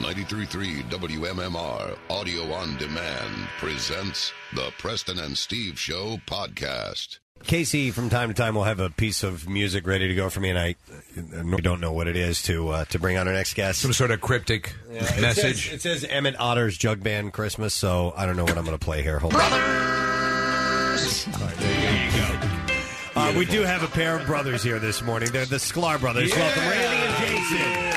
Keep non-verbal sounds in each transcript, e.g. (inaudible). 933 WMMR Audio on Demand presents the Preston and Steve Show podcast. Casey, from time to time, will have a piece of music ready to go for me, and I uh, don't know what it is to uh, to bring on our next guest. Some sort of cryptic message. It says, it says Emmett Otter's Jug Band Christmas, so I don't know what I'm going to play here. Hold on. All right, there you go. Uh, we do have a pair of brothers here this morning. They're the Sklar brothers. Welcome, Randy and Jason.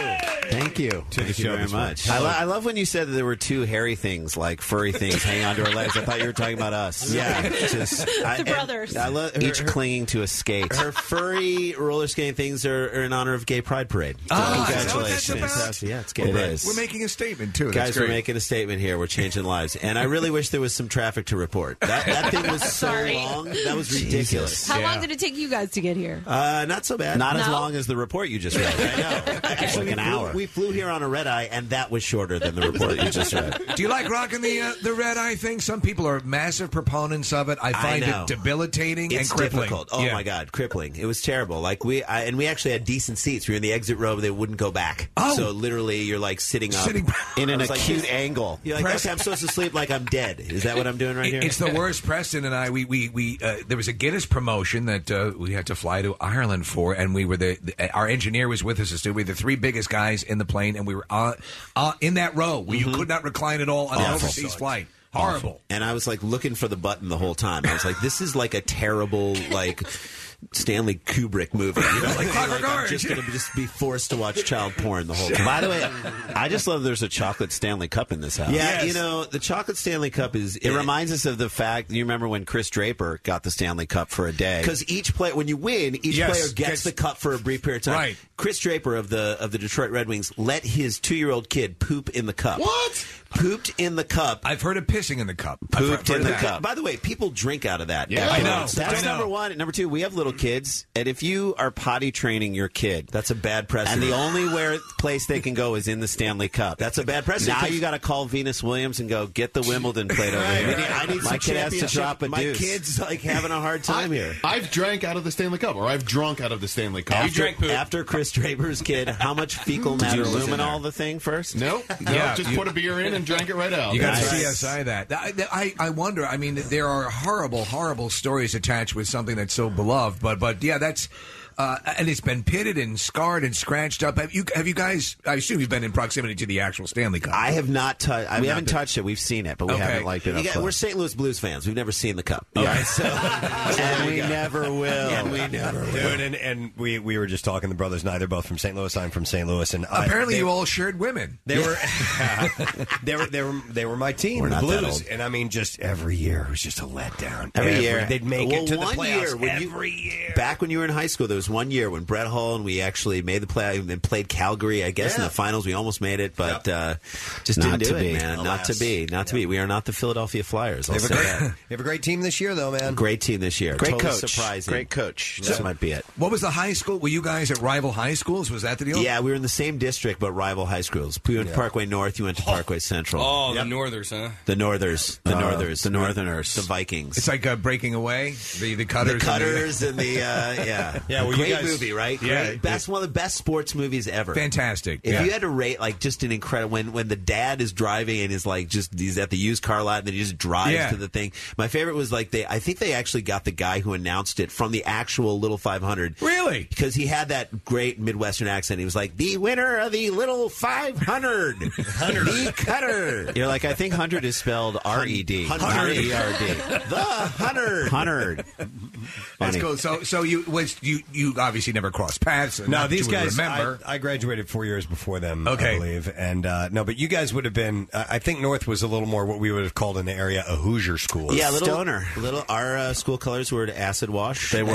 Thank you. To the Thank show you very this morning. much. Oh. I, lo- I love when you said that there were two hairy things, like furry things hanging onto her legs. I thought you were talking about us. (laughs) Yeah, just The I- and brothers. I love each clinging to a skate. Her furry roller skating things are, are in honor of Gay Pride Parade. So Ah, is that what that's congratulations! about? Yeah, it's Gay Well, Pride. we're- We're making a statement too. That's Guys, we're great. making a statement here. We're changing lives, and I really wish there was some traffic to report. That, that thing (laughs) was so Sorry. long. That (laughs) was ridiculous. How long did it take you guys to get here? Uh, not so bad. Not as No? long as the report you just read. (laughs) I know. It's like an hour. We flew here on a red eye, and that was shorter than (laughs) the report you just read. (laughs) Do you like rocking the uh, the red eye thing? Some people are massive proponents of it. I find know. it debilitating It's and crippling. difficult. Oh Yeah. my god, crippling! It was terrible. Like we I, and we actually had decent seats. We were in the exit row, but they wouldn't go back. Oh. so literally, you're like sitting up Sitting- (laughs) in an acute angle. You're like, Press- okay, I'm supposed to sleep like I'm dead. Is that what I'm doing right It- here? It's the worst. (laughs) Preston and I, we we, we uh, there was a Guinness promotion that uh, we had to fly to Ireland for, and we were the, the- our engineer was with us. in the studio. We were the three biggest guys in the plane, and we were on, uh, in that row where you could not recline at all on an Mm-hmm. Awful. overseas flight. Horrible. And I was like looking for the button the whole time. I was like, this is like a terrible like. Stanley Kubrick movie. You know, like, Clockwork like I'm Orange. just going to just be forced to watch child porn the whole time. By the way, I just love there's a chocolate Stanley Cup in this house. Yeah, Yes. you know, the chocolate Stanley Cup is. It, reminds us of the fact. You remember when Chris Draper got the Stanley Cup for a day? Because each player, when you win, each Yes, player gets, gets- the cup for a brief period of time. Right. Chris Draper of the of the Detroit Red Wings let his two year old kid poop in the cup. What? Pooped in the cup I've heard of pissing in the cup. I've heard- pooped in heard the of that. cup. By the way, people drink out of that. Yeah. I know. That's I know. number one. And number two, we have little kids, and if you are potty training your kid, that's a bad precedent. And the only where place they can go is in the Stanley Cup. That's a bad precedent. Now you got to call Venus Williams and go get the Wimbledon plate over here. Right, right. I need My some kid has to championship. drop a My deuce. kid's, like having a hard time here. I've drank out of the Stanley Cup, or I've drunk out of the Stanley Cup. after, after Chris Draper's (laughs) kid, (laughs) how much fecal matter was in all the thing first? No, no, Yeah, just you- put a beer in and drank it right out. You got to Nice. CSI that. I, I, I wonder. I mean, there are horrible, horrible stories attached with something that's so beloved. But but yeah, that's uh, and it's been pitted and scarred and scratched up. Have you have you guys? I assume you've been in proximity to the actual Stanley Cup. I have not touched. We haven't been- touched it. We've seen it, but we Okay. haven't liked it. You Up got- close. we're St. Louis Blues fans. We've never seen the cup. (laughs) Yeah, so and we never will. And we never Dude, and, and we, we were just talking, the brothers, neither both from St. Louis. I'm from St. Louis. and uh, I, Apparently, they- you all shared women. They were, (laughs) (laughs) they were, they were, they were my team, We're the not that Blues, old. and I mean, just every year it was just a letdown. Every year. they'd make Well, it to the one playoffs. year, when you- every year, Back when you were in high school, there was one year when Brett Hall and we actually made the play and played Calgary. I guess in Yeah. the finals we almost made it, but uh, just Not didn't do to it, be, man. Not to alas. be, not to be. We are not the Philadelphia Flyers. I'll they have, a say great, that. they have a great team this year, though, man. Great team this year. Great Totally coach. Surprising. Great coach. This might be it. What was the high school? Were you guys at rival high schools? Was that the deal? Yeah, we were in the same district, but rival high schools. We went to Parkway North. You went to Parkway Central. Oh, the Northers, huh? The Northers, the Uh, Northers, the Northerners. the Vikings, It's like uh, breaking away. The the cutters. the and Cutters, and (laughs) the uh, yeah, Yeah, well, you great guys- movie, right? Yeah. Great. best one of the best sports movies ever. fantastic. If Yeah. you had to rate like just an incredible when when the dad is driving and is like just he's at the used car lot and then he just drives Yeah. to the thing. My favorite was like they I think they actually got the guy who announced it from the actual Little 500. Really? Because he had that great Midwestern accent. He was like the winner of the Little 500, the Cutter. You're like I think hundred is spelled R E D, R E R (laughs) D, the hundred, hundred. That's Funny. cool. So so you was you you obviously never crossed paths. No, Not these that you would guys. Remember? I, I graduated four years before them, I Okay. believe. And uh, no, but you guys would have been. I I think North was a little more what we would have called in the area a Hoosier school. Yeah, little, stoner. Little our uh, school colors were to acid wash. They were.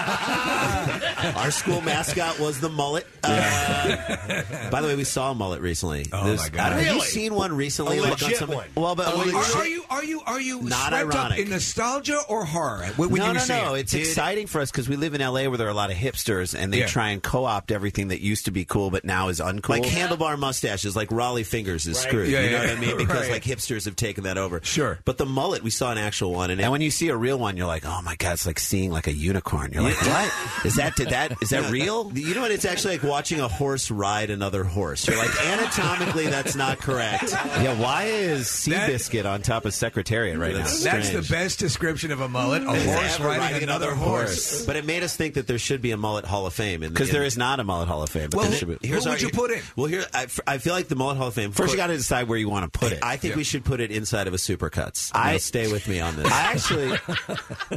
(laughs) our school mascot was the mullet. Uh, by the way, we saw a mullet recently. Oh, my God. I don't know, Have you Really? seen one (laughs) recently? A Like, legit some- one. Well, but we- Are, are you are you are you Not swept ironic. up in nostalgia or horror? When, when no, you no, see no. it? It's exciting for us because we live in LA where there together a lot of hipsters and they Yeah. try and co-opt everything that used to be cool but now is uncool. Like handlebar mustaches, like Raleigh fingers is screwed. Yeah, you know yeah, what I mean? Because right. like hipsters have taken that over. Sure. But the mullet, we saw an actual one, and, and when you see a real one, you're like, oh (laughs) my god, it's like seeing like a unicorn. You're like, (laughs) what is that? Did that is that real? You know what? It's actually like watching a horse ride another horse. You're like, anatomically, that's not correct. Yeah. Why is That- Seabiscuit on top of Secretariat right That's, now? the best description of a mullet. A horse Ever riding, another horse. But it made us think that there should be a mullet Hall of Fame, because there is not a mullet Hall of Fame. But Well, there who- should be. who would you put in? Well, here I, f- I feel like the mullet Hall of Fame. First, you got to decide where you want to put it. I think we should put it inside of a supercuts. I stay with me on this. I actually,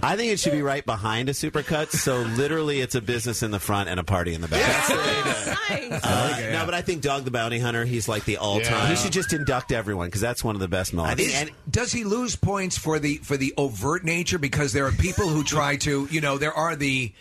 I think it should be right behind a supercuts. So literally, it's a business in the front and a party in the back. Nice. Uh, No, but I think Dog the Bounty Hunter. He's like the all-time. Yeah. He should just induct everyone because that's one of the best mullets. Is- does he lose points for the for the overt nature? Because there are people who try to, you know, there are the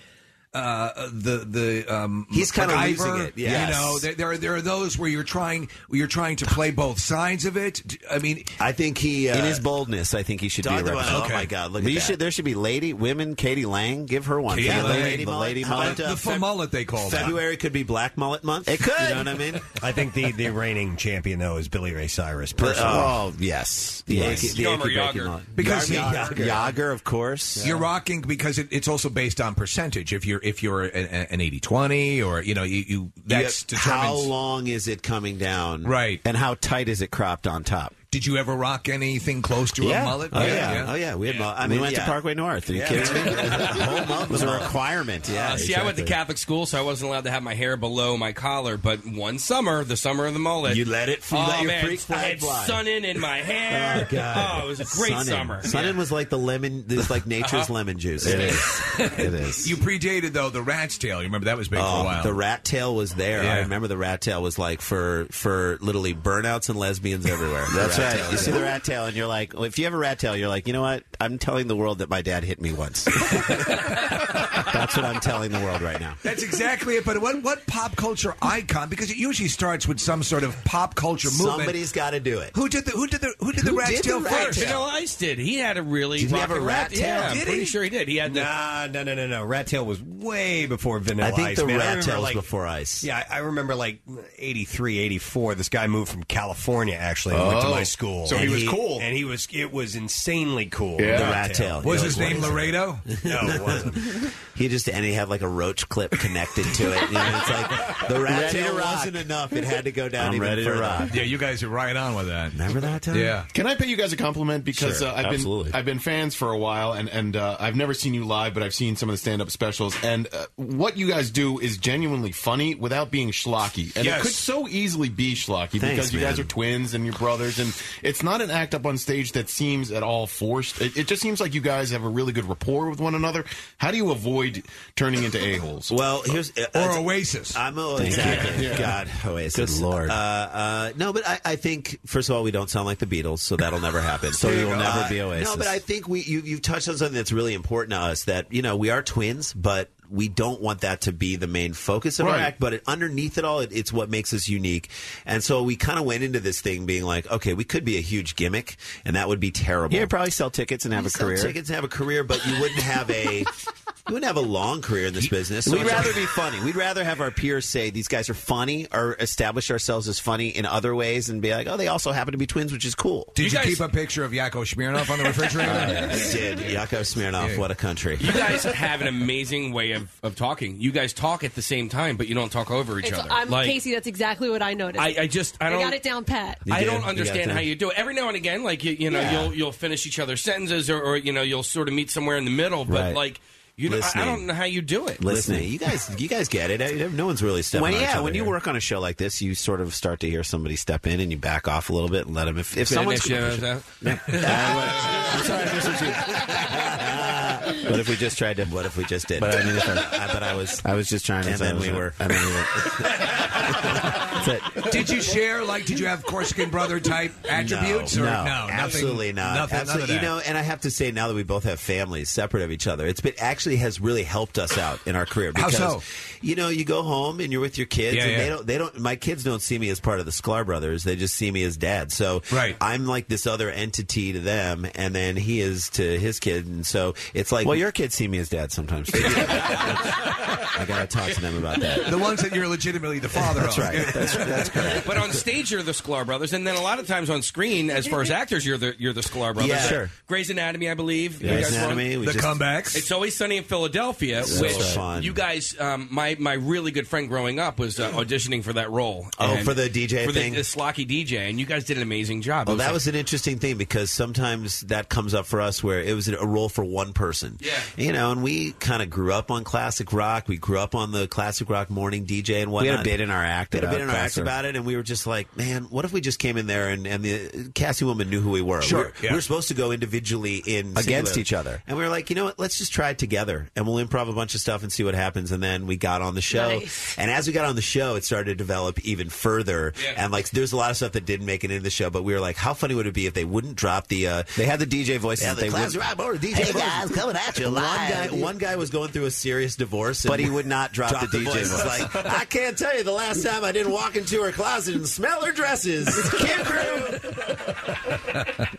uh, the the um, He's kinda MacGyver, losing it, yes. You know, there, there are there are those where you're trying where you're trying to play both sides of it. D- I mean, I think he uh, in his boldness. I think he should be Dog the Bounty- oh represented. okay. Look at that. there should be lady women. Katie Lang, give her one. Katie Yeah, Lang. the lady How mullet. about, uh, The Fem- mullet they call that. February could be black mullet month. It could. You know what I mean? I think the, the reigning champion though is Billy Ray Cyrus. Personally, oh yes, the Yes. achy- the Yarmer achy breaky Yager. mullet. Because Yarmer he- Yager, of course. You're rocking because it, it's also based on percentage. If you're if you're an, an 80-20 or you know you, you that's Yeah, determines. how long is it coming down? Right. and how tight is it cropped on top? Did you ever rock anything close to a mullet? Oh yeah. oh yeah. We had. mul- I mean, We went to yeah. Parkway North. Are you kidding me? (laughs) Whole month was a requirement. Oh, Yeah. Uh, see, I went to exactly. Catholic school, so I wasn't allowed to have my hair below my collar. But one summer, the summer of the mullet, You let it- you Oh let your man, freak I flag had fly. sunning in my hair. Oh, God. Oh, it was a great Sunnin. summer. Sunnin was like the lemon, this like nature's lemon juice. Uh-huh. It is. (laughs) It Uh-huh. is. You predated though the rat's tail. You remember that was big for a Oh, while. the rat tail was there. Yeah. I remember the rat tail was like for for literally burnouts and lesbians everywhere. That's right. you see the rat tail, and you're like, well, if you have a rat tail, you're like, you know what? I'm telling the world that my dad hit me (laughs) once. That's what I'm telling the world right now. That's exactly it. But what what pop culture icon? Because it usually starts with some sort of pop culture movement. Somebody's got to do it. who did the who did the who did the rat's did the tail rat first? tail? Vanilla Ice did. He had a really Did he have a rockin' rat tail? Yeah, I'm Did pretty he? sure he did. He had the Nah, no, no, no, no. Rat tail was way before Vanilla I think Ice. the man. I rat remember, tail was like- before ice. Yeah, I I remember like 83, 84. This guy moved from California actually and went to Oh. my school. So he And was cool. and he was it was insanely cool. Yeah. The rat tail. Was Yeah, his it name Laredo? No, it wasn't. He just and he had like a roach clip connected to it. You know, it's like the rat tail wasn't enough; it had to go down. I'm even ready to further. rock. Yeah, you guys are right on with that. Remember that time? Yeah. Can I pay you guys a compliment because uh, I've been I've been fans for a while and and uh, I've never seen you live, but I've seen some of the stand up specials. And uh, what you guys do is genuinely funny without being schlocky, and Yes. it could so easily be schlocky Thanks, because you guys man. are twins and you're brothers, and it's not an act up on stage that seems at all forced. It, it just seems like you guys have a really good rapport with one another. How do you avoid turning into a holes? Well, here's uh, Or uh, Oasis. I'm a, exactly. God, Oasis. Good lord. Uh, uh, no, but I, I think first of all, we don't sound like the Beatles, so that'll never happen. (laughs) so we will never be Oasis. No, but I think we you you've touched on something that's really important to us. That you know we are twins, but. We don't want that to be the main focus of our Right. act, but it, underneath it all, it, it's what makes us unique. And so we kind of went into this thing being like, okay, we could be a huge gimmick, and that would be terrible. Yeah, probably sell tickets and have a career. Tickets and have a career, but you wouldn't have a (laughs) you wouldn't have a long career in this business. So We'd We'd rather rather be funny. We'd rather have our peers say these guys are funny or establish ourselves as funny in other ways and be like, oh, they also happen to be twins, which is cool. Did you, You guys- keep a picture of Yakov Smirnoff on the refrigerator? (laughs) I did. Yakov Smirnoff, what a country. You (laughs) guys have an amazing way of, of talking. You guys talk at the same time, but you don't talk over each It's- other. I'm like, Casey. That's exactly what I noticed. I, I just I I don't got it down pat. You I do. You don't got understand that. how you do it. Every now and again, like you, you know, Yeah. you'll you'll finish each other's sentences, or, or you know, you'll sort of meet somewhere in the middle. But Right. like, you, know, I, I Listening. don't know how you do it. Listening, you guys, you guys get it. I- No one's really stepping. When- on each yeah, other when you here. work on a show like this, you sort of start to hear somebody step in, and you back off a little bit and let them. If, if someone's, Finish, you know, that- I'm sorry, I missed (laughs) you. What if we just tried (laughs) to? What if we just did? But I mean, I, but I was, I was just trying to. And then we were. Did you share like? Did you have Corsican brother type attributes? No, or no, nothing- absolutely not. Nothing, none of absolutely, that. you know. And I have to say, now that we both have families separate of each other, it's been actually has really helped us out in our career. (laughs) How Because, so? You know, you go home and you're with your kids, Yeah, and yeah. they don't. They don't. My kids don't see me as part of the Sklar brothers. They just see me as dad. So right. I'm like this other entity to them, and then he is to his kid, and so it's like. Well, your kids see me as dad sometimes. too. (laughs) I gotta talk to them about that. the ones that you're legitimately the father (laughs) That's of. right. That's, that's correct. But on stage, you're the Sklar brothers, and then a lot of times on screen, as far as actors, you're the you're the Sklar brothers. Yeah, sure. Grey's Anatomy, I believe. You Grey's guys were on- Anatomy, we The just- comebacks. It's always sunny in Philadelphia, So which fun. you guys, um, my my really good friend growing up was uh, auditioning for that role. Oh, And- for the DJ for the- thing? the Slocky DJ, and you guys did an amazing job. It Well, that like- was an interesting thing because sometimes that comes up for us where it was a role for one person. Yeah. You know, and we kind of grew up on classic rock. We grew up on the classic rock morning DJ and whatnot. We had a bit in our act We had a bit about in our act classic- about it, and we were just like, man, what if we just came in there and, and the casting woman knew who we were? Sure, We were, we yeah. were supposed to go individually in Against singular. each other. And we were like, you know what? Let's just try it together, and we'll improv a bunch of stuff and see what happens. And then we got on the show, Nice. and as we got on the show, it started to develop even further. And like, there's a lot of stuff that didn't make it into the show, but we were like, how funny would it be if they wouldn't drop the? Uh, they had the DJ voices. that they wouldn't- DJ Hey, voices. guys, coming at you One live. guy, one guy was going through a serious divorce, But and- he would (laughs) not drop the DJ voice. voice. Like, (laughs) I can't tell you the last time I didn't walk into her closet and smell her dresses. Kid Crew.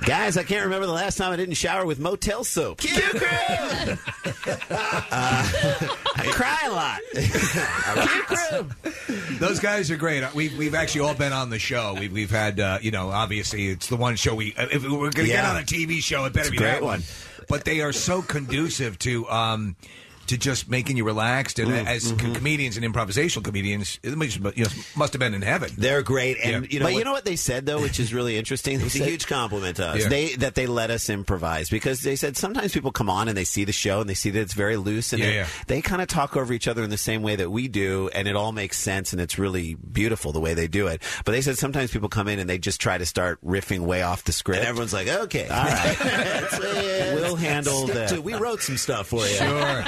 Guys, I can't remember the last time I didn't shower with motel soap. Q Crew. I Uh, cry a lot. Those guys are great. Uh, We've we've actually all been on the show. We've we've had uh, you know obviously it's the one show we uh, if we're going to get Yeah. on a TV show it better It's a be great that one. But they are so conducive to. Um, to just making you relaxed, and Mm, as com- comedians and improvisational comedians, it must, you know, must have been in heaven. They're great, and you know, but what, you know what they said though, which is really interesting. It's a said- huge compliment to us. Yeah. They that they let us improvise because they said sometimes people come on and they see the show and they see that it's very loose and Yeah, they, yeah. they kind of talk over each other in the same way that we do, and it all makes sense and it's really beautiful the way they do it. But they said sometimes people come in and they just try to start riffing way off the script, and everyone's like, "Okay, all right, (laughs) we'll handle (laughs) Stick that." to- we wrote some stuff for you. (laughs) Sure.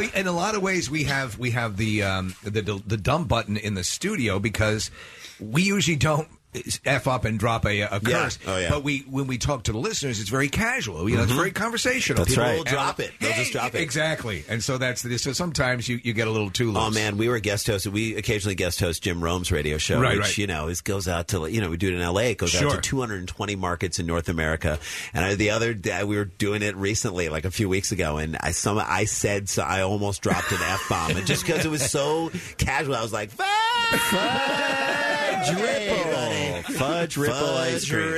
well, in a lot of ways, we have we have the um, the the dumb button in the studio because we usually don't uh, f up and drop a, a Yeah. curse. Oh, yeah. But we when we talk to the listeners, it's very casual. You know, it's Mhm. very conversational. That's People right. will drop (laughs) it. They'll Yeah, just drop it. Exactly. And so that's the so sometimes you, you get a little too loose. Oh man, we were guest hosts. We occasionally guest host Jim Rome's radio show, Right, which right. you know is goes out to like, you know we do it in L.A. It goes Sure. out to 220 markets in North America. And I, the other day we were doing it recently, like a few weeks ago, and I some I said so I almost dropped an f bomb, and just because it was so casual, I was like fudge, ripple, fudge ripple ice cream.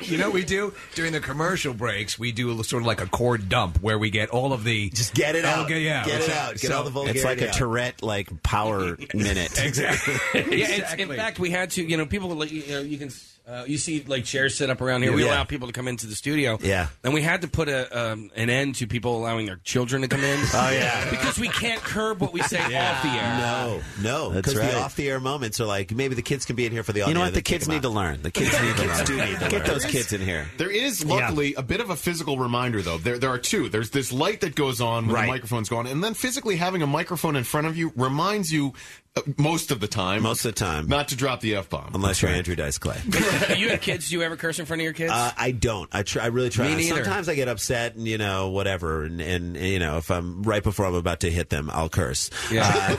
(laughs) you know what we do during the commercial breaks we do a, sort of like a chord dump where we get all of the just Get it out. yeah Get it out. Get all the vulgarity It's like a out. (laughs) Tourette (laughs) like power minute. exactly (laughs) yeah, it's, in fact, we had to. You know, people. like, You know, you can. Uh, you see, like chairs set up around here. We Yeah. allow people to come into the studio. Yeah. and we had to put a um, an end to people allowing their children to come in. Oh, yeah. because we can't curb what we say off the air. No, no, That's because right. the off the air moments are like maybe the kids can be in here for the. You know what? The they can kids come need out. to learn. (laughs) The kids need to Kids learn. do need to Get learn. those kids in here. There is luckily a bit of a physical reminder though. There there are two. There's this light that goes on when Right. the microphone's gone, and then physically having a microphone in front of you reminds you uh, most of the time Most of the time, not to drop the f bomb. unless you're Andrew Dice Clay. you have kids? Do you ever curse in front of your kids? Uh, I don't. I try. I really try. Me not. neither. Sometimes I get upset, and you know, whatever, and, and you know, if I'm right before I'm about to hit them, I'll curse. Yeah. and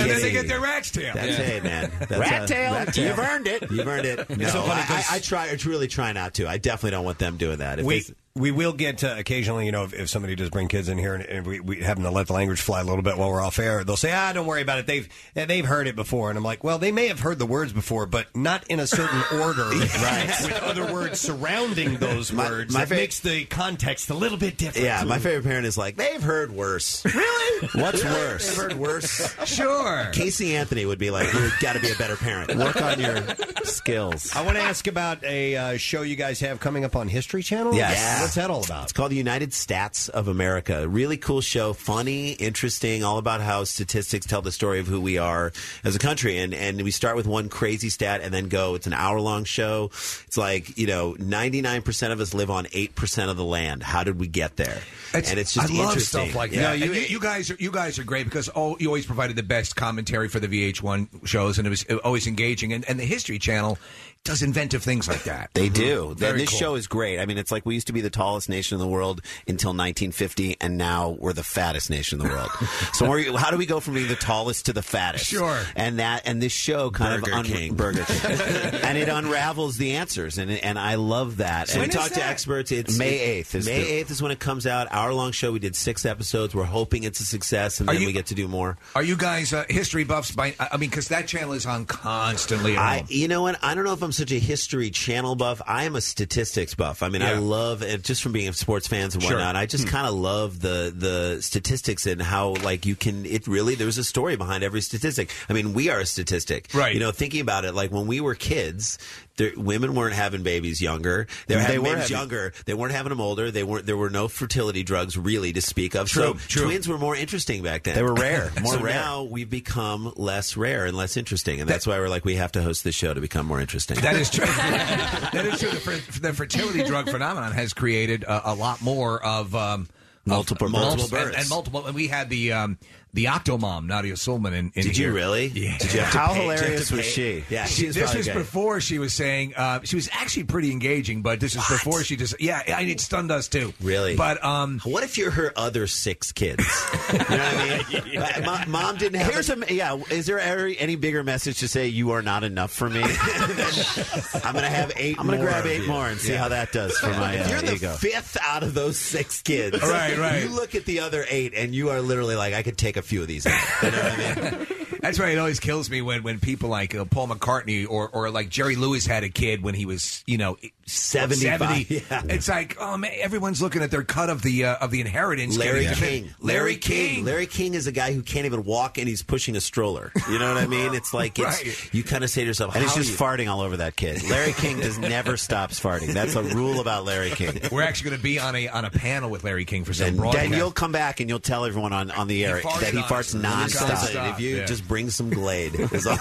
then they Yeah. get their rat's tail That's Yeah. it, man. That's Rat tail. You've earned it. You've earned it. No, so funny I, 'cause- I, I try. I really try not to. I definitely don't want them doing that. If we they- we will get to occasionally, you know, if, if somebody does bring kids in here and, and we, we happen to let the language fly a little bit while we're off air, they'll say, "Ah, don't worry about it. They've eh, they've heard it before." And I'm like, "Well, they may have heard the words before, but not in a (laughs) certain order, Right. (laughs) With other words surrounding those My- words, my that fa- makes the context a little bit different." yeah, my favorite parent is like, they've heard worse. Really? What's Really? worse? They've heard worse. sure Casey Anthony would be like, you've got to be a better parent. Work on your skills. I want to ask about a uh, show you guys have coming up on History Channel. Yes. What's that all about? It's called the United Stats of America. Really cool show, funny, interesting, all about how statistics tell the story of who we are as a country. And and we start with one crazy stat and then go. It's an hour long show. It's like you know, ninety nine percent of us live on eight percent of the land. How did we get there? and it's just I love interesting. stuff like that. Yeah. And you, you guys are you guys are great because all, you always provided the best commentary for the VH1 shows, and it was always engaging. And, and the History Channel does inventive things like that. Mm-hmm. They Very do. Then this cool. show is great. I mean, it's like we used to be the tallest nation in the world until 1950, and now we're the fattest nation in the (laughs) world. so we're, how do we go from being the tallest to the fattest? Sure. And that and this show kind Burger of un- King. Burger (laughs) King, and it unravels the answers, and and I love that. So and when we is talk to that? experts. It's May it- 8th is May the- 8th is when it comes out. Hour long show. We did six episodes. We're hoping it's a success, and Are then you- we get to do more. Are you guys uh, history buffs? By I I mean, because that channel is on constantly. at I, home. you know what? I don't know if I'm such a history channel buff. I am a statistics buff. I mean, I Yeah. love it just from being sports fans and Sure. Hmm. whatnot. I just kind of love the the statistics and how like you can. It really there's a story behind every statistic. I mean, we are a statistic, right? You know, thinking about it, like when we were kids, there, women weren't having babies younger. They were They having were babies having- younger. They weren't having them older. They weren't. There were no fertility drugs really to speak of. so True, true. twins were more interesting back then. They were (laughs) rare. more So rare. rare. Now we've become less rare and less interesting, and that's why we're like we have to host this show to become more interesting. That is true. (laughs) that is true. The, fer- the fertility drug phenomenon has created uh, a lot more of. Um, of Multiple multi- multiple and- and, births. multiple. And we had the um, the Octomom, Nadia Sulman, in, in Did you here. really? Yeah. Did you have to How pay- did you have to hilarious was pay- she? Yeah, she was this probably was good. before she was saying uh, she was actually pretty engaging, but this is before she just yeah, and it stunned us too. Really? But um, what if you're her other (laughs) six kids? (laughs) Uh, mo- mom didn't. Have Here's a yeah. Is there any, any bigger message to say you are not enough for (laughs) me? I'm gonna have eight. I'm gonna more grab of eight you. more and see Yeah. how that does for my uh, You're the ego. Fifth out of those six kids. (laughs) Right, right. You look at the other eight, and you are literally like, I could take a few of these. Out. (laughs) That's right. It always kills me when, when people like uh, Paul McCartney or, or like Jerry Lewis had a kid when he was you know 75. Yeah. It's like oh man, everyone's looking at their cut of the uh, of the inheritance. Larry Yeah. King. Larry King. Larry King is a guy who can't even walk and he's pushing a stroller. You know what I mean? It's like (laughs) it's, Right. you kind of say to yourself, And he's how just you- farting all over that kid. Larry King does never stops farting. That's a rule about Larry King. We're actually going to be on a on a panel with Larry King for some And broadcast. then you'll come back and you'll tell everyone on, on the air farted that he on us. farts He nonstop. nonstop, if you yeah. just bring some (laughs) Glade, is all.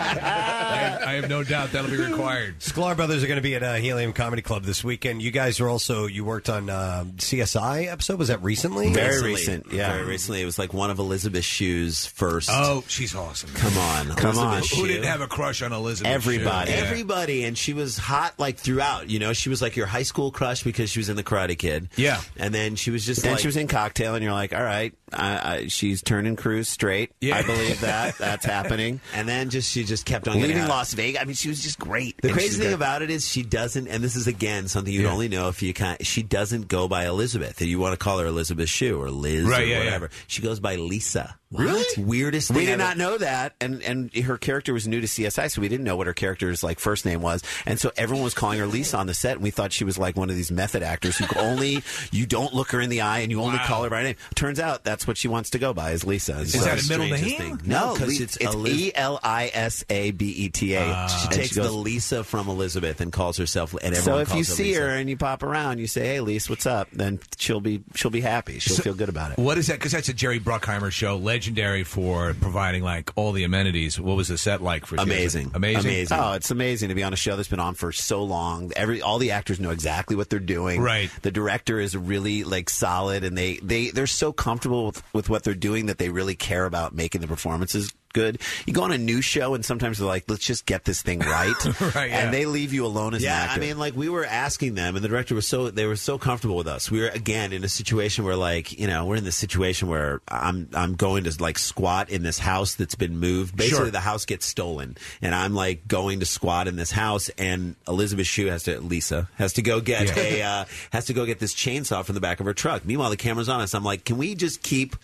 I have no doubt that'll be required. Sklar Brothers are going to be at uh, Helium Comedy Club this weekend. You guys are also you worked on uh, CSI episode. Was that recently? Very recent, yeah. Very recently, it was like one of Elizabeth Shue's first. Oh, (laughs) she's awesome. come on, come on, Elizabeth- Who Shue. didn't have a crush on Elizabeth? Everybody, Shue? Yeah. everybody, and she was hot like throughout. You know, she was like your high school crush because she was in the Karate Kid. Yeah. and then she was just Then like, she was in Cocktail, and you're like, all right, I, I, she's turning Cruise straight. Yeah. I believe that that's happening. (laughs) And then just she just kept on getting Leaving out. Las Vegas. I mean, she was just great. The And she's crazy thing got- about it is she doesn't, and this is again something you'd only know if you kind. She doesn't go by Elizabeth. You want to call her Elizabeth Shue or Liz Right, or yeah, yeah. whatever. She goes by Lisa. Really? What? Weirdest. We thing did I've- not know that, and and her character was new to CSI, so we didn't know what her character's like first name was, and so everyone was calling her Lisa on the set, and we thought she was like one of these method actors who only you don't look her in the eye and you only call her by her name. Turns out that's what she wants to go by is Lisa. Is that a middle name? No, No, 'cause because it's it's Eliz- E L I S A B E T A. she takes the Lisa from Elizabeth and calls herself. And everyone So if calls you her see Lisa. her and you pop around, you say, "Hey, Lisa, what's up?" Then she'll be she'll be happy. She'll So- feel (laughs) good about it. What is that? Because that's a Jerry Bruckheimer show, legendary for providing like all the amenities. What was the set like for? amazing. amazing, Oh, it's amazing to be on a show that's been on for so long. Every all the actors know exactly what they're doing. Right. The director is really like solid, and they they they're so comfortable with with what they're doing that they really care about making the performances good. You go on a new show, and sometimes they're like, "Let's just get this thing right," (laughs) Right, yeah. and they leave you alone as yeah, an actor. I mean, like we were asking them, and the director was so they were so comfortable with us. We were again in a situation where, like, you know, we're in this situation where I'm I'm going to like squat in this house that's been moved. Basically, Sure. the house gets stolen, and I'm like going to squat in this house, and Elizabeth Shue has to Lisa has to go get (laughs) Yeah. a uh, has to go get this chainsaw from the back of her truck. Meanwhile, the camera's on us. I'm like, can we just keep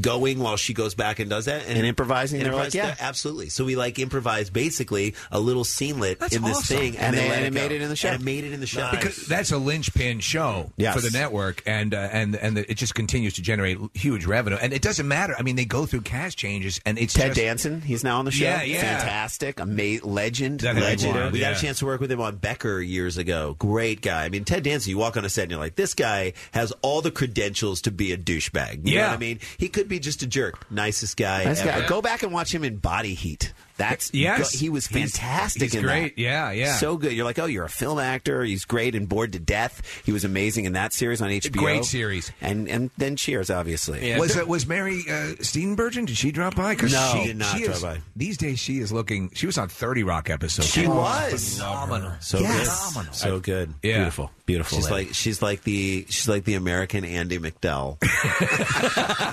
going while she goes back and does that And improvising? They were like, improvise- yeah. absolutely. So we like improvised basically a little scenelet That's in this awesome. thing, And they- let and it made go. it in the show. And it made it in the show. because that's a linchpin show Yes. for the network, and uh, and and it just continues to generate huge revenue. And it doesn't matter. I mean, they go through cast changes, and it's Ted just, Danson, he's now on the show. Yeah, yeah. Fantastic, amazing, legend, That is legend. wild, We got yeah. a chance to work with him on Becker years ago. Great guy. I mean, Ted Danson, you walk on a set and you're like, this guy has all the credentials to be a douchebag. You know Yeah. what I mean? He could be just a jerk. Nicest guy. Nice guy. ever. Go back and watch him in Body Heat. That's Yes. go- he was He's- fantastic. he's in great. that. Yeah, yeah. So good. You're like, oh, you're a film actor. He's great and bored to death. He was amazing in that series on HBO. Great series. And and then Cheers, obviously. Yeah. Was uh, was Mary uh, Steenburgen? Did she drop by? 'Cause No, she did not she drop is- by. These days, she is looking. She was on Thirty Rock episode. She was. phenomenal. So Yes. good. Phenomenal. So good. Yeah. Beautiful. Beautiful. She's like she's like the she's like the American Andy McDowell.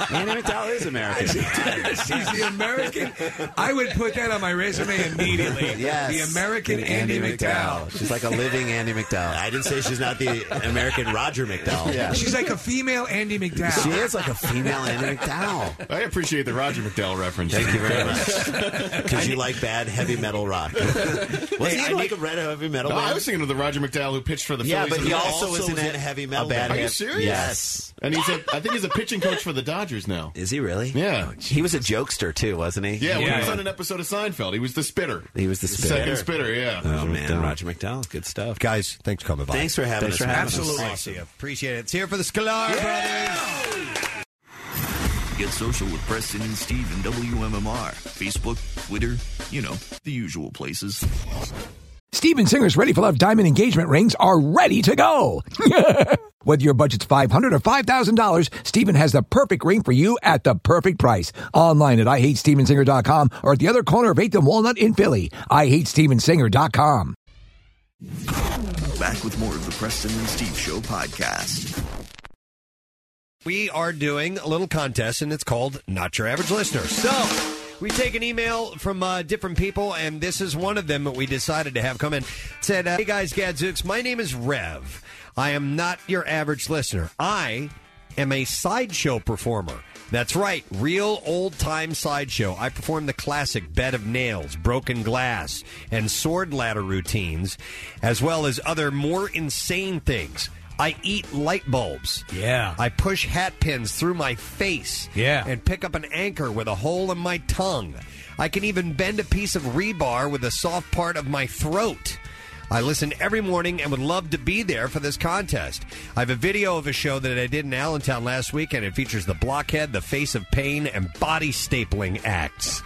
Andy McDowell is American. (laughs) She's the American. I would put that on my resume (laughs) (laughs) immediately. Yes. the American And Andy, McDowell. She's like a (laughs) living Andy McDowell. I didn't say she's not the American Roger McDowell. Yeah. She's like a female Andy McDowell. She is like a female Andy (laughs) McDowell. I appreciate the Roger McDowell reference. Thank you (laughs) very much. Because you like bad heavy metal rock. Was he in like a red heavy metal No, I band? was thinking of the Roger McDowell who pitched for the yeah, Phillies. but and he the- also, was in was that in heavy metal a bad band. Oh, Are you serious? Yes. And he's a, I think he's a pitching coach for the Dodgers now. Is he really? Yeah. He was a jokester too, wasn't he? Yeah, when he Yeah. was on an episode of Seinfeld, he was the spitter. He was the Second spitter. spitter, yeah. Oh man, Roger McDowell, good stuff. Guys, thanks for coming by. Thanks for having Thanks us. for having us. Absolutely. Appreciate it. It's here for the Scalar Brothers. Get social with Preston and Steve and WMMR. Facebook, Twitter, you know, the usual places. Steven Singer's Ready for Love diamond engagement rings are ready to go. (laughs) Whether your budget's $500 or $5,000, Steven has the perfect ring for you at the perfect price. Online at IHateStevenSinger.com or at the other corner of 8th and Walnut in Philly. IHateStevenSinger.com. Back with more of the Preston and Steve Show podcast. We are doing a little contest, and it's called Not Your Average Listener. So we take an email from uh, different people, and this is one of them that we decided to have come in. It said, uh, "Hey guys, Gadzooks, my name is Rev. I am not your average listener. I am a sideshow performer." That's right, real old time sideshow. I perform the classic bed of nails, broken glass, and sword ladder routines, as well as other more insane things. I eat light bulbs. Yeah. I push hat pins through my face. Yeah. And pick up an anchor with a hole in my tongue. I can even bend a piece of rebar with the soft part of my throat. I listen every morning and would love to be there for this contest. I have a video of a show that I did in Allentown last week, and it features the blockhead, the face of pain, and body stapling acts.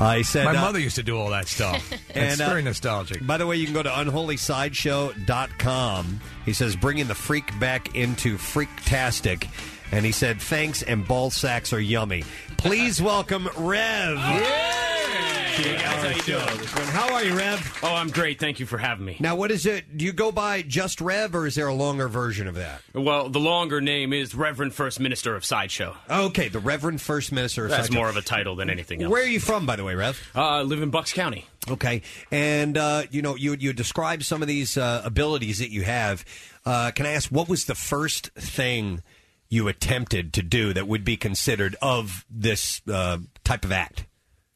I said, My uh, mother used to do all that stuff. It's (laughs) And, uh, very nostalgic. By the way, you can go to unholysideshow.com. He says, bringing the freak back into freaktastic. And he said, thanks, and ball sacks are yummy. Please welcome Rev. Hey, guys, how you doing? How are you, Rev? Oh, I'm great. Thank you for having me. Now, what is it? Do you go by just Rev, or is there a longer version of that? Well, the longer name is Reverend First Minister of Sideshow. Okay, the Reverend First Minister. of That's Psycho- more of a title than anything else. Where are you from, by the way, Rev? Uh, I live in Bucks County. Okay, and uh, you know you you describe some of these uh, abilities that you have. Uh, can I ask what was the first thing you attempted to do that would be considered of this uh, type of act?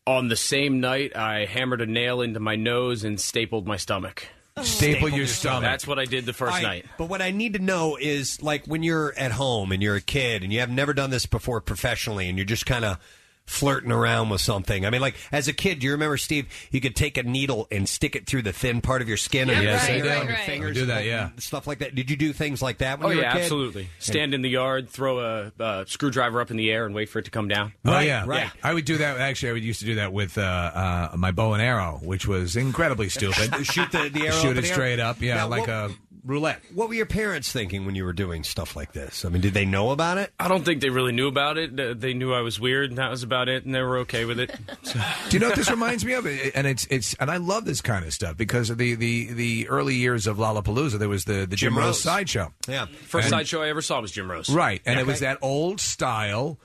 On the same night, I hammered a nail into my nose and stapled my stomach. Staple your stomach. That's what I did the first All right, night. But what I need to know is like when you're at home and you're a kid and you have never done this before professionally and you're just kind of flirting around with something. I mean, like as a kid, do you remember Steve? You could take a needle and stick it through the thin part of your skin and Yes, your I finger did. on your Right. fingers. I do that, and yeah. Stuff like that. Did you do things like that when Oh you were a yeah, kid? absolutely. Stand in the yard, throw a uh, screwdriver up in the air, and wait for it to come down. Oh yeah, right. I would do that. Actually, I would used to do that with uh, uh, my bow and arrow, which was incredibly stupid. (laughs) Shoot the, the arrow. Shoot in it the air? straight up, yeah, Now, like what, a roulette. What were your parents thinking when you were doing stuff like this? I mean, did they know about it? I don't think they really knew about it. Uh, They knew I was weird, and that was about it, and they were okay with it. Do you know what (laughs) this reminds me of? It- And it's it's and I love this kind of stuff because of the the the early years of Lollapalooza, there was the the Jim, Jim Rose Rose. sideshow, Yeah. First sideshow I ever saw was Jim Rose. right? And it was that old style.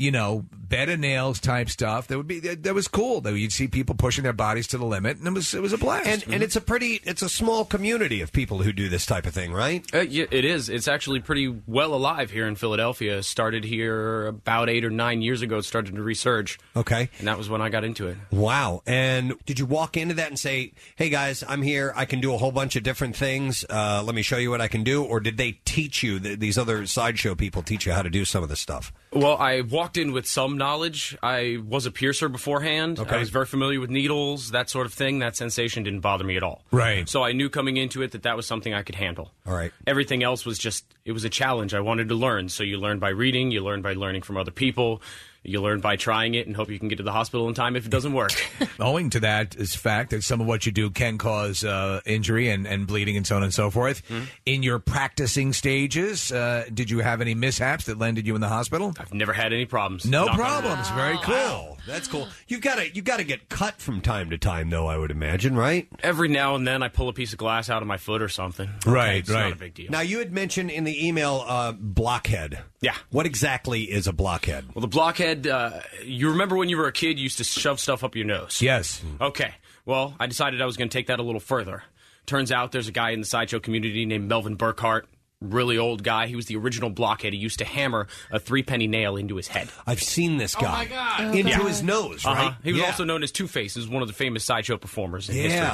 you know, bed of nails type stuff. That would be that, that was cool though. You'd see people pushing their bodies to the limit, and it was it was a blast. And, and it's a pretty, it's a small community of people who do this type of thing, right? Uh, yeah, it is. It's actually pretty well alive here in Philadelphia. Started here about eight or nine years ago. It started to resurge, Okay. and that was when I got into it. Wow. And did you walk into that and say, hey guys, I'm here. I can do a whole bunch of different things. Uh, let me show you what I can do. Or did they teach you, th- these other sideshow people teach you how to do some of this stuff? Well, I walked in with some knowledge. I was a piercer beforehand. Okay. I was very familiar with needles, that sort of thing. That sensation didn't bother me at all. Right. So I knew coming into it that that was something I could handle. All right. Everything else was just it was a challenge. I wanted to learn. So you learn by reading, you learn by learning from other people, you learn by trying it and hope you can get to the hospital in time if it doesn't (laughs) work. owing to that is fact that some of what you do can cause uh, injury and, and bleeding and so on and so forth. In your practicing stages, uh, did you have any mishaps that landed you in the hospital? I've never had any problems. No Knock on problems. wood. Very cool. Wow, that's cool. You've got to, you got to get cut from time to time, though. I would imagine, right? Every now and then I pull a piece of glass out of my foot or something. Right, It's right. Not a big deal. Now you had mentioned in the email uh, blockhead. Yeah. What exactly is a blockhead? Well, the blockhead, uh, you remember when you were a kid, you used to shove stuff up your nose. Yes. Mm. Okay. Well, I decided I was going to take that a little further. Turns out there's a guy in the sideshow community named Melvin Burkhart. Really old guy. He was the original blockhead. He used to hammer a three penny nail into his head. I've seen this Oh guy. Oh my God. Into Yeah. his nose, Uh-huh. right? He was Yeah. also known as Two Face. He was one of the famous sideshow performers in Yeah. history.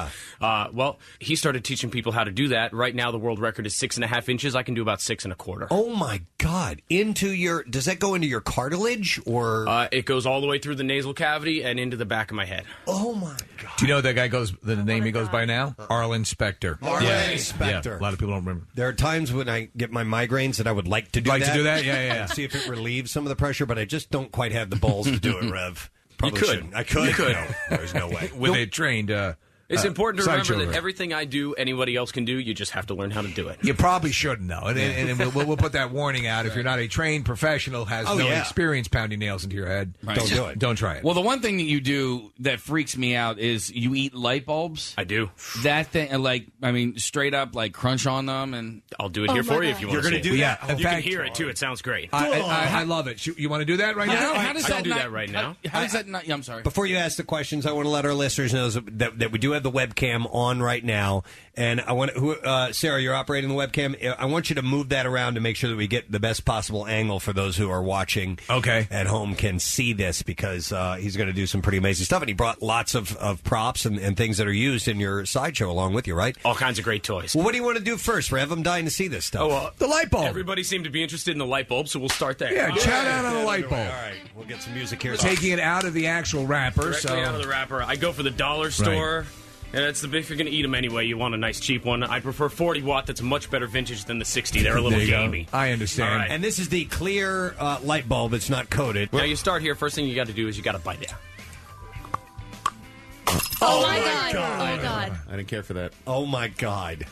Uh, well, he started teaching people how to do that. Right now, the world record is six and a half inches. I can do about six and a quarter. Oh my God! Into your does that go into your cartilage or? Uh, it goes all the way through the nasal cavity and into the back of my head. oh my! Do you know that guy goes the name he goes by now? Arlen Specter. Arlen Yeah. Spector. Yeah, a lot of people don't remember. There are times when I get my migraines that I would like to do Like to that. do that? Yeah, yeah, yeah. And (laughs) See if it relieves some of the pressure, but I just don't quite have the balls to do it, Rev. Probably could. shouldn't. I could. You could. No, there's no way. (laughs) With a trained. Uh, It's uh, important to remember sideshow that ring. everything I do, anybody else can do. You just have to learn how to do it. You probably shouldn't though, and, and, and we'll, we'll- we'll put that warning out. If you're not a trained professional, has Oh, no yeah. experience pounding nails into your head, Right. don't Just- do it. Don't try it. Well, the one thing that you do that freaks me out is you eat light bulbs. I do that thing, and, like I mean, straight up, like crunch on them, and I'll Oh do it Oh here for you if you want. to Yeah, in you can fact, hear it too. It sounds great. I, I, I, I love it. You, you want to do that right How- now? how does I that can do not- that right now. How does that not? Yeah, I'm sorry. Before you ask the questions, I want to let our listeners know that, that we do have the webcam on right now, and I want who, uh, Sarah, you're operating the webcam. I want you to move that around to make sure that we get the best possible angle for those who are watching. Okay, at home can see this because uh, he's going to do some pretty amazing stuff, and he brought lots of, of props and, and things that are used in your sideshow along with you, right? All kinds of great toys. Well, what do you want to do first, Rev? I'm dying to see this stuff. Oh, well, the light bulb. Everybody seemed to be interested in the light bulb, so we'll start there. Yeah, All chat right. out on a light bulb. All right, we'll get some music We're here. taking it uh, out of the actual wrapper. Directly so out of the wrapper. I go for the dollar store. And that's the if you're going to eat them anyway, you want a nice cheap one. I prefer 40 watt. That's a much better vintage than the 60. They're a little There you go. gamey. I understand. All right. And this is the clear uh, light bulb. It's not coated. now you start here. First thing you got to do is you got to bite it. Oh, my god. Oh my god. I didn't care for that. Oh my god.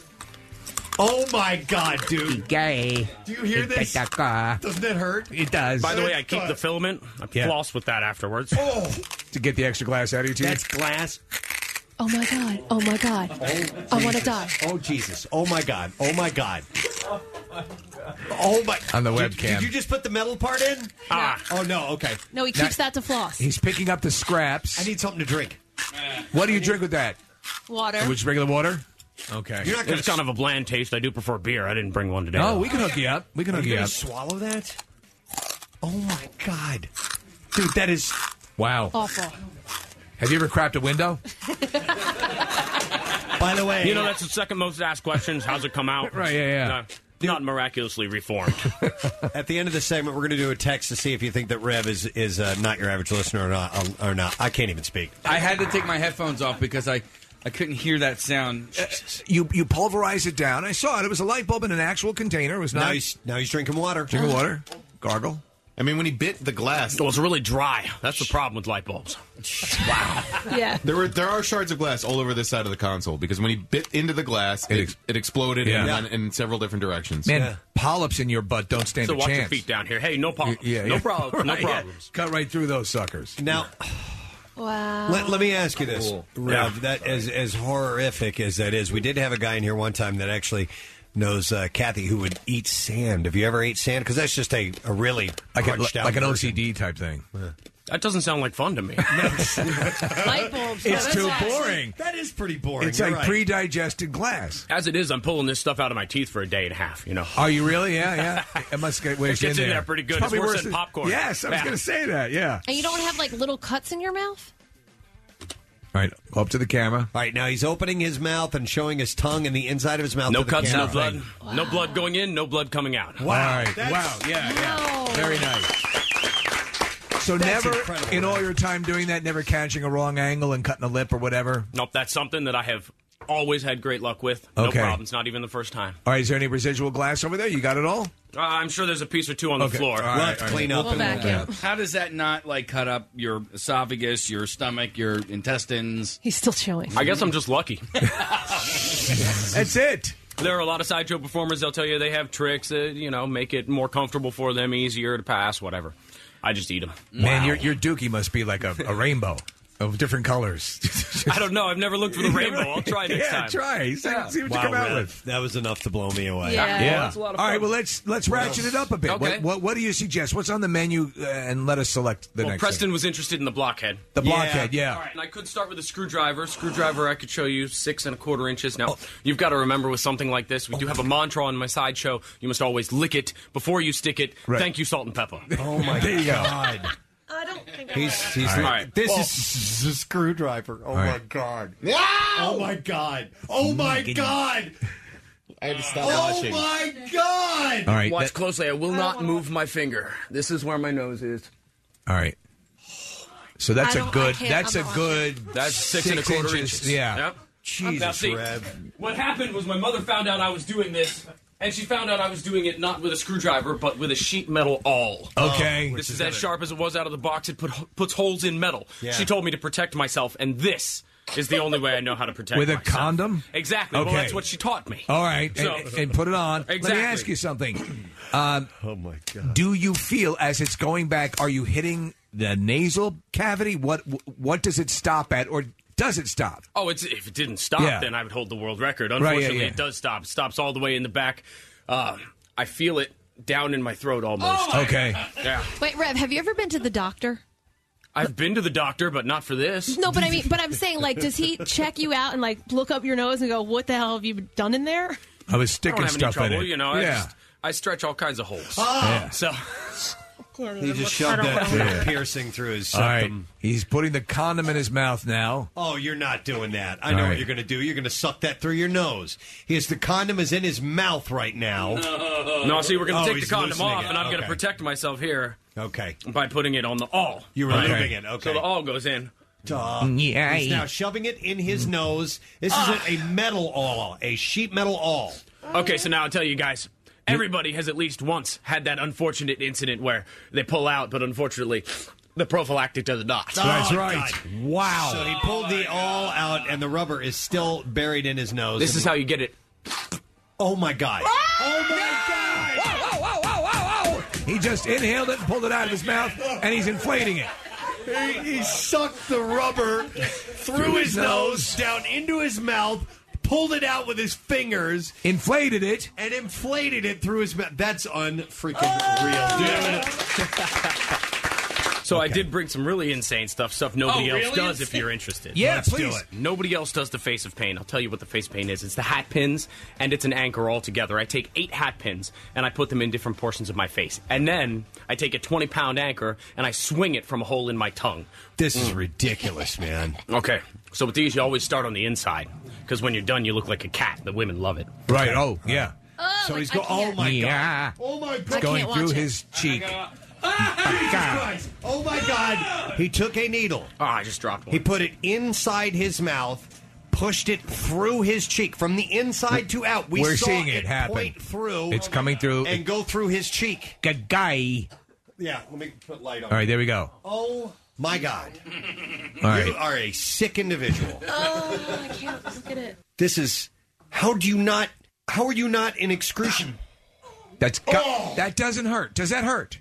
Oh my god, dude. Gay. Do you hear this? Doesn't it hurt? It does. By the way, I keep the filament. I Yeah. floss with that afterwards. Oh. to get the extra glass out of your teeth. That's glass. Oh my god. Oh my god. I want to die. Oh Jesus. Oh my god. Oh my god. Oh my On the Did- webcam. Did you just put the metal part in? Ah. Oh no, okay. No, he Now- keeps that to floss. He's picking up the scraps. I need something to drink. What do you drink with that? Water. Which regular water? Okay. You're not it's kind of a bland taste. I do prefer beer. I didn't bring one today. No, we can hook you up. We can Are hook you you gonna up. swallow that? Oh my god. Dude, that is Wow. Awful. Have you ever crapped a window? By the way, you know that's the second most asked questions. How's it come (laughs) out? Right, yeah, yeah. No, not miraculously reformed. At the end of the segment, we're going to do a text to see if you think that Rev is is uh, not your average listener or not. Or not. I can't even speak. I had to take my headphones off because I I couldn't hear that sound. You you pulverize it down. I saw it. It was a light bulb in an actual container. It was not. Now he's, now he's drinking water. Drinking water. Gargle. I mean, when he bit the glass, it was really dry. That's the problem with light bulbs. Yeah. There were there are shards of glass all over this side of the console because when he bit into the glass, it, it, exploded and Yeah. went in several different directions. Man, polyps in your butt don't stand so a watch chance. your feet down here. Hey, no problem. Yeah, no yeah. problem. No (laughs) Right, yeah. problem. Cut right through those suckers. Now, Wow. Let, let me ask you this, Cool. Rev. That as as horrific as that is, we did have a guy in here one time that actually knows uh, Kathy who would eat sand. Have you ever ate sand? Because that's just a, a really Like a- crunched out like an version. OCD type thing. That doesn't sound like fun to (laughs) me. (laughs) Light (laughs) bulbs. It's that's too actually- boring. That is pretty boring. It's like pre-digested glass. As it is, I'm pulling this stuff out of my teeth for a day and a half. You know. Are you really? Yeah, (laughs) yeah. It must get It way gets in there pretty good. It's worse than popcorn. Yes, I was Yeah. going to say that. Yeah. And you don't have like little cuts in your mouth? All right, up to the camera. All right, now he's opening his mouth and showing his tongue and the inside of his mouth. No to the cuts, no camera. blood. No blood going in, no blood coming out. Wow. All right. That's- Wow. Yeah. yeah. Very nice. So That's never incredible, in all man. your time doing that, never catching a wrong angle and cutting a lip or whatever. Nope, that's something that I have always had great luck with. No Okay. problems, not even the first time. All right, is there any residual glass over there? You got it all? Uh, I'm sure there's a piece or two on Okay. the floor. All right, We'll have to all right. clean up We'll and we'll- vacuum. How does that not like cut up your esophagus, your stomach, your intestines? He's still chewing. I guess I'm just lucky. (laughs) That's it. There are a lot of sideshow performers. They'll tell you they have tricks that you know make it more comfortable for them, easier to pass, whatever. I just eat them. Man, your, your dookie must be like a, a rainbow of different colors. (laughs) I don't know. I've never looked for the rainbow. I'll try next yeah, time. try. See, see what Wow, you come out Red, with. That was enough to blow me away. All right. Well, let's let's What ratchet it else? up a bit. Okay. What, what what do you suggest? What's on the menu? Uh, and let us select the Well, next. Preston was interested in the blockhead. The blockhead, yeah. All right, and I could start with a screwdriver. Screwdriver, I could show you six and a quarter inches. Oh. Now, you've got to remember with something like this, we do have a mantra on my sideshow. You must always lick it before you stick it. Right. Thank you, salt and (laughs) pepper. Oh my There you go. god. I don't think He's he's All right. this Well- is a screwdriver. Oh my right. god. Wow! Oh my god. Oh my god. I had to stop Oh watching. my god. All right, Watch that- closely. I will not move my finger. This is where my nose is. All right. So that's I a don't- good. I can't- That's I'm a not- good. That's six, and a quarter inches. Yeah. Yep. Jesus, Now, see, Rev. What happened was my mother found out I was doing this, and she found out I was doing it not with a screwdriver, but with a sheet metal awl. Um, Okay. this is as sharp as it was out of the box. It put, puts holes in metal. Yeah. She told me to protect myself, and this is the only way I know how to protect With a myself. condom. Exactly. Okay. Well, that's what she taught me. All right, So- and, and put it on. Let Exactly. me ask you something. (clears throat) Um, oh my god! Do you feel as it's going back? Are you hitting the nasal cavity? What What does it stop at, or does it stop? Oh, it's if it didn't stop, Yeah. then I would hold the world record. Right, yeah, Unfortunately, yeah. it does stop. It stops all the way in the back. Uh, I feel it down in my throat almost. Oh, my Okay. Yeah. Wait, Rev, have you ever been to the doctor? I've been to the doctor, but not for this. No, but I mean, but I'm saying, like, does he check you out and like look up your nose and go, "What the hell have you done in there?" I was I don't sticking have any stuff in trouble, it. you know. I, yeah. just, I stretch all kinds of holes. Ah. So (laughs) He just shoved that piercing through his All right. septum. He's putting the condom in his mouth now. Oh, you're not doing that. I All know what right. you're going to do. You're going to suck that through your nose. His the condom is in his mouth right now. no, see, we're going Oh, to take he's the condom loosening off, it. and I'm going to Okay. protect myself here. Okay. By putting it on the awl. You were Right. moving it, okay. So the awl goes in. Duh. Yeah. He's now shoving it in his Mm. nose. Ah. This is a, a metal awl, a sheet metal awl. Okay, so now I'll tell you guys. Everybody has at least once had that unfortunate incident where they pull out, but unfortunately, the prophylactic does not. Oh, God. Wow. So he pulled the awl out, and the rubber is still buried in his nose. This is how you get it. Oh my God. Oh my God! Whoa, whoa, whoa, whoa, whoa! He just inhaled it and pulled it out of his mouth, and he's inflating it. He, he sucked the rubber through his nose, down into his mouth, pulled it out with his fingers, inflated it, and inflated it through his mouth. That's unfreaking Ah. real, dude. So I did bring some really insane stuff, stuff nobody Oh, else really does if insane? you're interested. Yeah, Let's do please. it. Nobody else does the face of pain. I'll tell you what the face of pain is. It's the hat pins and it's an anchor all together. I take eight hat pins and I put them in different portions of my face. And then I take a 20 pound anchor and I swing it from a hole in my tongue. This is ridiculous, man. Okay. So with these, you always start on the inside because when you're done, you look like a cat. The women love it. Right. Oh, yeah. Oh, So he's go. Oh my Yeah. god. Oh my It's going through his cheek. Ah, Ah, Jesus Christ. Oh my god. He took a needle. Oh, I just dropped one. He put it inside his mouth, pushed it through his cheek from the inside to out. We We're saw seeing it happen. point through. It's coming through. and go through his cheek. Good guy. Yeah, let me put light on. All right, there we go. Oh my god. All right. You are a sick individual. Oh, I can't look at it. This is how do you not how are you not in Oh. excruciation? That's got, that doesn't hurt. Does that hurt?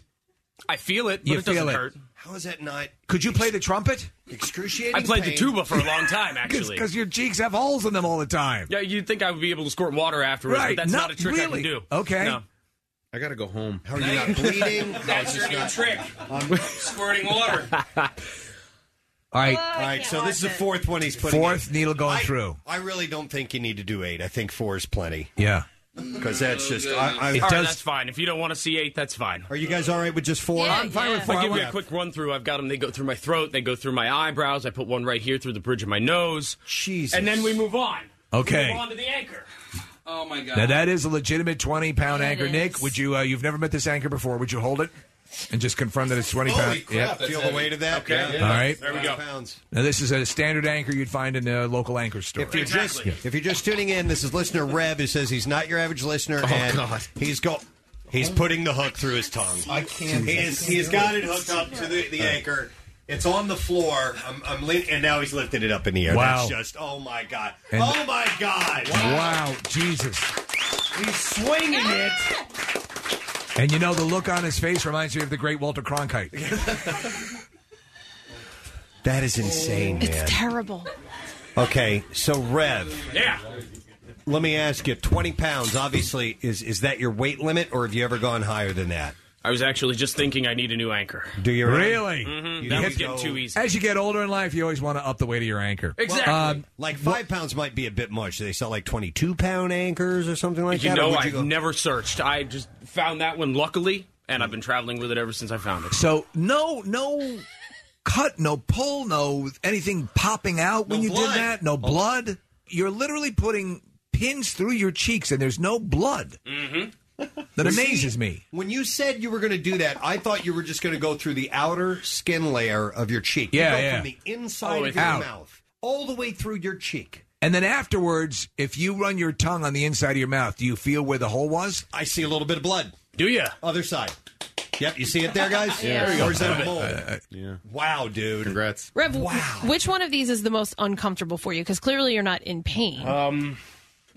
I feel it, but You it doesn't feel it. hurt. How is that not Could you play the trumpet? excruciating? I played the pain? tuba for a long (laughs) time, actually. Because your cheeks have holes in them all the time. Yeah, you'd think I would be able to squirt water afterwards, Right, but that's not, not a trick really. I can do. Okay. No. I gotta go home. How are (laughs) you not bleeding? That's your new trick. (laughs) Squirting water. (laughs) All right. All right, so this is the fourth one he's putting Fourth in. needle going I- through. I really don't think you need to do eight. I think four is plenty. Yeah. Because that's just. I, I, All right, that's fine. If you don't want to see eight, that's fine. Are you guys all right with just four? I'm fine with four. I give you a quick run through. I've got them. They go through my throat. They go through my eyebrows. I put one right here through the bridge of my nose. Jesus. And then we move on. Okay. We move on to the anchor. Oh my god. Now that is a legitimate twenty pound It anchor, Nick. is. Would you? Uh, you've never met this anchor before. Would you hold it and just confirm that it's twenty pounds? Feel the weight of that. Okay. Yeah. All right. There we go. Pounds. Now this is a standard anchor you'd find in a local anchor store. If you're just if you're just tuning in, this is listener Rev who says he's not your average listener, and he's go he's putting the hook through his tongue. I can't- He is, he's got it hooked up to the, the anchor. It's on the floor. I'm, I'm lean- and now he's lifted it up in the air. Wow. That's just oh my god, And- oh my god, Wow, Jesus! He's swinging it. And you know the look on his face reminds me of the great Walter (laughs) Cronkite. That is insane, man. It's terrible. Okay, so Rev, Yeah. let me ask you: twenty pounds, obviously, is is that your weight limit, or have you ever gone higher than that? I was actually just thinking I need a new anchor. Do you Really? Mhm, that was getting too easy. As you get older in life, you always want to up the weight of your anchor. Exactly. Um, Like five pounds might be a bit much. They sell like twenty-two pound anchors or something like you that. or know, would I've never searched. I just found that one luckily, and I've been traveling with it ever since I found it. so no, no cut, no pull, no anything popping out when you did that. Oh. No blood. You're literally putting pins through your cheeks, and there's no blood. Mm-hmm. That You see, amazes me. When you said you were going to do that, I thought you were just going to go through the outer skin layer of your cheek. You Yeah, go yeah. From the inside Oh, of your out. mouth, all the way through your cheek. And then afterwards, if you run your tongue on the inside of your mouth, do you feel where the hole was? I see a little bit of blood. Do you? Other side. Yep, you see it (laughs) there, guys. Yeah. There we go. Or is that a Uh, mole? Wow, dude. Congrats. Rev, wow. which one of these is the most uncomfortable for you? Because clearly you're not in Uh, pain. Um,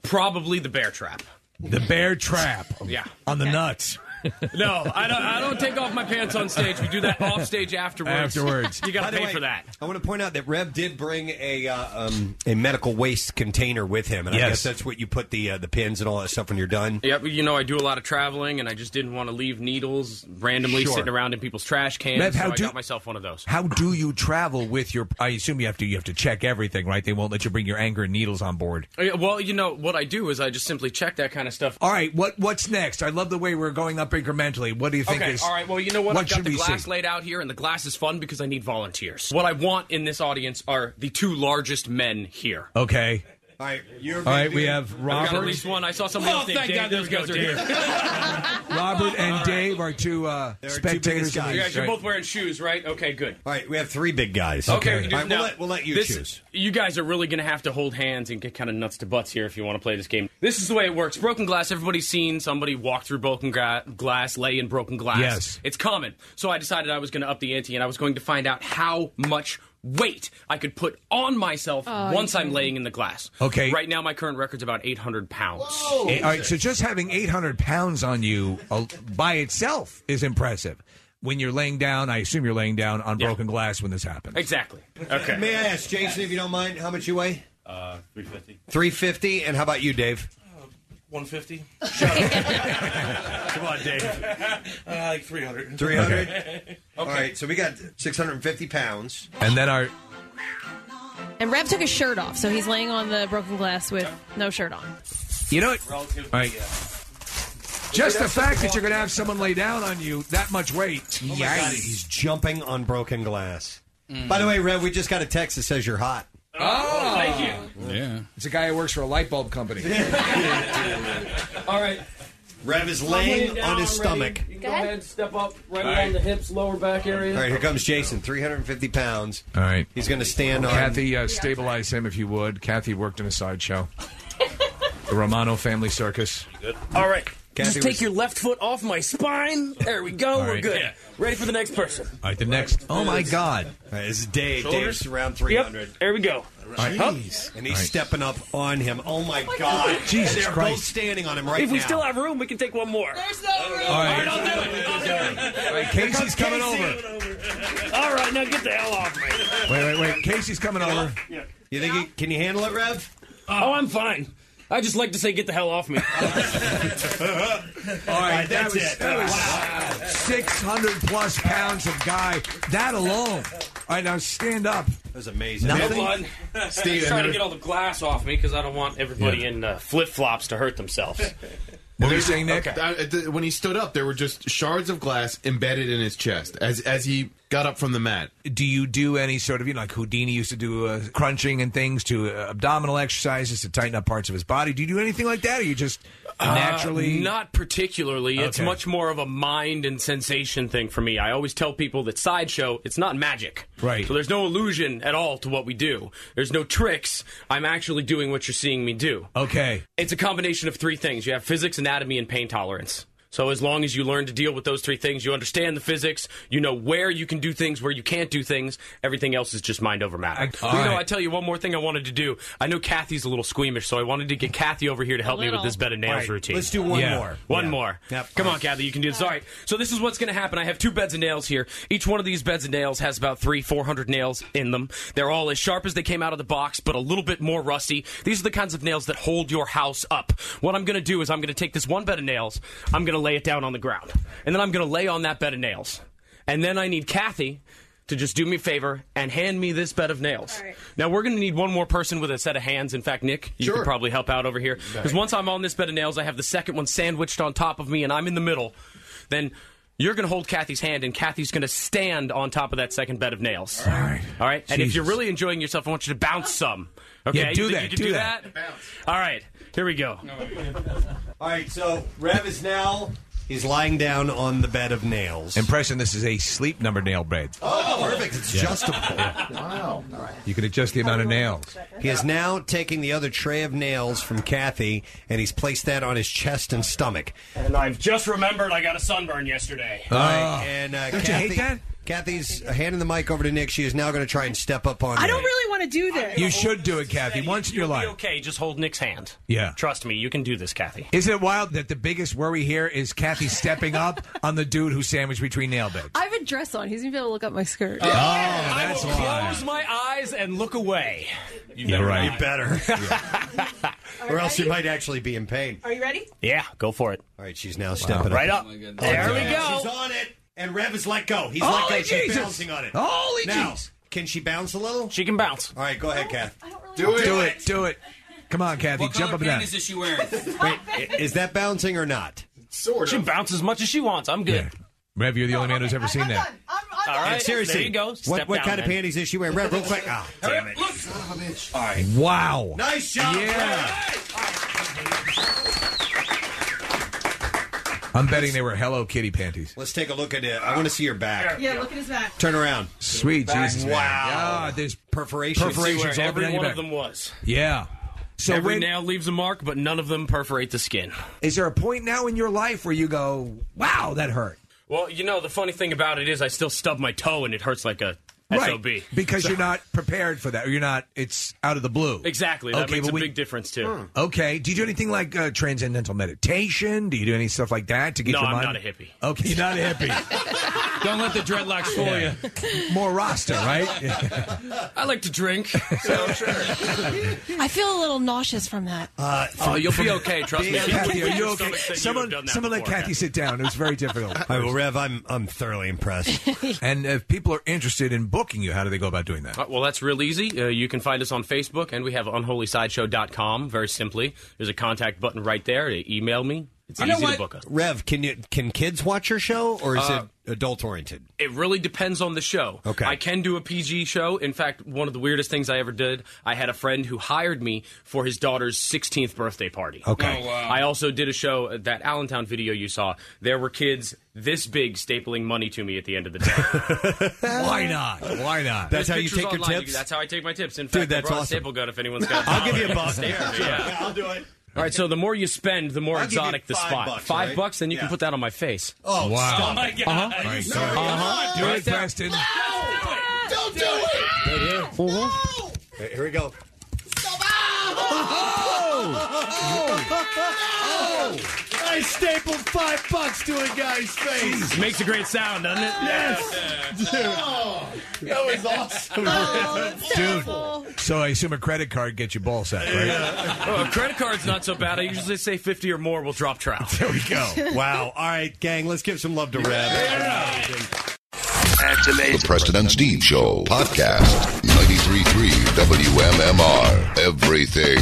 probably the bear trap. The bear trap. Yeah. On the (laughs) nuts. No, I don't. I don't take off my pants on stage. We do that off stage afterwards. Afterwards. you got By to the pay way, for that. I want to point out that Rev did bring a uh, um, a medical waste container with him, and I Yes. guess that's what you put the uh, the pins and all that stuff when you're done. Yep, you know I do a lot of traveling, and I just didn't want to leave needles randomly Sure. sitting around in people's trash cans. Rev, how so I do- got myself one of those. How do you travel with your? I assume you have to. You have to check everything, right? They won't let you bring your anger and needles on board. Uh, yeah, Well, you know what I do is I just simply check that kind of stuff. All right, what what's next? I love the way we're going up incrementally. What do you think Okay, is? all right. Well, you know what? I've got should the we glass see? laid out here, and the glass is fun because I need volunteers. What I want in this audience are the two largest men here. Okay. All right, you're All right, we have I've got at Robert. least one. I saw somebody else named Dave. Those guys are here. Oh, (laughs) Robert and Dave are two uh, spectators. in You these, guys, you're right? both wearing shoes, right? Okay, good. All right, we have three big guys. Okay, All right, now, we'll, let, we'll let you this- choose. You guys are really going to have to hold hands and get kind of nuts to butts here if you want to play this game. This is the way it works. Broken glass. Everybody's seen somebody walk through broken gra- glass, lay in broken glass. Yes. it's common. So I decided I was going to up the ante and I was going to find out how much weight I could put on myself Oh, once you I'm laying in the glass. Okay. Right now, my current record's about 800 pounds. Eh, all right, so just having 800 pounds on you uh, by itself is impressive. When you're laying down, I assume you're laying down on broken glass when this happens. Exactly. Okay. May I ask, Jason, if you don't mind, how much you weigh? Uh, 350. 350, and how about you, Dave? 150? (laughs) Come on, Dave. uh, like 300. 300? All right, so we got 650 pounds. And then our. And Rev took his shirt off, so he's laying on the broken glass with no shirt on. You know what? All right. uh, Just the fact that you're going to have someone lay down on you that much weight. Oh my God, he's jumping on broken glass. By the way, Rev, we just got a text that says you're hot. Oh, thank you. Yeah. It's a guy who works for a light bulb company. (laughs) All right. Rev is Laying laying down, on his ready. stomach. You can go ahead, step up right All along right. the hips, lower back area. All right, here comes Jason, 350 pounds. All right. He's going to stand on. Kathy, uh, stabilize him if you would. Kathy worked in a sideshow. the Romano Family Circus. All right. Kathy Just take was- your left foot off my spine. There we go. All We're right. good. Yeah. Ready for the next person. All right, the next. Oh, my God. Uh, this is Dave. Shoulders. Dave's around 300. There we go. All right. And he's All right. stepping up on him. Oh my, God. Jesus They're both Christ. standing on him right if now. we still have room, we can take one more. There's no room. All right. I'll do it. I'll do it. Casey's coming over. All right, now get the hell off me. Wait, wait, wait. Casey's coming over. Yeah. You think you, can you handle it, Rev? Oh, I'm fine. I just like to say, get the hell off me. Uh-huh. All right, that was, that was 600 plus pounds of guy. That alone. All right, now stand up. That was amazing. Hold on. (laughs) Steve, I'm trying to I get all the glass off me because I don't want everybody in uh, flip flops to hurt themselves. What were you saying, Nick? when he stood up, there were just shards of glass embedded in his chest as as he got up from the mat. Do you do any sort of, you know, like Houdini used to do uh, crunching and things to uh, abdominal exercises to tighten up parts of his body? Do you do anything like that? Or you just Uh, naturally. not particularly. It's Okay. much more of a mind and sensation thing for me. I always tell people that sideshow, it's not magic. Right. So there's no illusion at all to what we do. There's no tricks. I'm actually doing what you're seeing me do. Okay. It's a combination of three things. You have physics, anatomy, and pain tolerance. So as long as you learn to deal with those three things, you understand the physics, you know where you can do things, where you can't do things. Everything else is just mind over matter. all you know, right. I tell you one more thing I wanted to do. I know Kathy's a little squeamish, so I wanted to get Kathy over here to help me with little. this bed of nails All right, routine. let's do one Yeah. more. One Yeah. more. Come on, Kathy, you can do this. All right. So this is what's going to happen. I have two beds of nails here. Each one of these beds of nails has about three, four hundred nails in them. They're all as sharp as they came out of the box, but a little bit more rusty. These are the kinds of nails that hold your house up. What I'm going to do is I'm going to take this one bed of nails. I'm going to lay it down on the ground, and then I'm going to lay on that bed of nails, and then I need Kathy. To just do me a favor and hand me this bed of nails. Now we're going to need one more person with a set of hands. In fact, Nick, you could probably help out over here because once I'm on this bed of nails, I have the second one sandwiched on top of me, and I'm in the middle. Then you're going to hold Kathy's hand, and Kathy's going to stand on top of that second bed of nails. All right. All right. And if you're really enjoying yourself, I want you to bounce some. Okay. Yeah, do You think that, You can do do that. that. All right. Here we go. All right, so Rev is now. He's lying down on the bed of nails. Impression this is a sleep number nail bed. Oh, perfect. It's adjustable. Wow. You can adjust the amount of nails. He is now taking the other tray of nails from Kathy and he's placed that on his chest and stomach. and I've just remembered I got a sunburn yesterday. All right, and uh, Don't you Kathy, hate that? Kathy's handing the mic over to Nick. She is now going to try and step up on. I Nick. don't really want to do this. You should do it, Kathy. Once in your You'll be life. okay. Just hold Nick's hand. Yeah. Trust me. You can do this, Kathy. Isn't it wild that the biggest worry here is Kathy stepping up on the dude who's sandwiched between nail beds? I have a dress on. He's gonna be able to look up my skirt. Oh, that's Close my eyes and look away. You better. You (laughs) better. or else you might actually be in pain. Are you ready? Yeah, go for it. All right, she's now stepping Right up. up. there we go. She's on it, and Rev is let go. He's Holy let go. She's Jesus. bouncing on it. Holy now, Jesus. Can she bounce a little? She can bounce. All right, go ahead, Kath. Do it. Do it. Do it. Come on, Kathy. jump up and down. this you wearing? Is that bouncing or not? Sort She bounces as much as she wants. I'm good. Rev, you're the only man who's ever seen that. All right. And seriously, There you go. what Step what down, kind of then. panties is she wearing? Rev, real quick. Ah, damn it. All right. Wow. Nice job. Yeah. I'm betting they were Hello Kitty panties. Let's take a look at it. I want to see your back. (laughs) Yeah, look at his back. Turn around. Sweet Back. Jesus. man. Wow. Ah, Yeah, there's Perforations. Perforations all up and Every down your one back. of them was. Yeah. So Every when- nail leaves a mark, but none of them perforate the skin. is there a point now in your life where you go, wow, that hurt? Well, you know, the funny thing about it is I still stub my toe and it hurts like a SOB. Because So- you're not prepared for that. Or you're not, it's out of the blue. Exactly. That Okay, makes but a we- big difference, too. Hmm. Okay. Do you do anything like uh, transcendental meditation? Do you do any stuff like that to get No, your I'm mind? not a hippie. Okay, you're not a hippie. (laughs) Don't let the dreadlocks fool More Rasta, right? (laughs) I like to drink. Uh, So I feel a little nauseous from that. Uh, oh, you'll be okay. Trust me. Being- Kathy, are you okay? Stomach said you'd Someone, have done that someone let before, Kathy sit down. It was very difficult. All right, well, Rev, I'm I'm thoroughly (laughs) impressed. and if people are interested in booking you, how do they go about doing that? Uh, well, that's real easy. Uh, you can find us on Facebook, and we have unholysideshow.com, very simply. There's a contact button right there to email me. It's You know easy what? to book us. Rev, can you can kids watch your show or is Uh, it adult oriented? It really depends on the show. Okay. I can do a PG show. In fact, one of the weirdest things I ever did, I had a friend who hired me for his daughter's 16th birthday party. Okay. Oh, wow. I also did a show, uh, that Allentown video you saw. There were kids this big stapling money to me at the end of the day. Why not? Why not? There's pictures online. You- That's how I take my tips. In Dude, fact, I that's brought awesome. a staple gun if anyone's got. I'll give you a buck. Staple gun, yeah. I'll do it. All right, so the more you spend, the more I'll give you exotic the five spot. bucks, five right? bucks, then you Yeah. can put that on my face. Oh, Wow. stop. Oh, my God. Uh-huh. Uh-huh. Do Right it, there. Preston. Don't do it. Here we go. Oh! oh! I stapled five bucks to a guy's face. It makes a great sound, doesn't it? Yes. Dude. that (laughs) was awesome. Dude, so I assume a credit card gets you ball sack, right? Oh, a credit card's not so bad. I usually say 50 or more will (laughs) drop trout. There we go. (laughs) Wow. All right, gang, let's give some love to Reb. The Preston and Steve Show podcast. 93.3 WMMR. Everything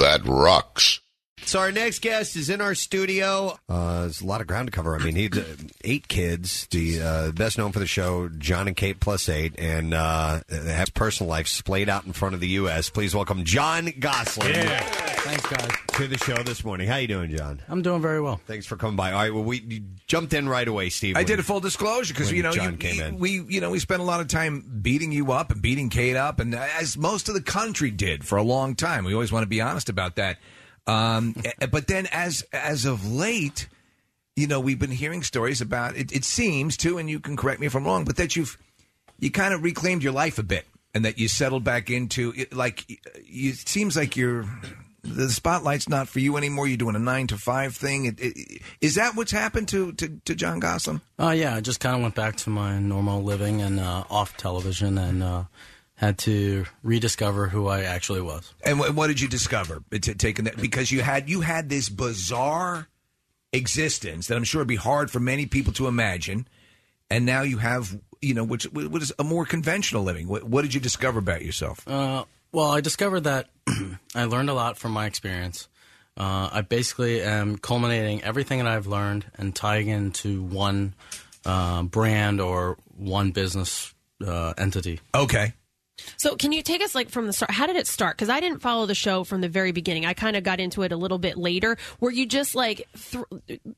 that rocks. So our next guest is in our studio. Uh, there's a lot of ground to cover. I mean, he's uh, eight kids. The uh, best known for the show, John and Kate plus eight, and uh, have personal life splayed out in front of the U.S. Please welcome John Gosling. Thanks, guys. To the show this morning. How you doing, John? I'm doing very well. Thanks for coming by. All right, well, we you jumped in right away, Steve. I when- did a full disclosure because when you know John you, came in. we you know we spent a lot of time beating you up and beating Kate up, and as most of the country did for a long time. We always want to be honest about that. Um, (laughs) eh, but then as as of late, you know we've been hearing stories about it. It seems too, and you can correct me if I'm wrong, but that you've you kind of reclaimed your life a bit, and that you settled back into it, like you, it seems like you're. The spotlight's not for you anymore. You're doing a nine to five thing. It- it- Is that what's happened to, to, to John Gosling? Uh, yeah, I just kind of went back to my normal living and uh, off television and uh, had to rediscover who I actually was. And wh- what did you discover? It's taking that because you had you had this bizarre existence that I'm sure would be hard for many people to imagine, and now you have you know which what is a more conventional living. What, what did you discover about yourself? Uh, well, I discovered that (clears throat) I learned a lot from my experience. Uh, I basically am culminating everything that I've learned and tying into one uh, brand or one business uh, entity. Okay. So, can you take us like from the start? How did it start? Because I didn't follow the show from the very beginning. I kind of got into it a little bit later. Were you just like, thr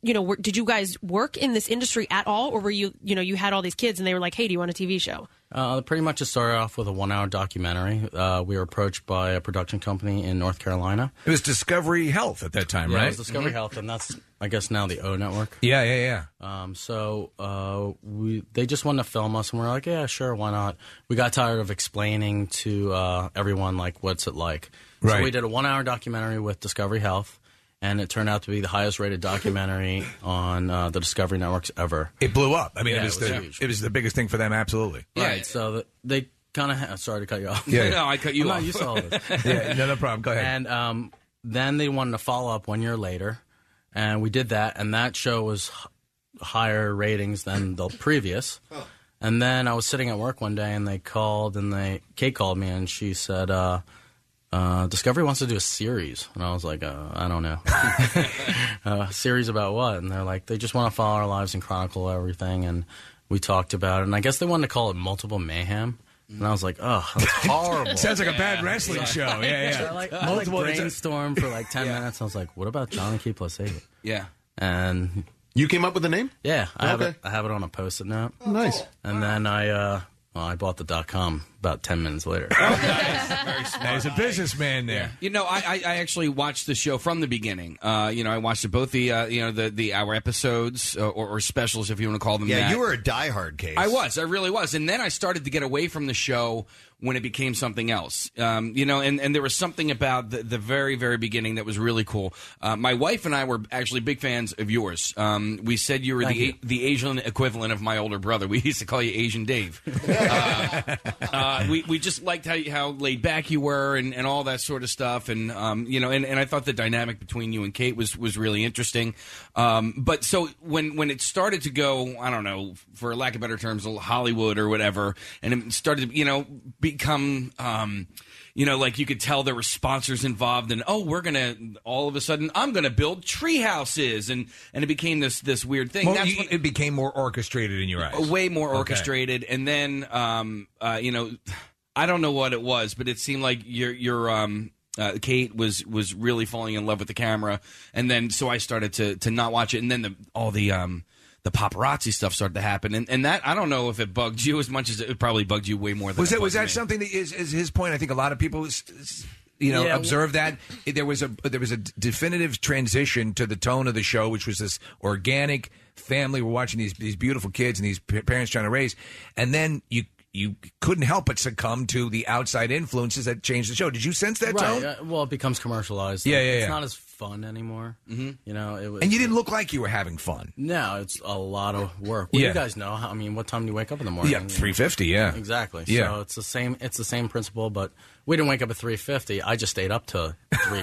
you know, were, did you guys work in this industry at all, or were you, you know, you had all these kids and they were like, "Hey, do you want a TV show?" Uh, pretty much it started off with a one hour documentary. Uh, we were approached by a production company in North Carolina. It was Discovery Health at that time, Yeah, right? It was Discovery Mm-hmm. Mm-hmm. Health, and that's I guess now the O Network. Yeah, yeah, yeah. Um, so uh, we they just wanted to film us, and we are like, yeah, sure, why not? We got tired of explaining to uh, everyone like what's it like. Right. So we did a one hour documentary with Discovery Health, and it turned out to be the highest rated documentary (laughs) on uh, the Discovery Networks ever. It blew up. I mean, Yeah, it was, it was the it was the biggest thing for them. Absolutely. Right. So the, they kind of ha- sorry to cut you off. (laughs) Yeah. Oh, No, I cut you I'm off. Not used to all this. Yeah, no, no problem. Go ahead. And um, then they wanted to follow up one year later, and we did that, and that show was h- higher ratings than the previous. And then I was sitting at work one day, and they called, and they Kate called me, and she said. Uh, uh, Discovery wants to do a series, and I was like, uh, I (laughs) don't know, uh, series about what? And they're like, they just want to follow our lives and chronicle everything, and we talked about it, and I guess they wanted to call it multiple mayhem, and I was like, oh, (laughs) that's horrible. Sounds like a bad wrestling show. Yeah, yeah. So I (laughs) like, I like Multiple- brainstormed for like ten minutes. I was like, what about John and Key plus eight? Yeah. And you came up with the name? Yeah, I have Okay. it. I have it on a post-it note. nice. And then I, uh, well, I bought the dot com about ten (laughs) minutes later. There's a businessman there. You know, I, I, I actually watched the show from the beginning. Uh, you know, I watched both the uh, you know the, the our episodes uh, or, or specials, if you want to call them. Yeah, that. you were a diehard case. I was, I really was, and then I started to get away from the show when it became something else. Um, you know, and, and there was something about the, the very very beginning that was really cool. Uh, my wife and I were actually big fans of yours. Um, we said you were Thank the you. the Asian equivalent of my older brother. We used to call you Asian Dave. (laughs) uh, we we just liked how how laid back you were and, and all that sort of stuff and um you know and, and I thought the dynamic between you and Kate was was really interesting, um but so when when it started to go I don't know for lack of better terms Hollywood or whatever and it started to you know become um you know like you could tell there were sponsors involved and oh we're gonna all of a sudden I'm gonna build tree houses and and it became this this weird thing Well, That's you- when- it became more orchestrated in your eyes. Way more Okay. orchestrated, and then um, uh, you know, I don't know what it was, but it seemed like your your um, uh, Kate was was really falling in love with the camera, and then so I started to to not watch it, and then the all the um, the paparazzi stuff started to happen, and, and that I don't know if it bugged you as much as it probably bugged you way more than was it that was bugged that me. something that is, is his point? I think a lot of people, s- s- you know, Yeah, observe that there was a there was a definitive transition to the tone of the show, which was this organic family. We're watching these these beautiful kids and these p- parents trying to raise, and then you you couldn't help but succumb to the outside influences that changed the show. Did you sense that right. tone? uh, well, it becomes commercialized. Yeah, Like, yeah, It's yeah. not as fun anymore. Mm-hmm. You know, it was. and you didn't look like you were having fun. No, it's a lot of work. Well, Yeah. You guys know. how- I mean, what time do you wake up in the morning? Yeah, 3:50, yeah. exactly. Yeah. So it's the same. It's the same principle, but we didn't wake up at three fifty. I just stayed up to three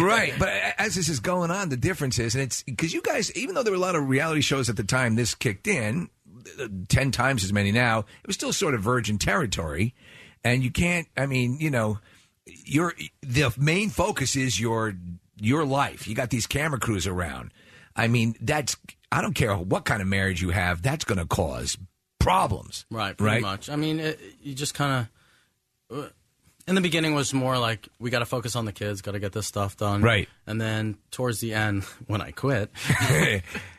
(laughs) right. But a- as this is going on, the difference is, and it's because you guys, even though there were a lot of reality shows at the time this kicked in, th- th- 10 times as many now, it was still sort of virgin territory. And you can't, I mean, you know, your the main focus is your your life. You got these camera crews around. I mean, that's, I don't care what kind of marriage you have, that's going to cause problems. Right, pretty Right. much. I mean, it, you just kind of. In the beginning was more like we got to focus on the kids, got to get this stuff done, Right. And then towards the end, (laughs) when (laughs) I quit,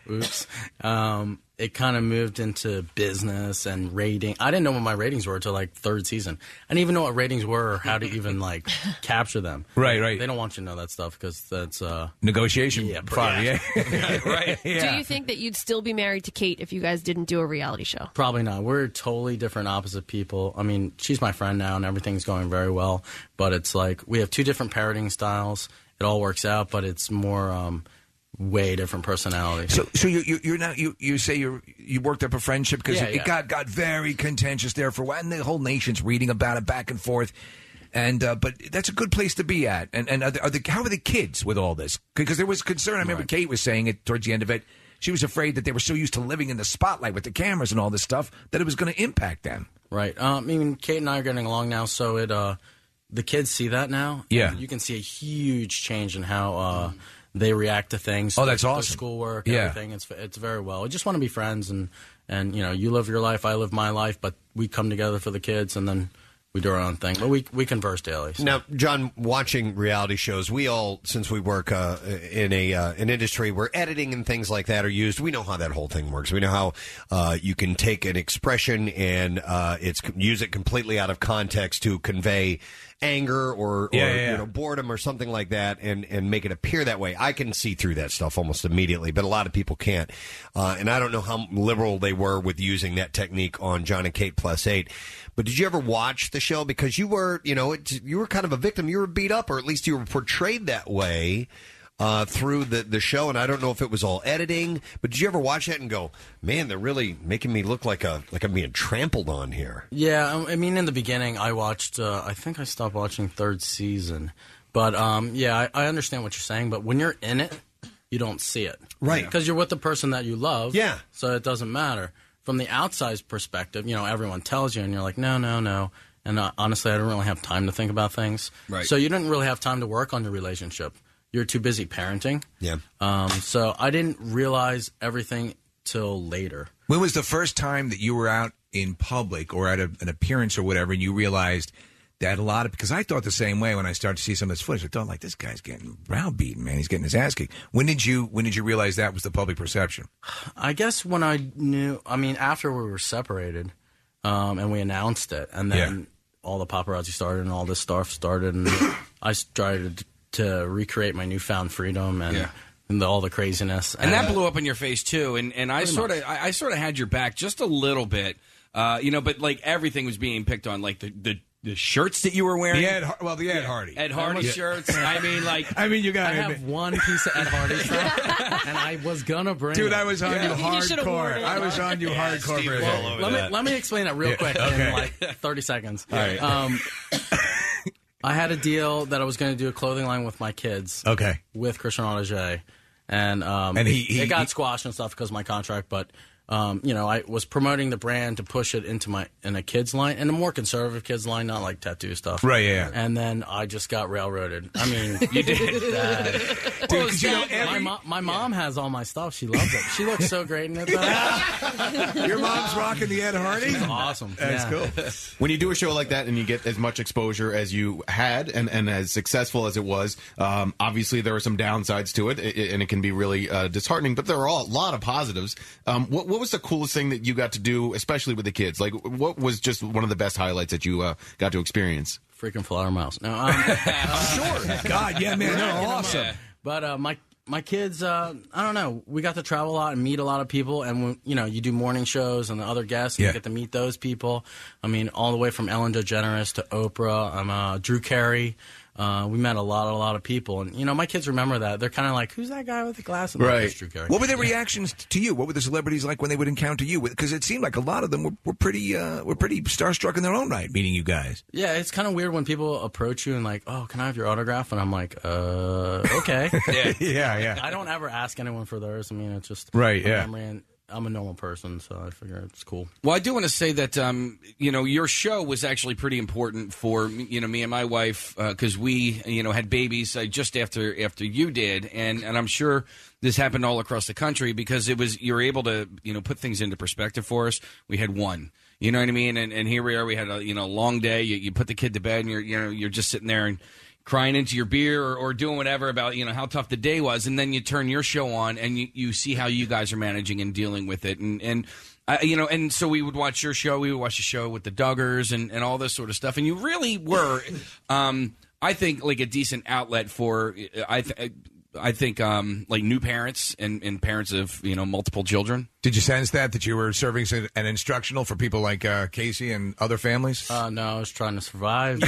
oops, um, it kind of moved into business and rating. I didn't know what my ratings were until like third season. I didn't even know what ratings were or how to (laughs) even like capture them. Right, right. They don't want you to know that stuff because that's uh, (laughs) Negotiation. Yeah, Probably, yeah. right. Do you think that you'd still be married to Kate if you guys didn't do a reality show? Probably not. We're totally different, opposite people. I mean, she's my friend now, and everything's going very well. But it's like we have two different parenting styles. It all works out, but it's more um, way different personality. So, so you, you you're not you you say you you worked up a friendship because Yeah, it, it yeah. got got very contentious there for a while, and the whole nation's reading about it back and forth. And uh, but that's a good place to be at. And and are the, are the how are the kids with all this? Because there was concern. I remember Kate was saying it towards the end of it. She was afraid that they were so used to living in the spotlight with the cameras and all this stuff that it was going to impact them. Right. Um, I mean, Kate and I are getting along now, so it uh, the kids see that now. Yeah. you can see a huge change in how uh, they react to things. Oh, that's their awesome. schoolwork, Yeah. everything. It's it's very well. We just want to be friends, and and you know, you live your life, I live my life, but we come together for the kids, and then we do our own thing. But we we converse daily. so. Now, John, watching reality shows, we all, since we work uh, in a uh, an industry where editing and things like that are used, we know how that whole thing works. We know how uh, you can take an expression and uh, it's use it completely out of context to convey anger or, or Yeah, yeah, yeah. you know boredom or something like that, and and make it appear that way. I can see through that stuff almost immediately, but a lot of people can't. Uh, and I don't know how liberal they were with using that technique on John and Kate Plus Eight. But did you ever watch the show? Because you were, you know, it, you were kind of a victim. You were beat up, or at least you were portrayed that way uh, through the the show. And I don't know if it was all editing, but did you ever watch it and go, "Man, they're really making me look like a like I'm being trampled on here." Yeah, um, I I mean, in the beginning, I watched. Uh, I think I stopped watching third season, but um, yeah, I, I understand what you're saying. But when you're in it, you don't see it, Right. Because you're with the person that you love. Yeah. So it doesn't matter from the outside perspective. You know, everyone tells you, and you're like, no, no, no. And uh, honestly, I don't really have time to think about things. Right. So you didn't really have time to work on your relationship. You're too busy parenting. Yeah. Um, so I didn't realize everything till later. When was the first time that you were out in public or at a, an appearance or whatever, and you realized that a lot of because I thought the same way when I started to see some of this footage, I thought like this guy's getting browbeaten, man, he's getting his ass kicked. When did you when did you realize that was the public perception? I guess when I knew, I mean, after we were separated, um, and we announced it, and then all the paparazzi started, and all this stuff started, and (coughs) I started to recreate my newfound freedom and, Yeah. and the, all the craziness, and Uh, that blew up in your face too. And and I Pretty sort of I, I sort of had your back just a little bit, uh, you know. But like everything was being picked on, like the the, the shirts that you were wearing. The (laughs) Ed Har- well, the Ed Hardy. Ed Hardy Yeah. shirts. I mean, like (laughs) I mean, you gotta I have admit- one piece of Ed Hardy stuff, and I was gonna bring. Dude, it. I was on you hardcore. I was on you hardcore. Brad. let me let me explain that real Yeah, quick okay. in (laughs) like thirty seconds. All right. Um, I had a deal that I was going to do a clothing line with my kids. Okay. With Christian Audigier, and um, And he- he- it got he- squashed and stuff because of my contract, but. Um, you know, I was promoting the brand to push it into my in a kids line and a more conservative kids line, not like tattoo stuff. Right, yeah, yeah. And then I just got railroaded. I (laughs) mean, You did. (laughs) That- Dude, 'cause you know my, every- mo- my mom has all my stuff. She loves it. She looks so great in it. (laughs) Though. (laughs) Your mom's rocking the Ed Hardy. She's awesome. That's Yeah. (laughs) cool. When you do a show like that and you get as much exposure as you had and, and as successful as it was, um, obviously there are some downsides to it, i- i- and it can be really uh, disheartening. But there are a lot of positives. Um, what what was the coolest thing that you got to do, especially with the kids? Like, what was just one of the best highlights that you uh, got to experience? (laughs) Freaking flower miles. No, um, (laughs) sure. God, yeah, man, they're awesome. But uh, my my kids, uh, I don't know. We got to travel a lot and meet a lot of people, and when, you know, you do morning shows and the other guests, and Yeah. you get to meet those people. I mean, all the way from Ellen DeGeneres to Oprah, um, uh, Drew Carey. Uh, we met a lot, a lot of people, and you know, my kids remember that. They're kind of like, "Who's that guy with the glasses?" I'm like, "It's Drew Carey." What were their reactions to you? What were the celebrities like when they would encounter you? Because it seemed like a lot of them were, were pretty uh, were pretty starstruck in their own right meeting you guys. Yeah, it's kind of weird when people approach you and like, "Oh, can I have your autograph?" And I'm like, "Uh, okay." Yeah. (laughs) Yeah, yeah. I don't ever ask anyone for theirs. I mean, it's just Right, a yeah. memory, and I'm a normal person, so I figure it's cool. Well, I do want to say that um, you know your show was actually pretty important for you know me and my wife because we you know had babies uh, just after after you did, and and I'm sure this happened all across the country because it was you were able to you know put things into perspective for us. We had one. You know what I mean, and, and here we are. We had a you know long day. You, you put the kid to bed, and you're you know you're just sitting there and crying into your beer or, or doing whatever about you know how tough the day was and then you turn your show on and you, you see how you guys are managing and dealing with it and and I, you know and so we would watch your show we would watch the show with the duggars and, and all this sort of stuff and you really were um, i think like a decent outlet for i th- i think um, like new parents and, and parents of you know multiple children Did you sense that that you were serving as an instructional for people like uh, Casey and other families? Uh, no, I was trying to survive.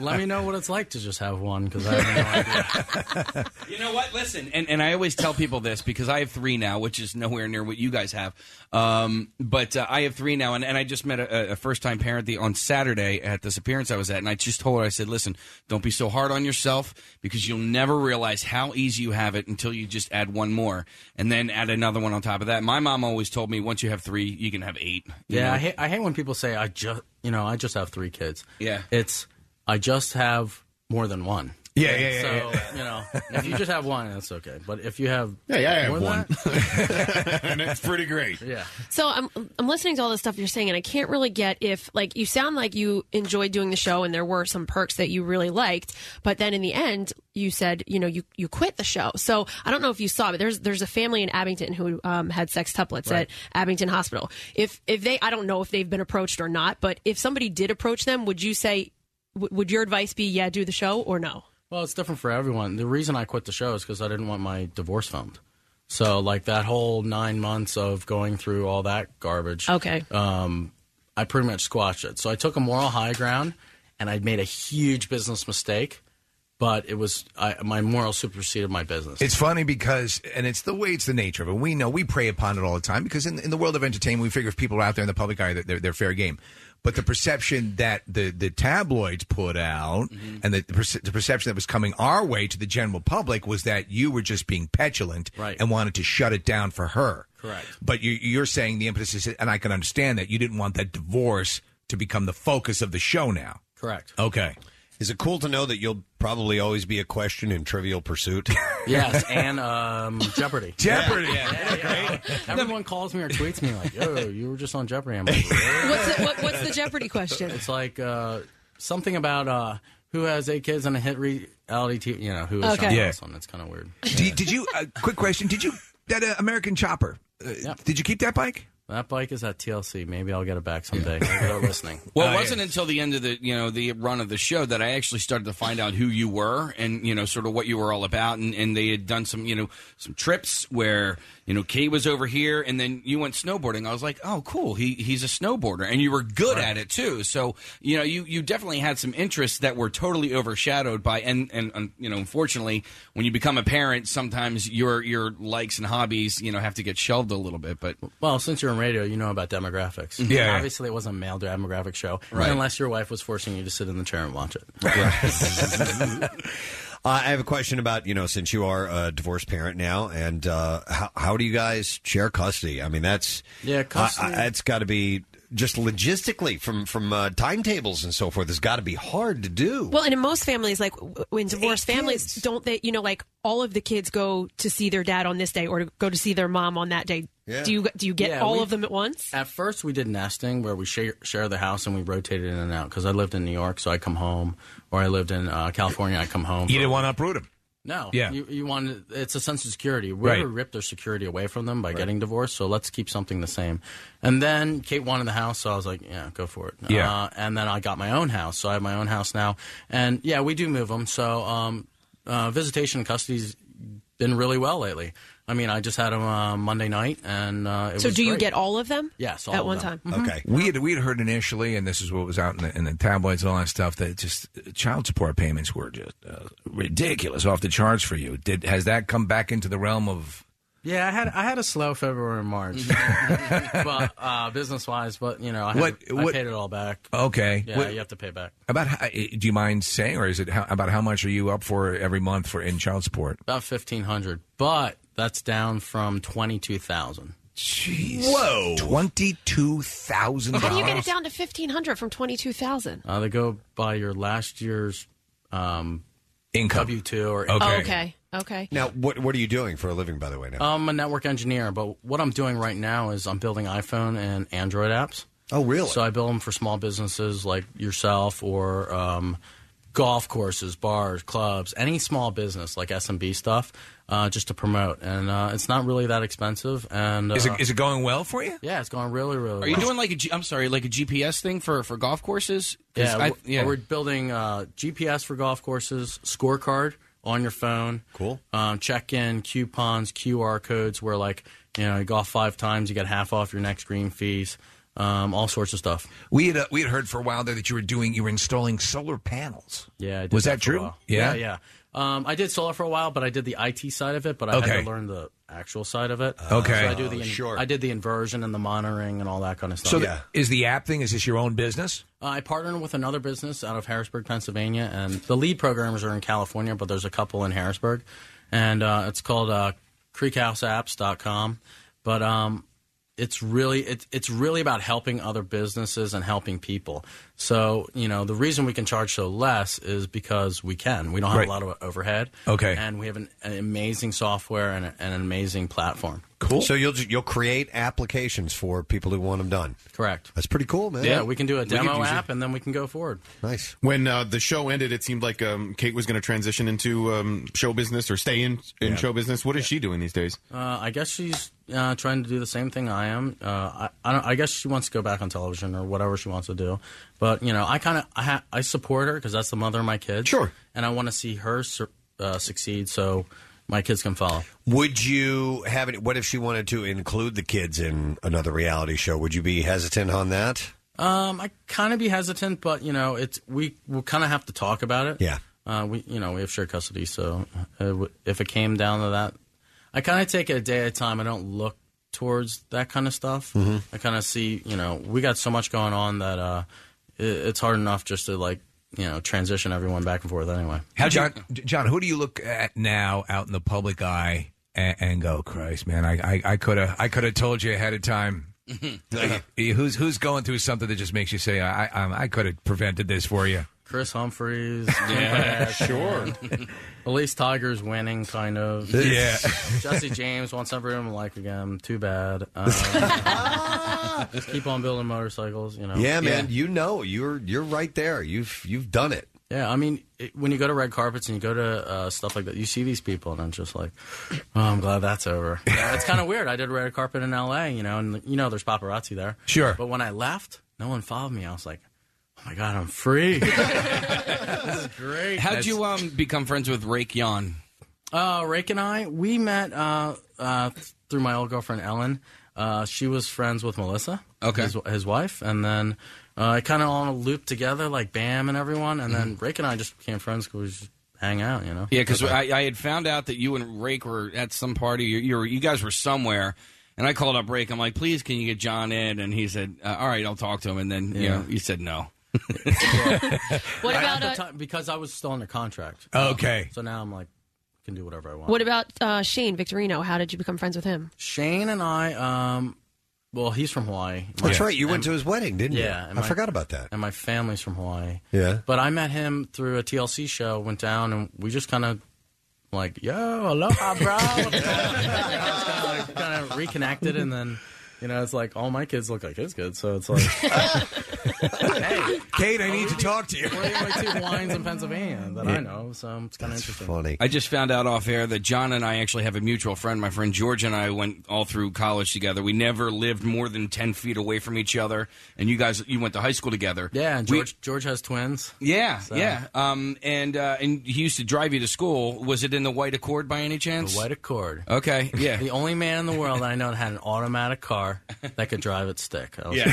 Let me know what it's like to just have one because I have You know what? Listen, and, and I always tell people this because I have three now, which is nowhere near what you guys have. Um, but uh, I have three now, and, and I just met a, a first time parent the, on Saturday at this appearance I was at, and I just told her, I said, listen, don't be so hard on yourself because you'll never realize how easy you have it until you just add one more and then add another one on top of that. My mom always told me once you have three, you can have eight. you Yeah, know? I hate, I hate when people say I just you know I just have three kids. Yeah. it's I just have more than one. Yeah, yeah, yeah, So yeah. you know, (laughs) if you just have one, that's okay. But if you have Yeah, yeah, I have more than one. (laughs) that- and it's pretty great. Yeah. So I'm I'm listening to all the stuff you're saying, and I can't really get if like you sound like you enjoyed doing the show, and there were some perks that you really liked, but then in the end, you said you know you you quit the show. So I don't know if you saw, but there's there's a family in Abington who um, had sextuplets Right. at Abington Hospital. If if they, I don't know if they've been approached or not, but if somebody did approach them, would you say? w- Would your advice be, yeah, do the show or no? Well, it's different for everyone. The reason I quit the show is because I didn't want my divorce filmed. So, like that whole nine months of going through all that garbage. Okay. Um, I pretty much squashed it. So I took a moral high ground, and I made a huge business mistake. But it was I, my moral superseded my business. It's funny because, and it's the way it's the nature of it. We know we prey upon it all the time because in, in the world of entertainment, we figure if people are out there in the public eye, that they're, they're fair game. But the perception that the, the tabloids put out Mm-hmm. and the, the, perce- the perception that was coming our way to the general public was that you were just being petulant Right. and wanted to shut it down for her. Correct. (laughs) But you, you're saying the impetus is, and I can understand that you didn't want that divorce to become the focus of the show now. Correct. Okay. Is it cool to know that you'll probably always be a question in Trivial Pursuit? (laughs) Yes, and (laughs) um, Jeopardy. Jeopardy. Yeah, yeah, yeah. Everyone calls me or tweets me like, "Yo, you were just on Jeopardy." I'm like, What's the, what, what's the Jeopardy question? It's like uh, something about uh, who has eight kids and a hit reality TV. You know, who is Okay. Sean Yeah. Wilson? It's kind of weird. Did, did you, uh, quick question, did you, that uh, American Chopper, uh, did you keep that bike? That bike is at TLC. Maybe I'll get it back someday. Maybe (laughs) they're listening. Well, it wasn't until the end of the you know the run of the show that I actually started to find out who you were and you know sort of what you were all about. And, and they had done some you know some trips where you know Kate was over here, and then you went snowboarding. I was like, oh, cool. He he's a snowboarder, and you were good at it too. So you know you you definitely had some interests that were totally overshadowed by and and um, you know unfortunately when you become a parent, sometimes your your likes and hobbies you know have to get shelved a little bit. But Well, since you're in radio, you know about demographics. Yeah, yeah. Obviously, it wasn't a male demographic show, Right. unless your wife was forcing you to sit in the chair and watch it. (laughs) Uh, I have a question about you know since you are a divorced parent now, and uh, how how do you guys share custody? I mean, that's Yeah, custody- I- I- it's got to be just logistically from from uh, timetables and so forth. It's got to be hard to do. Well, and in most families, like w- in divorced families, don't they? You know, like all of the kids go to see their dad on this day or to go to see their mom on that day. Yeah. Do you do you get Yeah, all we- of them at once? At first, we did nesting where we share, share the house and we rotated in and out because I lived in New York, so I come home, or I lived in uh, California, I come home. You didn't want to uproot him. No. Yeah. You, you wanted it's a sense of security. We Right. already ripped their security away from them by getting divorced, so let's keep something the same. And then Kate wanted the house, so I was like, yeah, go for it. Yeah. Uh, and then I got my own house, so I have my own house now. And yeah, we do move them. So um, uh, visitation and custody's been really well lately. I mean, I just had them uh, Monday night, and uh, it so was do you great. get all of them? Yes, all at of one them. time. Mhm. We had we had heard initially, and this is what was out in the, in the tabloids and all that stuff. That just uh, child support payments were just uh, ridiculous, off the charts for you. Did has that come back into the realm of? Yeah, I had I had a slow February and March, (laughs) but uh, business wise, but you know, I, had, What- what- I paid it all back. Okay. yeah, What- you have to pay back About how, eh, do you mind saying, or is it how, about how much are you up for every month for in child support? about fifteen hundred, but that's down from twenty two thousand. Jeez, twenty two thousand. How do you get it down to fifteen hundred from twenty two thousand? Uh, they go by your last year's um, income W two or Oh, okay. Okay. Now, what what are you doing for a living, by the way? Now, I'm a network engineer, but what I'm doing right now is I'm building iPhone and Android apps. Oh, really? So I build them for small businesses like yourself or um, golf courses, bars, clubs, any small business like SMB stuff, uh, just to promote. And uh, it's not really that expensive. And uh, Is it- is it going well for you? Yeah, it's going really, really. Are you doing like a G- I'm sorry, like a GPS thing for for golf courses? 'Cause Yeah, I- we're, we're building uh, GPS for golf courses, scorecard on your phone. Cool. Um, check in, coupons, QR codes where, like, you know, you golf five times, you get half off your next green fees, um, all sorts of stuff. We had uh, we had heard for a while there that you were doing you were installing solar panels. Yeah, I did was that, that, for a true? while. yeah, yeah. Um, I did solar for a while, but I did the IT side of it. But I Okay. had to learn the actual side of it. Okay. so I do the Oh, sure. I did the inversion and the monitoring and all that kind of stuff. So th- is the app thing? Is this your own business? Uh, I partnered with another business out of Harrisburg, Pennsylvania, and the lead programmers are in California, but there's a couple in Harrisburg, and uh, it's called uh, CreekHouseApps.com. But um, it's really it, it's really about helping other businesses and helping people. So you know the reason we can charge so less is because we can. We don't have Right. a lot of overhead. Okay. and we have an, an amazing software and, a, and an amazing platform. So you'll ju- you'll create applications for people who want them done. Correct. That's pretty cool, man. Yeah, we can do a We could demo use it. app, and then we can go forward. Nice. When uh, the show ended, it seemed like um, Kate was going to transition into um, show business or stay in, in Yeah. show business. What is she doing these days? Uh, I guess she's uh, trying to do the same thing I am. Uh, I, I, don't, I guess she wants to go back on television or whatever she wants to do. But you know, I kind of I, ha- I support her because that's the mother of my kids. Sure. And I want to see her sur- uh, succeed so my kids can follow. Would you have it? What if she wanted to include the kids in another reality show? Would you be hesitant on that? Um, I kind of be hesitant, but you know, it's we we kind of have to talk about it. Yeah. Uh, we you know we have shared custody, so uh, w- if it came down to that, I kind of take it a day at a time. I don't look towards that kind of stuff. Mm-hmm. Mhm. I kind of see you know we got so much going on that uh, it, it's hard enough just to like you know transition everyone back and forth anyway. How John, John, who do you look at now out in the public eye and, and go, Christ, man, I I could have I could have told you ahead of time. Mm-hmm. Uh-huh. Like, who's who's going through something that just makes you say, I I, I could have prevented this for you. Chris (laughs) Humphreys, Yeah, Kim Kardashian. (laughs) At least Tiger's winning, kind of. Yeah. (laughs) Jesse James wants everyone to like again. Too bad. (laughs) Um, just keep on building motorcycles, you know. Yeah, man. You know, you're you're right there. You've you've done it. Yeah, I mean, it, when you go to red carpets and you go to uh, stuff like that, you see these people, and I'm just like, oh, I'm glad that's over. Yeah, it's kind of weird. I did red carpet in L.A., you know, and you know there's paparazzi there. Sure. But when I left, no one followed me. I was like, oh my god, I'm free. great. How'd That's- you um become friends with Rake Yon? Uh, Rake and I, we met uh, uh, through my old girlfriend Ellen. Uh, she was friends with Melissa, okay, his, his wife, and then uh, it kind of all looped together, like Bam and everyone, and then Rake and I just became friends because we just hang out, you know. Yeah, because I, I had found out that you and Rake were at some party. You, you, were, you guys were somewhere, and I called up Rake. I'm like, please, can you get John in? And he said, uh, all right, I'll talk to him. And then you Yeah. know, you said no. What Right about at uh, the time, because I was still under contract? Okay. so now I'm like, can do whatever I want. what about uh, Shane Victorino? How did you become friends with him? Shane and I, um, well, he's from Hawaii. That's right. You went And- to his wedding, didn't you? yeah, and I my- forgot about that. And my family's from Hawaii. Yeah. But I met him through a TLC show, went down, and we just kind of (laughs) like, yo, aloha, bro. kind of reconnected, and then You know, it's like all my kids look like his kids, so (laughs) it's like Kate, I need to talk to you. two wines in Pennsylvania that I know, so it's kind of interesting. Funny. I just found out off air that John and I actually have a mutual friend. My friend George and I went all through college together. We never lived more than ten feet away from each other. And you guys, you went to high school together. Yeah, and We- George George has twins. yeah, So- yeah. Um, and uh, and he used to drive you to school. Was it in the White Accord by any chance? Uh, The White Accord. Okay, yeah. The only man in the world that I know that had an automatic car that could drive its stick. I was Yeah.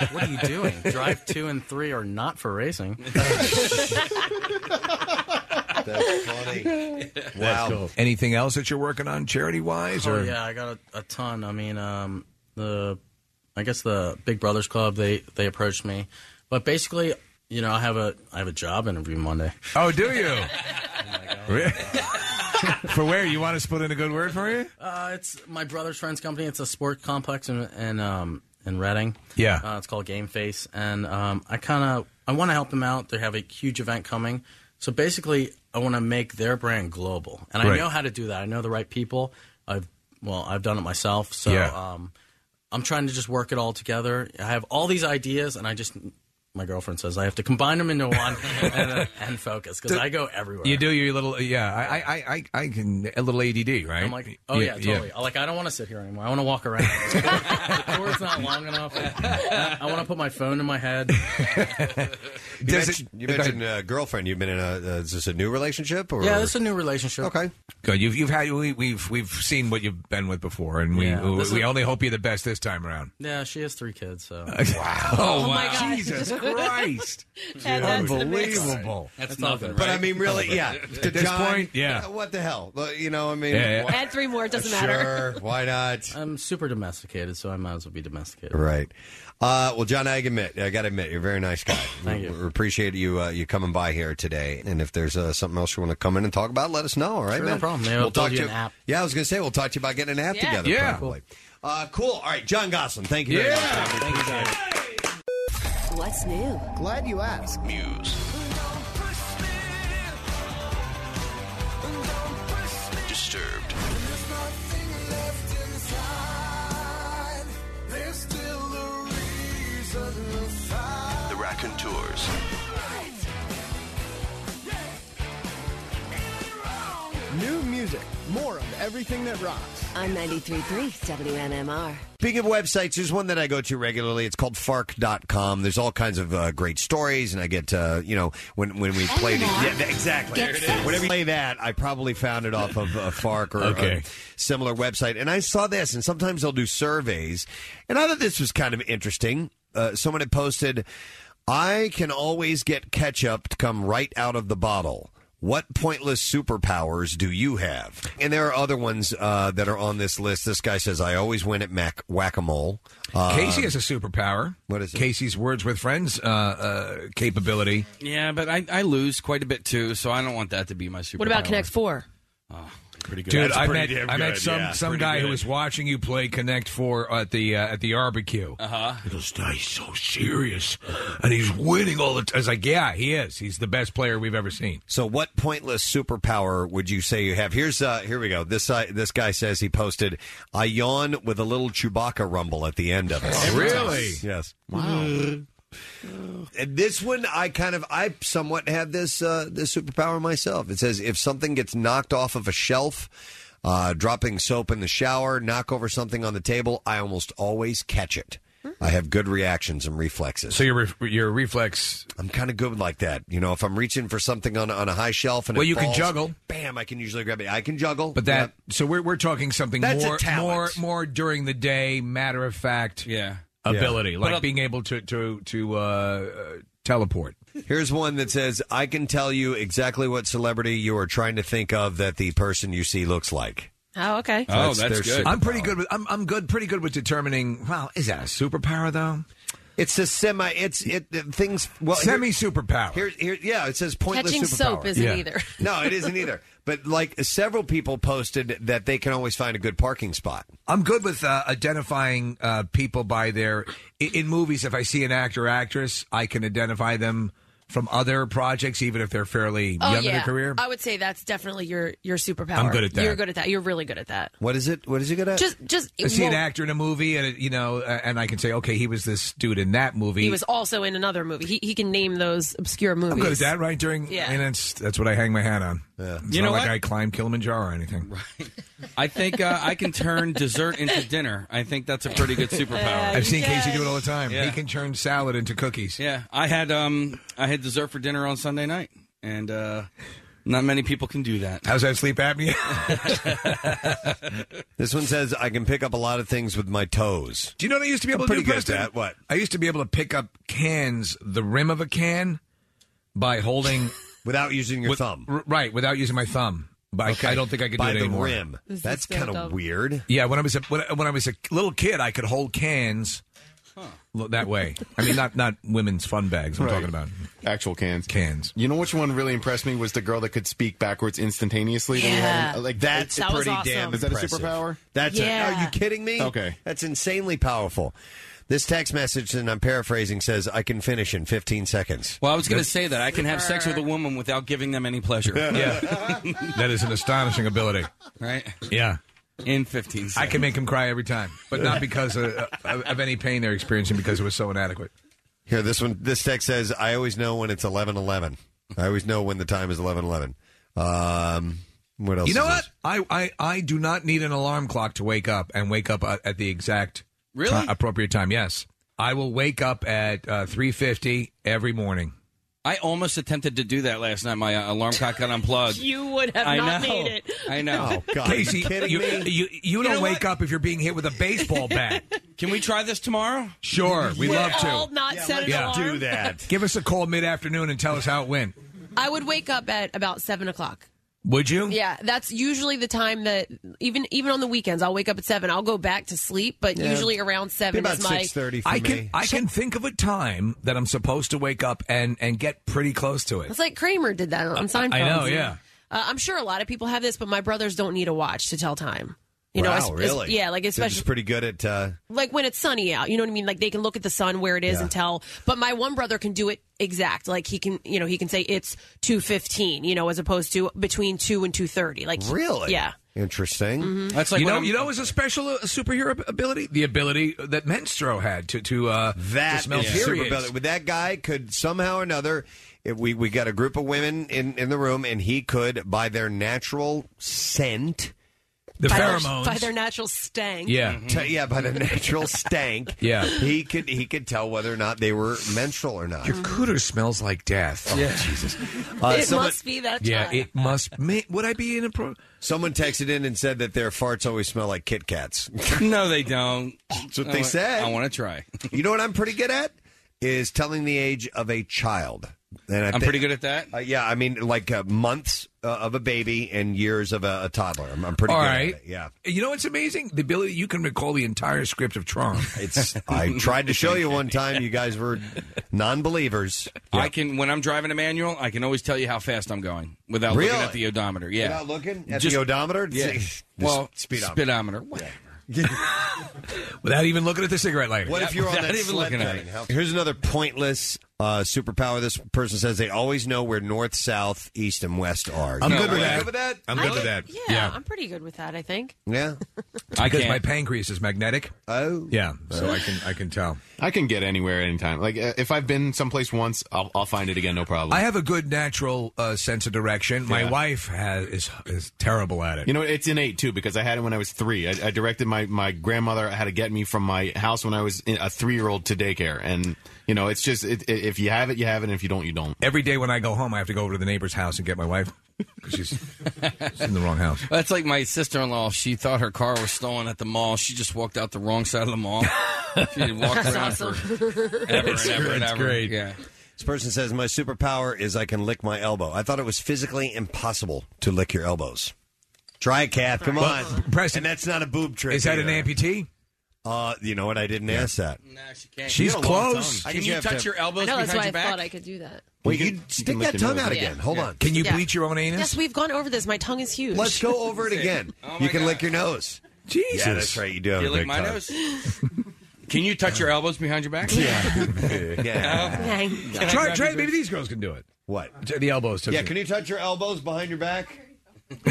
like, what are you doing? Drive two and three are not for racing. That's funny. Wow. Anything else that you're working on charity wise? Oh or yeah, I got a, a ton. I mean, um, the I guess the Big Brothers Club they they approached me, but basically, you know, I have a I have a job interview Monday. Oh Oh, do (laughs) you? Really? for where you want us to put in a good word for you? Uh, it's my brother's friend's company. It's a sport complex in in, um, in Reading. Yeah. uh, it's called Game Face, and um, I kind of I want to help them out. They have a huge event coming, so basically I want to make their brand global, and I Right. know how to do that. I know the right people. I've well, I've done it myself, so Yeah. um, I'm trying to just work it all together. I have all these ideas, and I just my girlfriend says I have to combine them into one (laughs) and, uh, and focus because I go everywhere. You do your little yeah. I I I- I, I can a little ADD right. I'm like, oh yeah, totally. Like, I don't want to sit here anymore. I want to walk around. the cord's not long enough. I want to put my phone in my (laughs) head. You mentioned, you mentioned uh, girlfriend. You've been in a. Uh, is this a new relationship? Or yeah, this is a new relationship. Okay. (laughs) Good. You've you've had we, we've we've seen what you've been with before, and we Yeah. we, This we is- only hope you're the best this time around. Yeah, she has three kids. So wow. Oh, my God. Jesus (laughs) Christ. Unbelievable. That's nothing. But I mean, really, yeah. To At this John, point, yeah. What the hell? Well, You know, I mean, Yeah, why- Add three more, it doesn't matter. (laughs) Why not? I'm super domesticated, so I might as well be domesticated. Right. Uh, well, John, I admit, I got to admit, you're a very nice guy. (coughs) Thank you. We appreciate you uh, you coming by here today. And if there's uh, something else you want to come in and talk about, let us know. All right, Sure, no man. problem. Maybe I'll We'll build talk you to an app. Yeah, I was going to say we'll talk to you about getting an app Yeah. together. Yeah. probably. Uh, cool. All right, John Goslin. Thank you. Very Yeah. much. Thank you, John. What's new? Glad you asked. News. Disturbed. The Raconteurs. New music. More of everything that rocks. On 93.3 WMMR. Speaking of websites, there's one that I go to regularly. It's called fark.com. There's all kinds of uh, great stories, and I get, uh, you know, when, when we play the. Anymore. Yeah, th- exactly. Get fixed. Whenever you play that, I probably found it off of uh, Fark or Okay. a similar website. And I saw this, and sometimes they'll do surveys. And I thought this was kind of interesting. Uh, someone had posted, I can always get ketchup to come right out of the bottle. What pointless superpowers do you have? And there are other ones uh, that are on this list. This guy says, I always win at Mac Uh, whack a mole. Uh, Casey has a superpower. What is it? Casey's words with friends uh, uh, capability. Yeah, but I, I lose quite a bit too, so I don't want that to be my superpower. What about Connect Four? Pretty good. Dude, That's I met pretty damn I met good, some yeah. some Pretty guy who good. was watching you play Connect Four at the uh, at the barbecue. Uh Uh-huh. huh. He goes, "Nah, he's so serious, and he's winning all the. T-. I was like, yeah, he is. He's the best player we've ever seen. So, what pointless superpower would you say you have? Here's uh, here we go. This uh, this guy says he posted, "I yawn with a little Chewbacca rumble at the end of it." Oh, really? Yes. And this one, I kind of, I somewhat have this uh, this superpower myself. It says if something gets knocked off of a shelf, uh, dropping soap in the shower, knock over something on the table, I almost always catch it. I have good reactions and reflexes. So your ref- your reflex. I'm kind of good like that. You know, if I'm reaching for something on on a high shelf and Well, it you can falls, juggle. Bam! I can usually grab it. I can juggle, But that Yep. so we're we're talking something That's a more talent. more more during the day, matter of fact, yeah, ability Yeah. like But a- being able to to to uh, uh, teleport. Here's one that says, I can tell you exactly what celebrity you are trying to think of that the person you see looks like. Oh, okay. Oh, That's that's their good. I'm pretty good with I'm I'm good pretty good with determining. Wow, is that a superpower though? It's a semi. It's it, it- things. Well, semi superpower. Here, here, yeah, it says pointless Catching superpower. soap isn't Yeah. either. (laughs) no, it isn't either. But like several people posted that they can always find a good parking spot. I'm good with uh, identifying uh, people by their in, in movies. If I see an actor actress, I can identify them from other projects, even if they're fairly Oh young in yeah, their career? I would say that's definitely your your superpower. I'm good at that. You're good at that. You're really good at that. What is it? What is he good Just just I see an well, actor in a movie, and it, you know, uh, and I can say, okay, he was this dude in that movie. He was also in another movie. He he can name those obscure movies. I'm good at that, right? During Yeah. I mean, that's that's what I hang my hat on. It's You not know like what? I climbed Kilimanjaro or anything. I think uh, I can turn dessert into dinner. I think that's a pretty (laughs) good superpower. I've seen Casey do it all the time. Yeah. He can turn salad into cookies. Yeah, I had um I had dessert for dinner on Sunday night, and uh, not many people can do that. How's that sleep apnea? This one says I can pick up a lot of things with my toes. Do you know what I used to be I'm able to pretty do, good at Preston? that. What? I used to be able to pick up cans, the rim of a can, by holding (laughs) without using your thumb. right, without using my thumb. But I- I, don't think I could By do it the anymore. rim. This is That's so kinda dumb. weird. Yeah, when I was a, when, I- when I was a little kid, I could hold cans lo- that way. I mean, not not women's fun bags. I'm Right. talking about. Actual cans. Cans. You know which one really impressed me was the girl that could speak backwards instantaneously. when you had- like that's it's pretty damn. Is that a impressive. superpower? That's a, are you kidding me? Okay. that's insanely powerful. This text message, and I'm paraphrasing, says I can finish in 15 seconds. Well, I was going to say that I can have sex with a woman without giving them any (laughs) pleasure. Yeah. that is an astonishing ability. Right? Yeah. In 15 I can make them cry every time, but not because of, of, of any pain they're experiencing because it was so inadequate. Here, this one, this text says, "I always know when it's eleven eleven. I always know when the time is eleven eleven. Um, what else? You know is what? I, I, I do not need an alarm clock to wake up and wake up uh, at, at the exact Really? ti- appropriate time. Yes, I will wake up at uh, three fifty every morning. (laughs) I almost attempted to do that last night. My uh, alarm clock got unplugged. (laughs) You would have I not know. made it. I know. Oh, Casey, you, You, you, don't wake up if you're being hit with a baseball bat. Can we try this tomorrow? Sure, we We're love to. all not Yeah, set an let's alarm. do that. Give us a call mid afternoon and tell us how it went. I would wake up at about seven o'clock. Would you? Yeah, that's usually the time that even even on the weekends I'll wake up at seven. I'll go back to sleep, but Yeah. usually around seven is my I can I can think of a time that I'm supposed to wake up and and get pretty close to it. It's like Kramer did that on Seinfeld. I know, yeah. Uh, I'm sure a lot of people have this, but my brothers don't need a watch to tell time. You know, wow, es- es- really? yeah, like They're just especially pretty good at. Uh, like when it's sunny out. You know what I mean? Like they can look at the sun where it is Yeah. and tell. But my one brother can do it exact. Like he can, you know, he can say it's two fifteen. You know, as opposed to between two and two thirty. Like he- really? yeah. Interesting. Mm-hmm. That's like you when know I'm- you know is a special uh, superhero ab- ability the ability that Menstro had to to uh to That smell is super periods. belly. With that guy could somehow or another, if we we got a group of women in in the room, and he could by their natural scent, the by Their, by their natural stank. T- yeah, by the Mm-hmm. (laughs) natural stank. Yeah. he could he could tell whether or not they were menstrual or not. Your cooter smells like death. Yeah, Jesus. Mm-hmm. Uh, it must be that. time. must. May, would I be in a pro? Someone texted in and said that their farts always smell like Kit (laughs) Kats. no, they don't. That's what I they wa- said. I want to try. You know what I'm pretty good at is telling the age of a child. And I I'm pretty good at that. Uh, yeah, I mean, like uh, months uh, of a baby and years of a, a toddler. I'm, I'm pretty All good right. at it. Yeah. You know what's amazing? The ability you can recall the entire script of Tron. (laughs) It's I tried to (laughs) show you one time. You guys were non-believers. I can when I'm driving a manual, I can always tell you how fast I'm going without looking Really? at the odometer. Yeah, Without looking at the odometer? Yeah. Just well, speedometer. speedometer. Whatever. (laughs) without even looking at the cigarette lighter. What if you're on Without that even sled looking at thing? it. How- Here's another pointless uh, superpower. This person says they always know where north, south, east, and west are. I'm You good know, with right? that. I'm I good with that. think- Yeah, I'm pretty good with that. I think. (laughs) Yeah. It's (laughs) because my pancreas is magnetic. Oh, yeah. So I can I can tell. I can get anywhere anytime. Like uh, if I've been someplace once, I'll, I'll find it again, no problem. I have a good natural uh, sense of direction. My Yeah. wife has is is terrible at it. You know, it's innate too because I had it when I was three. I, I directed my my grandmother how to get me from my house when I was in- a three year old to daycare, and you know, it's just it, it, if you have it, you have it, and if you don't, you don't. Every day when I go home, I have to go over to the neighbor's house and get my wife because she's, she's in the wrong (laughs) house. That's like my sister-in-law. She thought her car was stolen at the mall. She just walked out the wrong side of the (laughs) mall. she walked That's around awesome. for (laughs) ever and ever and ever. Yeah. This person says my superpower is I can lick my elbow. I thought it was physically impossible to lick your elbows. Try it, Kath. Come Well, on, Preston. And that's not a boob trick. Is that an amputee? Uh, you know what? I didn't ask that. She's close. I Can guess you have to touch have- your I elbows know that's behind why I your back? thought I could do that. Wait, you stick lick that your tongue nose. out Yeah. again. Hold Yeah. on. Can you Yeah. bleach your own anus? Yes, we've gone over this. My tongue is huge. Let's go (laughs) (laughs) Oh, over it again. you can lick your nose. Jesus. Yeah, that's right. You do have You a lick big my tongue. nose? Can you touch your elbows behind your back? Yeah. Yeah. Try, try, Maybe these girls can do it. What? The elbows. touching. Yeah, can you touch your elbows behind your back? (laughs)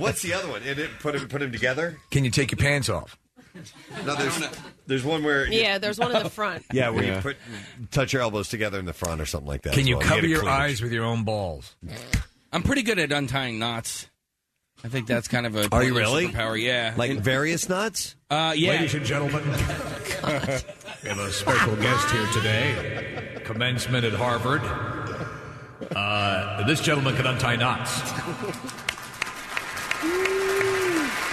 What's the other one? It, it, put him put him together. Can you take your pants off? No, there's there's one where Yeah, there's one (laughs) in the front. Yeah, where Yeah. you put touch your elbows together in the front or something like that. Can as you well. cover get a your cleavage. eyes with your own balls? I'm pretty good at untying knots. I think that's kind of a Are you really? power. Yeah, Like various (laughs) knots. Uh, yeah. Ladies (laughs) and gentlemen, we have a special guest here today. Commencement at Harvard. Uh, this gentleman can untie knots.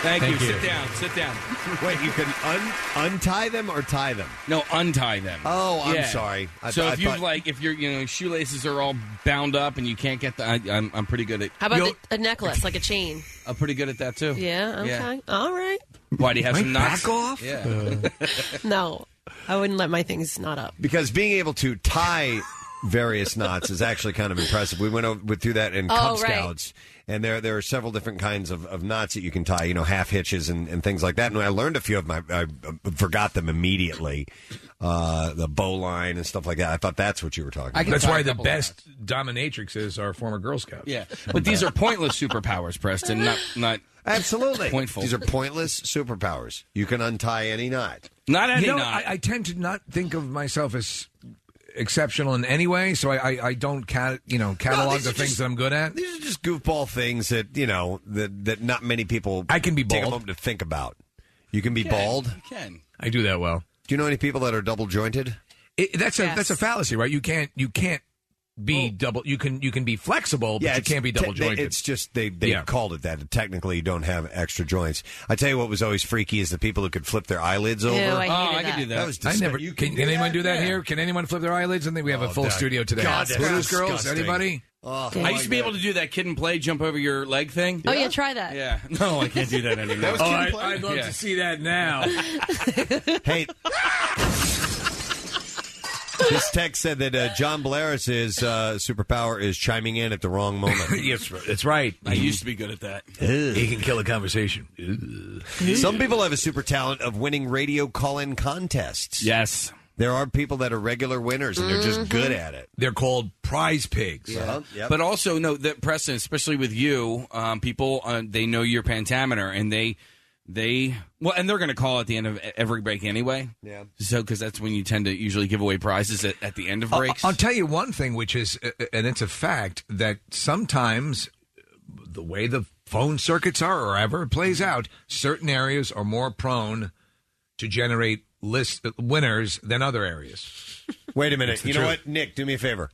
Thank, Thank you. you. Sit down. Sit down. (laughs) Wait, you can un- untie them or tie them? No, untie them. Oh, I'm Yeah. sorry. I- so I if you thought- like, if your you know shoelaces are all bound up and you can't get the, I, I'm I'm pretty good at. How about the, a necklace, like (laughs) a chain? I'm pretty good at that too. Yeah, okay. Yeah. All right. Why do you have My some knots? back off? Uh, Yeah. (laughs) No, I wouldn't let my things not up. Because being able to tie various knots is actually kind of impressive. We went over, we through that in Cub Oh, right. Scouts, and there there are several different kinds of, of knots that you can tie. You know, half hitches and, and things like that. And I learned a few of them. I, I uh, forgot them immediately. Uh, the bowline and stuff like that. I thought that's what you were talking. about. That's why the best dominatrixes are former Girl Scouts. Yeah, (laughs) but (laughs) these are pointless superpowers, Preston. Not not absolutely pointful. These are pointless superpowers. You can untie any knot. Not you know, I, I tend to not think of myself as exceptional in any way, so I, I, I don't cat, you know catalog these the are things just- that I'm good at. These are just goofball things that you know that that not many people. I can be take a bald. moment to think about. You can be Yeah, bald. you can. I do that well. Do you know any people that are double jointed? It, that's a that's a fallacy, right? You can't you can't be double. You can you can be flexible, but you it's can't be te- double jointed. It's just they they Yeah. called it that. Technically, you don't have extra joints. I tell you what was always freaky is the people who could flip their eyelids Ew, over. I hated Oh, I could that. do that. was I never. disgusting. can can, anyone do that Oh, here? Can anyone flip their eyelids? I think we have a full that- studio today. God, that's Blues girls, disgusting. anybody? I used to be able to do that kid and play jump over your leg thing. Oh, yeah, try that. Yeah. No, I can't do that anymore. That was kid and Oh, play? I- I'd love to see that now. (laughs) hey. This text said that uh, John Blaris' is, uh, superpower is chiming in at the wrong (laughs) (laughs) moment. Mm-hmm. yes, that's right. I used to be good at that. He can kill a conversation. Some people have a super talent of winning radio call-in contests. Yes. There are people that are regular winners and they're just good at it. They're called prize pigs. Yeah. Yep. But also, no, that Preston, especially with you, um, people uh, they know your pentameter and they they well, and they're going to call at the end of e- every break anyway. Yeah. So because that's when you tend to usually give away prizes at, at the end of I'll- breaks. I'll, tell you one thing, which is, uh, and it's a fact, that sometimes the way the phone circuits are or ever it plays out, certain areas are more prone to generate list uh, winners than other areas. (laughs) Wait a It's minute. the You know truth. what, Nick? Do me a favor.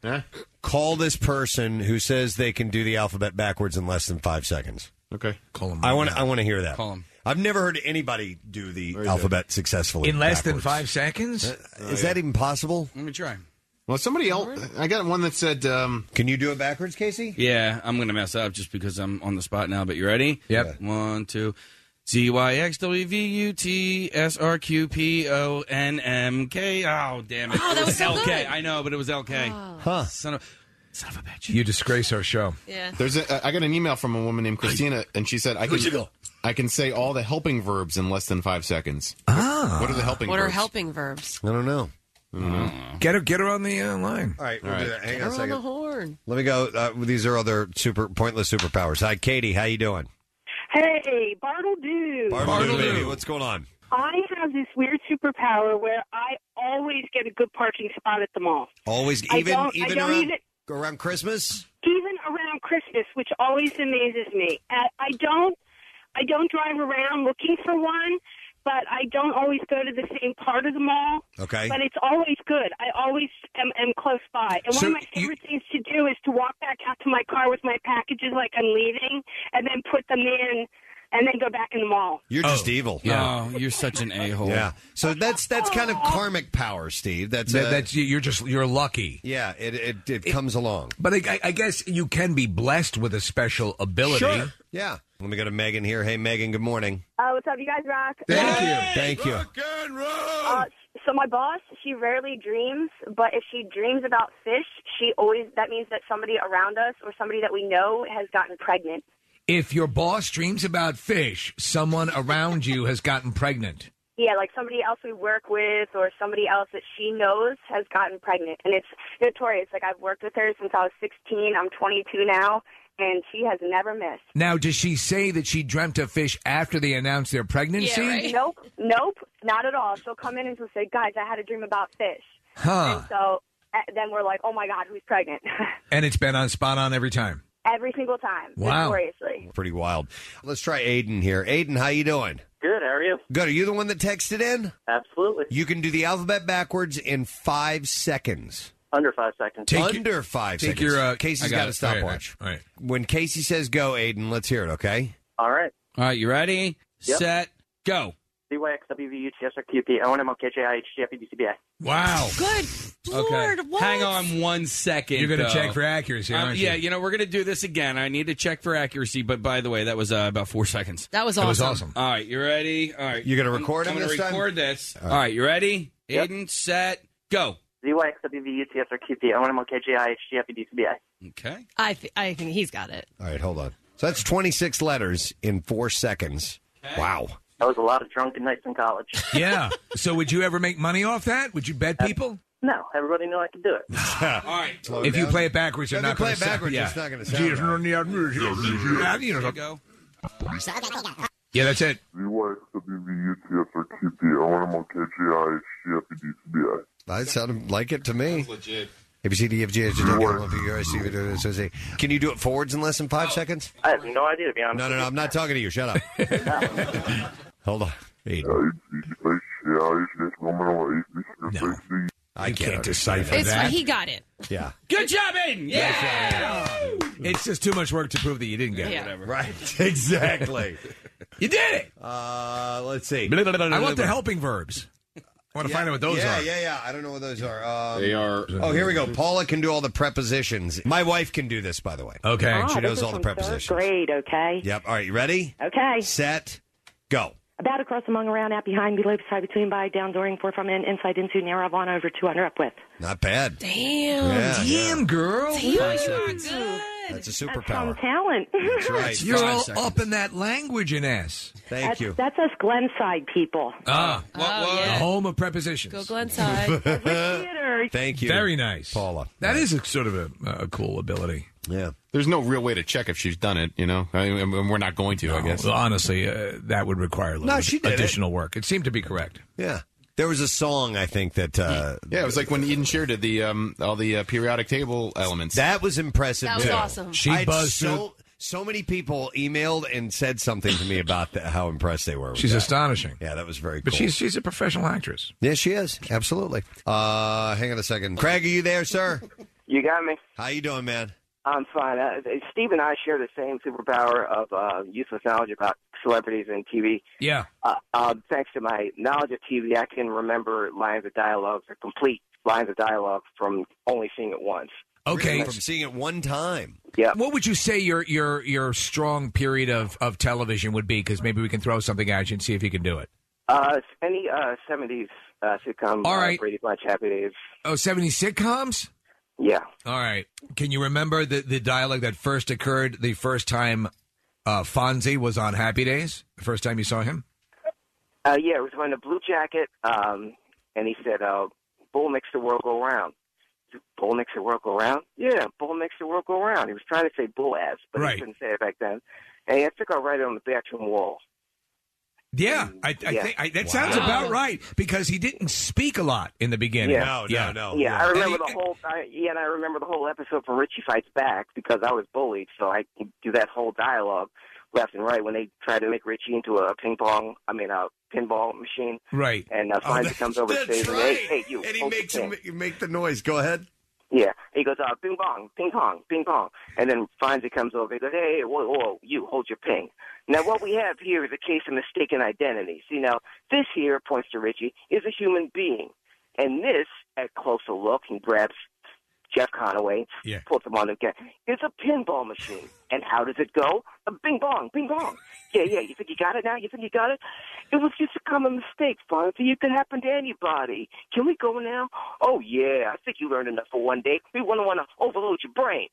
Call this person who says they can do the alphabet backwards in less than five seconds. Okay. Call him. I want. I want to hear that. Call him. I've never heard anybody do the alphabet successfully In less than backwards. five seconds? Uh, is that even possible? Let me try. Well, somebody else. I got one that said. Um, Can you do it backwards, Casey? Yeah, I'm going to mess up just because I'm on the spot now. But you ready? Yep. One, two. Z Y X W V U T S R Q P O N M K. Oh, damn it. Oh, that It was so LK. good. I know, but it was LK. Huh. Son of, son of a bitch. You disgrace our show. Yeah. There's a, I got an email from a woman named Christina, and she said I Who'd you can go? I can say all the helping verbs in less than five seconds. Ah. What are the helping? What are verbs? helping verbs? I don't know. Get her. Get her on the uh, line. All right. We'll do that. Hang on a They're on the second. horn. Let me go. Uh, these are other super pointless superpowers. Hi, Katie. How you doing? (laughs) Hey, Bartle Dude. baby. What's going on? I have this weird superpower where I always get a good parking spot at the mall. Always, I even, don't- I even don't around, even- around Christmas. Even around Christmas, which always amazes me. I I don't I don't drive around looking for one, but I don't always go to the same part of the mall. Okay. But it's always good. I always am, am close by. And So one of my favorite things to do is to walk back out to my car with my packages like I'm leaving and then put them in and then go back in the mall. You're just evil. Yeah. Oh, you're such an a hole. Yeah. So that's that's kind of karmic power, Steve. That's That- uh, that's you're just you're lucky. yeah. It it, it comes along. But I, I- I guess you can be blessed with a special ability. Sure. Yeah. Let me go to Megan here. Hey, Megan. Good morning. Uh, what's up, you guys rock? Um, Thank you. Uh, so my boss, she rarely dreams, but if she dreams about fish, she always that means that somebody around us or somebody that we know has gotten pregnant. If your boss dreams about fish, someone around you has gotten pregnant. Yeah, like somebody else we work with or somebody else that she knows has gotten pregnant. And it's notorious. Like, I've worked with her since I was 16. I'm 22 now, and she has never missed. Now, does she say that she dreamt of fish after they announced their pregnancy? (laughs) Nope, nope, not at all. She'll come in and she'll say, "Guys, I had a dream about fish." Huh. And so uh, then we're like, "Oh my God, who's pregnant?" (laughs) And it's been on spot on every time. Every single time, Wow. notoriously. Pretty wild. Let's try Aiden here. Aiden, how you doing? Good, how are you? Good. Are you the one that texted in? Absolutely. You can do the alphabet backwards in five seconds. Under five seconds. Under five take seconds. your, uh, I Casey's got got, it. a stopwatch. All right, When Casey says go, Aiden, let's hear it, okay? All right. All right, you ready? Yep. Set, go. CYX, WVU, TSRQP, ONM, OKJI, HGF, EBCBI. Wow. Good Okay. Hang on one second. You're gonna though. check for accuracy, Um, aren't you? yeah, you know, we're going to do this again. I need to check for accuracy, but by the way, that was uh, about four seconds. That was That was awesome. awesome. All right, you ready? All right. You're gonna I'm- record I'm it gonna this time? Uh, record this. All All right. right, you ready? Aiden, set, go. ZYX, WVU, TSRQP, ONM, OKJI, HGF, EBCBI. Okay. I th- I think he's got it. All right, hold on. So that's 26 letters in four seconds. Wow. That was a lot of drunken nights in college. Yeah. so would you ever make money off that? Would you bet people? Uh, No, everybody knew I could do it. (laughs) All right. if you play it backwards, you're If you not play going it backwards, it's not gonna sound right. You know, go. Yeah, that's it. That sounded like it to me. Legit. E Can you do it forwards in less than five seconds? I have no idea, to be honest. No, no, no. I'm not talking to you. Shut up. Hold on. I can't decipher It's, he got it. Yeah. Good job, Aiden. Yeah. It's just too much work to prove that you didn't get Yeah, it. whatever. (laughs) Right. (laughs) Exactly. you did it. Uh, let's see. I want the helping verbs. I want to find out what those yeah, are. Yeah, yeah, I don't know what those are. (laughs) Um, They are- uh, Oh, here we go. Paula can do all the prepositions. My wife can do this, by the way. Okay. Ah, she this knows is all the from third prepositions. Grade, okay. Yep. All right. You ready? Okay. Set. Go. About, across, among, around, at, behind, below, beside, between, by, down, during, for, from, in, inside, into, near, of, on, over, to, under, up, with. Not bad. Damn. Yeah, Damn, girl. good. That's a Some superpower. talent. That's right. You're Five all seconds. up in that language and ass. that's, That's us Glenside people. Ah, Oh, the yeah. home of prepositions. Go (laughs) Glenside. Thank you. Very nice, Paula. That is a sort of a, a cool ability. Yeah. There's no real way to check if she's done it, you know? I mean, and we're not going to, I guess. Well, honestly, uh, that would require a little No, she did it. additional work. It seemed to be correct. Yeah. There was a song, I think, that. Uh, Hmm. yeah, it was like when Eden Shear did the um, all the uh, periodic table elements. That was impressive. That was too. awesome. She I had buzzed so, so many people emailed and said something to me about that, how impressed they were. With She's that. astonishing. Yeah, that was very. But cool. she's she's a professional actress. Yeah, she is. Absolutely. Uh, hang on a second. Craig, are you there, sir? You got me. How you doing, man? I'm fine. Uh, Steve and I share the same superpower of uh, useless knowledge about celebrities and TV. Yeah. Uh, uh, thanks to my knowledge of TV, I can remember lines of dialogue, or complete lines of dialogue from only seeing it once. Okay. From seeing it one time. Yeah. What would you say your your your strong period of, of television would be? Because maybe we can throw something at you and see if you can do it. Uh, any uh, 70s uh, sitcom, All right. uh, Brady Bunch, Happy Days. Oh, 70 sitcoms? Yeah. All right. Can you remember the, the dialogue that first occurred the first time uh, Fonzie was on Happy Days? The first time you saw him? Uh, yeah, it was when the Blue Jacket, um, and he said, uh, "Bull makes the world go round." Bull makes the world go round. Yeah, bull makes the world go round. He was trying to say bull ass, but Right. he couldn't say it back then. And I think I write it on the bathroom wall. Yeah, I, I Yeah. think I, that sounds Wow. about right because he didn't speak a lot in the beginning. yeah. yeah. Yeah, I And remember he- the whole. I, yeah, and I remember the whole episode from Richie Fights Back because I was bullied, so I could do that whole dialogue left and right when they tried to make Richie into a ping pong. I mean, a pinball machine. Right. And Oh, uh, Fonzie comes over to stage and hey, hey, you. And he hold the makes pin. him make the noise. Go ahead. Yeah. He goes, uh, ping pong, ping pong, ping pong. And then Fonzie comes over. He goes, hey, hey, whoa, whoa, you, hold your ping. Now, what we have here is a case of mistaken identity. See, now, this here, points to Richie, is a human being. And this, at closer look, he grabs Jeff Conaway Yeah. pulled them on again. It's a pinball machine. And how does it go? A bing bong, bing bong. Yeah, yeah. You think you got it now? You think you got it? It was just a common mistake, Fonzie. It could happen to anybody. Can we go now? Oh yeah. I think you learned enough for one day. We want to want to overload your brains.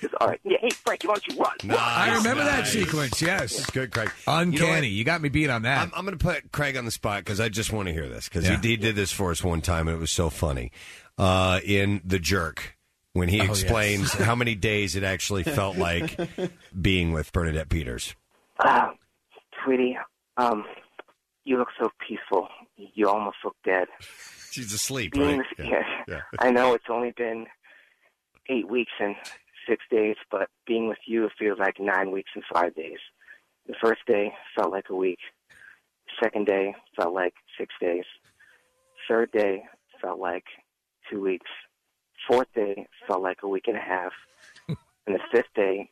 It's All right. Yeah. Hey, Frankie, why don't you run? I remember that nice. sequence. Yes, good, Craig. Uncanny. You, You got me beat on that. I'm, I'm going to put Craig on the spot because I just want to hear this because Yeah. he, he did this for us one time and it was so funny. Uh, in The Jerk, when he Oh, yes. explains how many days it actually felt like being with Bernadette Peters. (laughs) Ah, sweetie, um, you look so peaceful. You almost look dead. She's asleep, Being right? this- yes. (laughs) I know it's only been eight weeks and six days, but being with you, it feels like nine weeks and five days. The first day felt like a week. The second day felt like six days. Third day felt like two weeks. Fourth day felt like a week and a half. and the fifth day,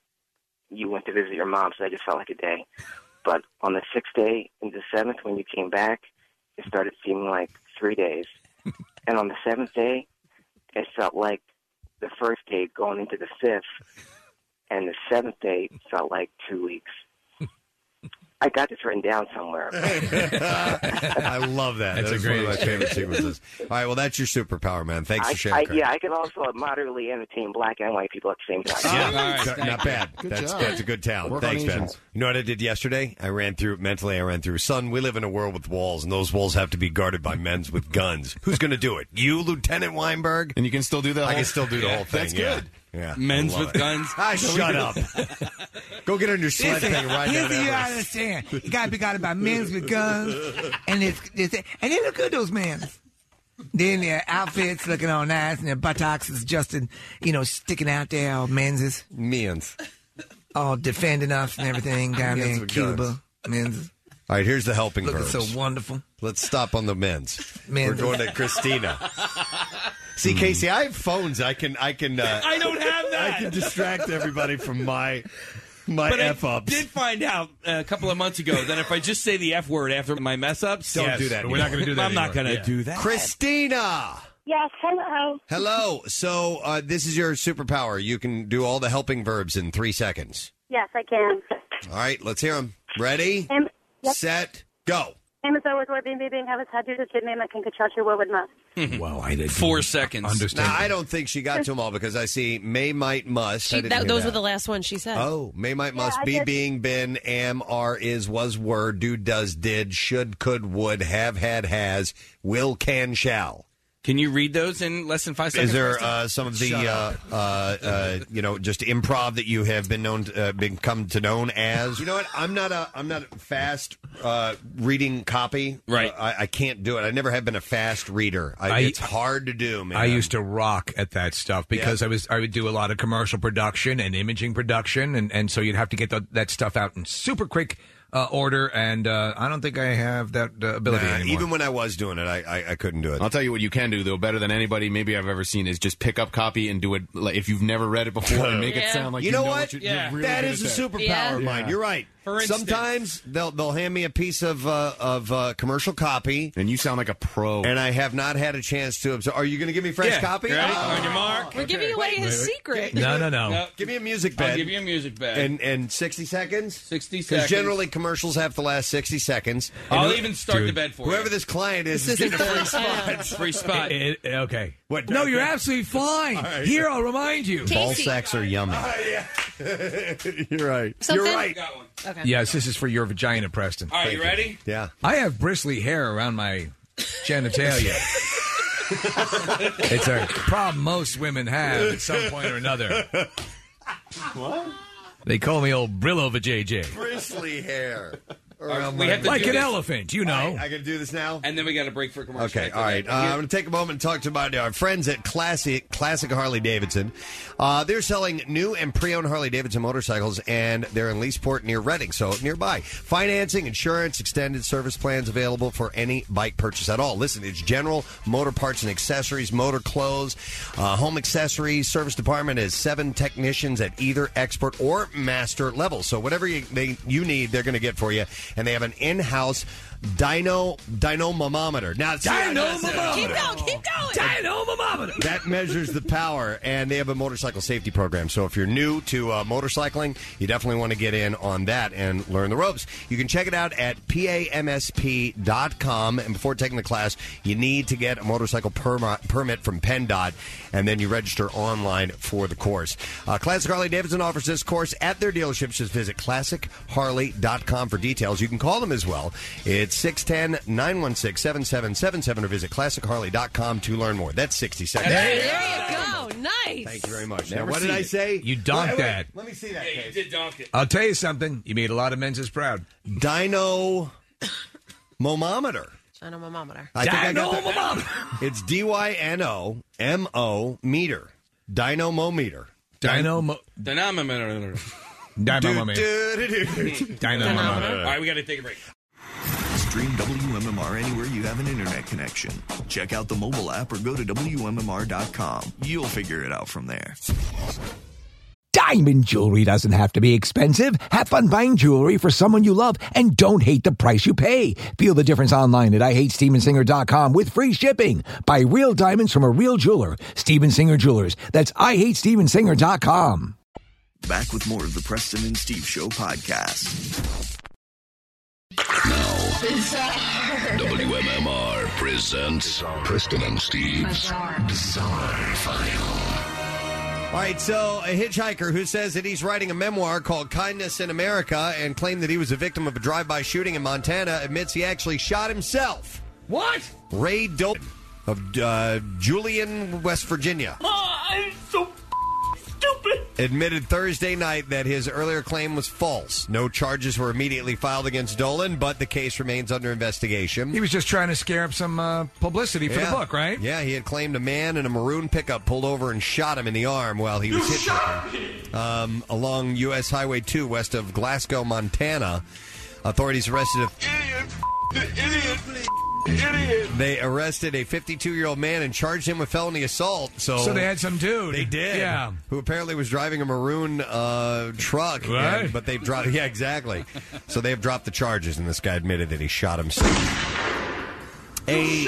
you went to visit your mom, so that just felt like a day. But on the sixth day and the seventh, when you came back, it started seeming like three days. and on the seventh day, it felt like the first day going into the fifth, and the seventh day felt like two weeks. I got this written down somewhere. I love that. That's a That's one of great my favorite story. sequences. All right, well, that's your superpower, man. (laughs) Thanks I, for sharing. I, Craig. yeah, I can also moderately entertain black and white people at the same time. Not- not bad. that's that's a good talent. Work on Thanks, Ben. Asians. You know what I did yesterday? I ran through mentally. I ran through. Son, we live in a world with walls, and those walls have to be guarded by men's with guns. Who's going to do it? You, Lieutenant Weinberg? And you can still do that. I whole- can still do the Yeah, whole thing. that's yeah. good. Yeah, Men's I love with it. guns? (laughs) Ah, shut up. Go get on your sled Listen, thing and ride here's down the you Everest. understand. You gotta be (laughs) guarded by men's with guns, and it's, it's and they look good those men's. Then their outfits looking all nice, and their buttocks is just in, you know sticking out there, all men's. Men's. All defending us and everything down there Men's in with Cuba. guns. Men's All right, here's the helping looking verbs. so wonderful. Let's stop on the men's. Men's. We're going to Christina. See, Casey, I have phones. I can, I can. (laughs) Uh, I don't have that. I can distract (laughs) everybody from my my but f I ups. did find out uh, a couple of months ago that if I just say the f word after my mess ups, Don't do that. anymore. I'm not going to do that. Christina. Yes, hello. Hello. So uh, this is your superpower. You can do all the helping verbs in three seconds. Yes, I can. All right, let's hear them. Ready, Am- yep. set, go. (laughs) Amazon with what bing bing bing have a tattoo that should name I can catch your wood must. Wow, I did four seconds. Now, I don't think she got to them all because I see may, might, must. I She, didn't that, hear those that. were the last ones she said. Oh, may, might, must, I be, did. being, been, am, are, is, was, were, do, does, did, should, could, would, have, had, has, will, can, shall. Can you read those in less than five seconds? Is there Preston? uh, some of the Shut uh, up. uh, uh, you know just improv that you have been known to, uh, become to known as? You know what? I'm not a I'm not a fast uh, reading copy. Right. I, I can't do it. I never have been a fast reader. I, I- it's hard to do, Oh, man. I used to rock at that stuff because I was I would do a lot of commercial production and imaging production, and, and so you'd have to get the, that stuff out in super quick uh, order. And uh, I don't think I have that uh, ability Nah, anymore. even when I was doing it, I, I, I couldn't do it. I'll tell you what you can do though, better than anybody maybe I've ever seen is just pick up copy and do it like if you've never read it before and make it sound like you, know, what, what? you're, you're really that good is at a that. superpower of mine. Yeah. You're right. For instance- Sometimes they'll they'll hand me a piece of uh, of uh, commercial copy, and you sound like a pro. And I have not had a chance to absorb. Are you going to give me fresh Yeah. copy? You ready? Oh. On your mark. We're giving away Wait, his wait. secret. Give me a music I'll bed. give you a music bed. And and sixty seconds. Sixty seconds. generally commercials have to last sixty seconds. I'll And who- even start the bed for you. whoever this client is. This is getting isn't a free fair. spot. (laughs) Free spot. It- it- okay. What? No, you're absolutely fine. Here, I'll remind you. Ball sacks are (laughs) yummy. you're right. (laughs) Something? You're right. Okay. Yes, this is for your vagina, Preston. All right, you ready? Yeah. I have bristly hair around my (laughs) genitalia. (laughs) it's a problem most women have at some point or another. (laughs) What? They call me old Brillo JJ. Bristly hair. Oh Around my- like an elephant, you know. I, I can do this now. And then we got a break for commercial. Okay, all right. Uh, I'm going to take a moment and talk to my our friends at Classic Classic Harley Davidson. Uh, they're selling new and pre-owned Harley Davidson motorcycles, and they're in Leesport near Reading, so nearby. Financing, insurance, extended service plans available for any bike purchase at all. Listen, it's general motor parts and accessories, motor clothes, uh, home accessories. Service department has seven technicians at either expert or master level. So whatever you, they, you need, they're going to get for you. and they have an in-house dyno dynamometer. Now, see, I got that. Keep going, keep going. That measures the power, and they have a motorcycle safety program. So if you're new to uh, motorcycling, you definitely want to get in on that and learn the ropes. You can check it out at PAMSP.com. And before taking the class, you need to get a motorcycle perma- permit from PennDOT, and then you register online for the course. Uh, Classic Harley Davidson offers this course at their dealerships. Just visit classic.harley.com for details. You can call them as well. It's 610 916 7777 or visit classicharley.com to learn more. That's 60 seconds. There you go. Nice. Thank you very much. Never Now, what seen did I it. say? You dunked Wait, wait, that. Let me see that. Yeah, you did donk it. I'll tell you something. You made a lot of men's proud. (laughs) Dino momometer. China Mamometer. I think I got that. It's D Y N O M O meter. Dynamometer. Dynamo. Dynamometer. Dynamometer. All right, we got to take a break. Stream WMMR anywhere you have an internet connection. Check out the mobile app or go to WMMR.com. You'll figure it out from there. Diamond jewelry doesn't have to be expensive. Have fun buying jewelry for someone you love and don't hate the price you pay. Feel the difference online at IHateStevensinger.com with free shipping. Buy real diamonds from a real jeweler. Steven Singer Jewelers. That's IHateStevensinger.com. Back with more of the Preston and Steve Show podcast. (laughs) WMMR presents Preston and Steve's Bizarre File. All right, so a hitchhiker who says that he's writing a memoir called Kindness in America and claimed that he was a victim of a drive by shooting in Montana admits he actually shot himself. What? Ray Dolan of uh, Julian, West Virginia. Oh, I'm so admitted Thursday night that his earlier claim was false. No charges were immediately filed against Dolan, but the case remains under investigation. He was just trying to scare up some uh, publicity for Yeah. the book, right? Yeah, he had claimed a man in a maroon pickup pulled over and shot him in the arm while he was hit um, along U.S. Highway 2 west of Glasgow, Montana. Authorities arrested a They arrested a 52 year old man and charged him with felony assault. So, So they had some dude. They did. Yeah. Who apparently was driving a maroon uh, truck. and- Right. but they've dropped. Yeah, exactly. so they've dropped the charges, and this guy admitted that he shot himself. A,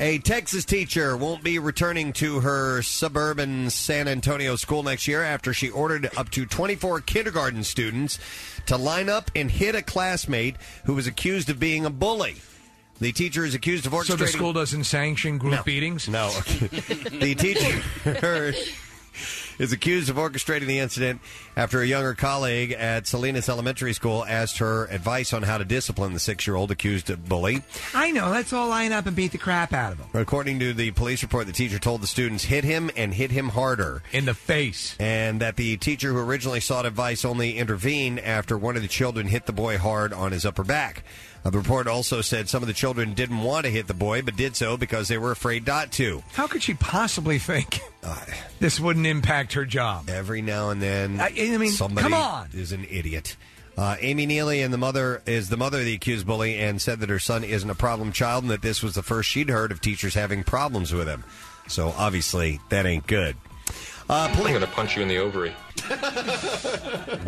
a Texas teacher won't be returning to her suburban San Antonio school next year after she ordered up to 24 kindergarten students to line up and hit a classmate who was accused of being a bully. The teacher is accused of orchestrating. So the school doesn't sanction group beatings? No. (laughs) the teacher (laughs) is accused of orchestrating the incident after a younger colleague at Salinas Elementary School asked her advice on how to discipline the six year old accused of bully. I know. Let's all line up and beat the crap out of them. According to the police report, the teacher told the students, hit him and hit him harder. In the face. And that the teacher who originally sought advice only intervened after one of the children hit the boy hard on his upper back. Uh, the report also said some of the children didn't want to hit the boy, but did so because they were afraid not to. How could she possibly think this wouldn't impact her job? Every now and then, I, I mean, somebody come on. is an idiot. Uh, Amy Neely and the mother is the mother of the accused bully and said that her son isn't a problem child and that this was the first she'd heard of teachers having problems with him. So obviously that ain't good. Uh, poli- I'm going to punch you in the ovary.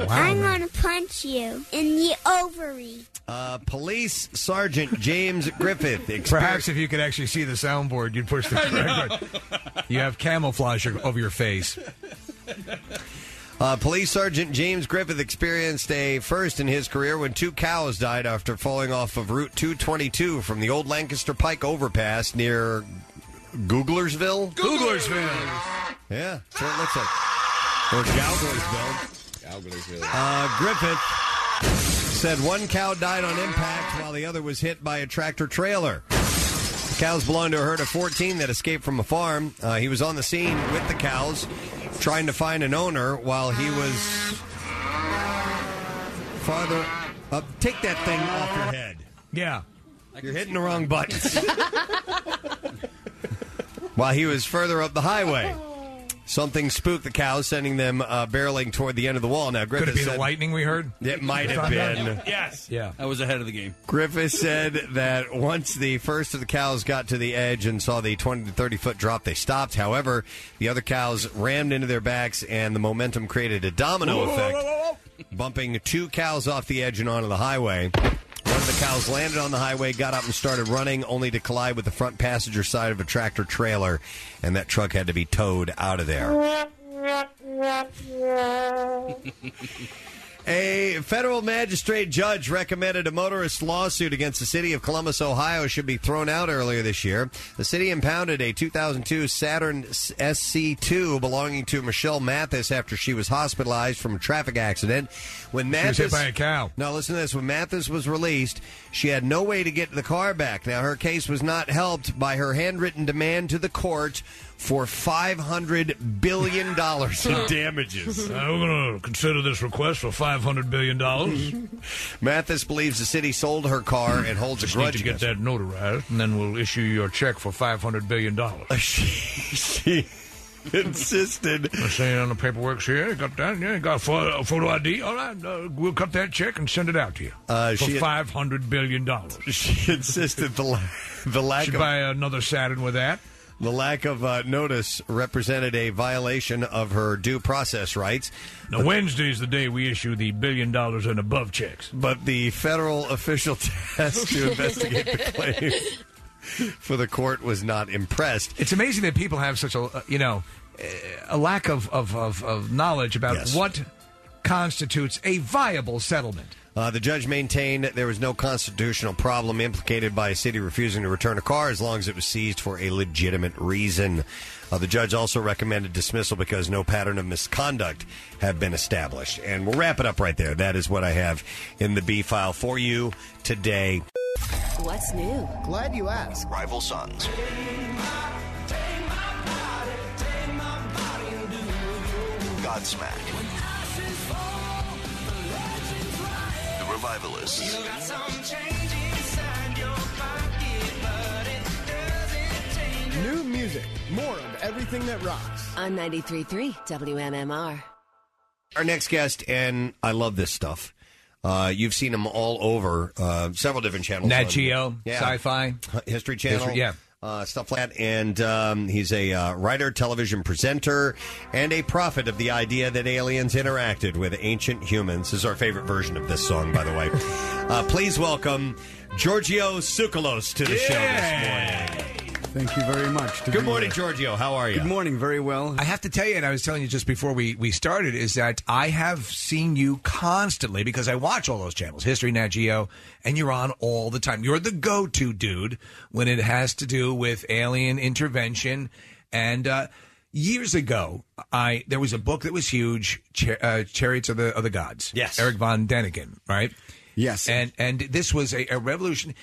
I'm gonna punch you in the ovary. uh, police Sergeant James Griffith. Perhaps if you could actually see the soundboard, you'd push (laughs) the correct button. You have camouflage over your face. Uh, Police Sergeant James Griffith experienced a first in his career when two cows died after falling off of Route 222 from the old Lancaster Pike overpass near Googlersville. Googlersville. Yeah, that's what it looks like. Or Gouglersville. Uh, Griffith said one cow died on impact while the other was hit by a tractor trailer. The cows belonged to a herd of 14 that escaped from a farm. Uh, he was on the scene with the cows, trying to find an owner while he was farther up. Take that thing off your head. Yeah. You're hitting the wrong buttons. while he was further up the (laughs) highway. Something spooked the cows, sending them uh, barreling toward the end of the wall. Now, Griffith Could it be the said- lightning we heard? It might have been. Yes. Yeah. I was ahead of the game. Griffith said that once the first of the cows got to the edge and saw the 20 to 30 foot drop, they stopped. However, the other cows rammed into their backs, and the momentum created a domino effect bumping two cows off the edge and onto the highway. One of the cows landed on the highway, got up and started running, only to collide with the front passenger side of a tractor trailer, and that truck had to be towed out of there. A federal magistrate judge recommended a motorist lawsuit against the city of Columbus, Ohio, should be thrown out earlier this year. The city impounded a 2002 Saturn SC2 belonging to Michelle Mathis after she was hospitalized from a traffic accident. When She was Mathis hit by a cow. Now listen to this: when Mathis was released, she had no way to get the car back. Now her case was not helped by her handwritten demand to the court for 500 billion (laughs) dollars in damages. Uh, we're going to consider this request for five hundred billion dollars. Mm-hmm. Mathis believes the city sold her car and holds a Hmm. Just grudge need to get against her. that notarized, and then we'll issue your check for five hundred billion (laughs) dollars. she (laughs) insisted. I say on the paperwork's here. Got that? Yeah, got pho- Uh, photo ID. All right, uh, we'll cut that check and send it out to you Uh, for she- five hundred billion dollars. (laughs) She insisted the la- the lack Should of- buy another Saturn with that. The lack of uh, notice represented a violation of her due process rights. Now Wednesday's the day we issue the billion dollars and above checks. But the (laughs) federal official tasked (laughs) to investigate the claim for the court was not impressed. It's amazing that people have such a uh, you know uh, a lack of of, of, of knowledge about what constitutes a viable settlement. Uh, the judge maintained that there was no constitutional problem implicated by a city refusing to return a car as long as it was seized for a legitimate reason. Uh, the judge also recommended dismissal because no pattern of misconduct had been established. And we'll wrap it up right there. That is what I have in the B file for you today. What's new? Glad you asked. Rival Sons. Godsmack. The Revivalists. New music, more of everything that rocks. On 93.3 WMMR. Our next guest, and I love this stuff. Uh, you've seen him all over uh, several different channels. Nat on- Geo, Yeah. Sci-Fi, History Channel, History- yeah. uh, stuff like that. And um, he's a uh, writer, television presenter, and a prophet of the idea that aliens interacted with ancient humans. This is our favorite version of this song, by the way. uh, please welcome Giorgio Tsoukalos to the show this morning. Thank you very much. Good morning, Giorgio. How are you? Good morning. Very well. I have to tell you, and I was telling you just before we, we started, is that I have seen you constantly because I watch all those channels, History, Nat Geo, and you're on all the time. You're the go to dude when it has to do with alien intervention. And uh, years ago, I there was a book that was huge, Char- uh, Chariots of the of the Gods. Yes, Eric von Däniken, right? Yes, and and this was a, a revolution.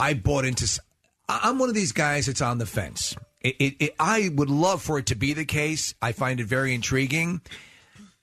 I bought into. s- I- I'm one of these guys that's on the fence. It, it, it, I would love for it to be the case. I find it very intriguing.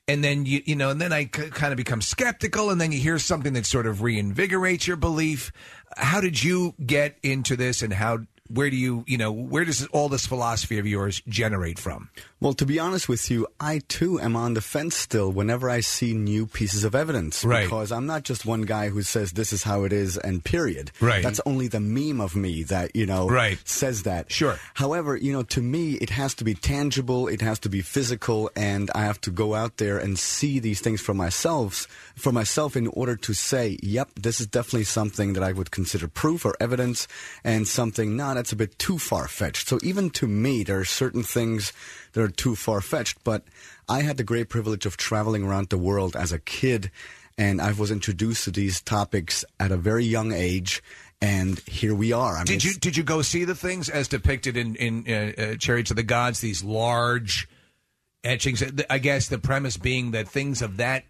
And then you you know, and then I c- kind of become skeptical, and then you hear something that sort of reinvigorates your belief. How did you get into this, and how where do you you know where does all this philosophy of yours generate from? Well, to be honest with you, I too am on the fence still whenever I see new pieces of evidence. Right. Because I'm not just one guy who says this is how it is and period. Right. That's only the meme of me that, you know, Right. says that. Sure. However, you know, to me, it has to be tangible, it has to be physical, and I have to go out there and see these things for myself, for myself in order to say, yep, this is definitely something that I would consider proof or evidence, and something, nah, that's a bit too far fetched. So even to me, there are certain things that are too far fetched, but I had the great privilege of traveling around the world as a kid and I was introduced to these topics at a very young age, and here we are. I mean, did you did you go see the things as depicted in in uh, uh, Chariots of the Gods? These large etchings. Uh, I guess the premise being that things of that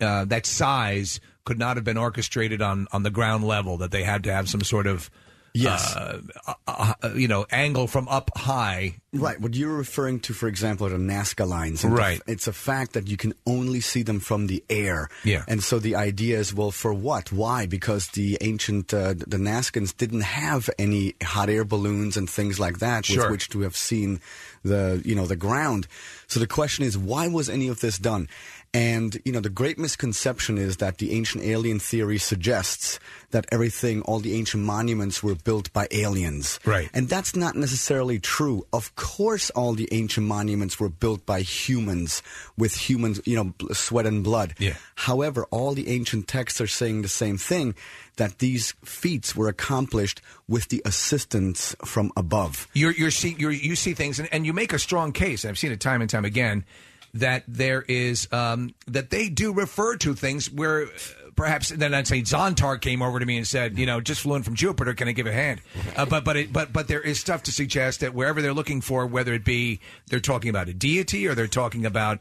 uh, that size could not have been orchestrated on on the ground level. That they had to have some sort of Yes. uh, uh, uh, you know, angle from up high. Right. What you're referring to, for example, are the Nazca lines. And the- Mm. Right. it's a fact that you can only see them from the air. Yeah. And so the idea is, well, for what? Why? Because the ancient, uh, the Nazcans didn't have any hot air balloons and things like that Sure. with which to have seen the, you know, the ground. So the question is, why was any of this done? And, you know, the great misconception is that the ancient alien theory suggests that everything, all the ancient monuments were built by aliens. Right. And that's not necessarily true. Of course, all the ancient monuments were built by humans with humans, you know, bl- sweat and blood. Yeah. However, all the ancient texts are saying the same thing that these feats were accomplished with the assistance from above. You're you're see you're, you see things and, and you make a strong case. And I've seen it time and time again that there is um, that they do refer to things where uh, perhaps then I'd say Zontar came over to me and said, you know, just flew in from Jupiter, can I give a hand? Uh, but but it, but but there is stuff to suggest that wherever they're looking for, whether it be they're talking about a deity or they're talking about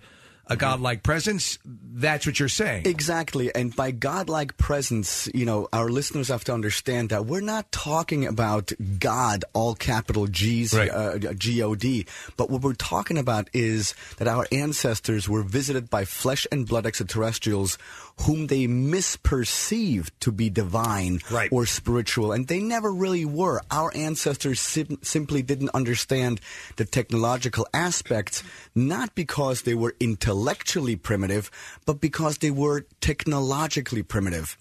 a godlike presence, that's what you're saying. Exactly. And by godlike presence, you know, our listeners have to understand that we're not talking about God, all capital G's, uh, G O D. But what we're talking about is that our ancestors were visited by flesh and blood extraterrestrials whom they misperceived to be divine or spiritual. And they never really were. Our ancestors sim- simply didn't understand the technological aspects, not because they were intellectually primitive, but because they were technologically primitive.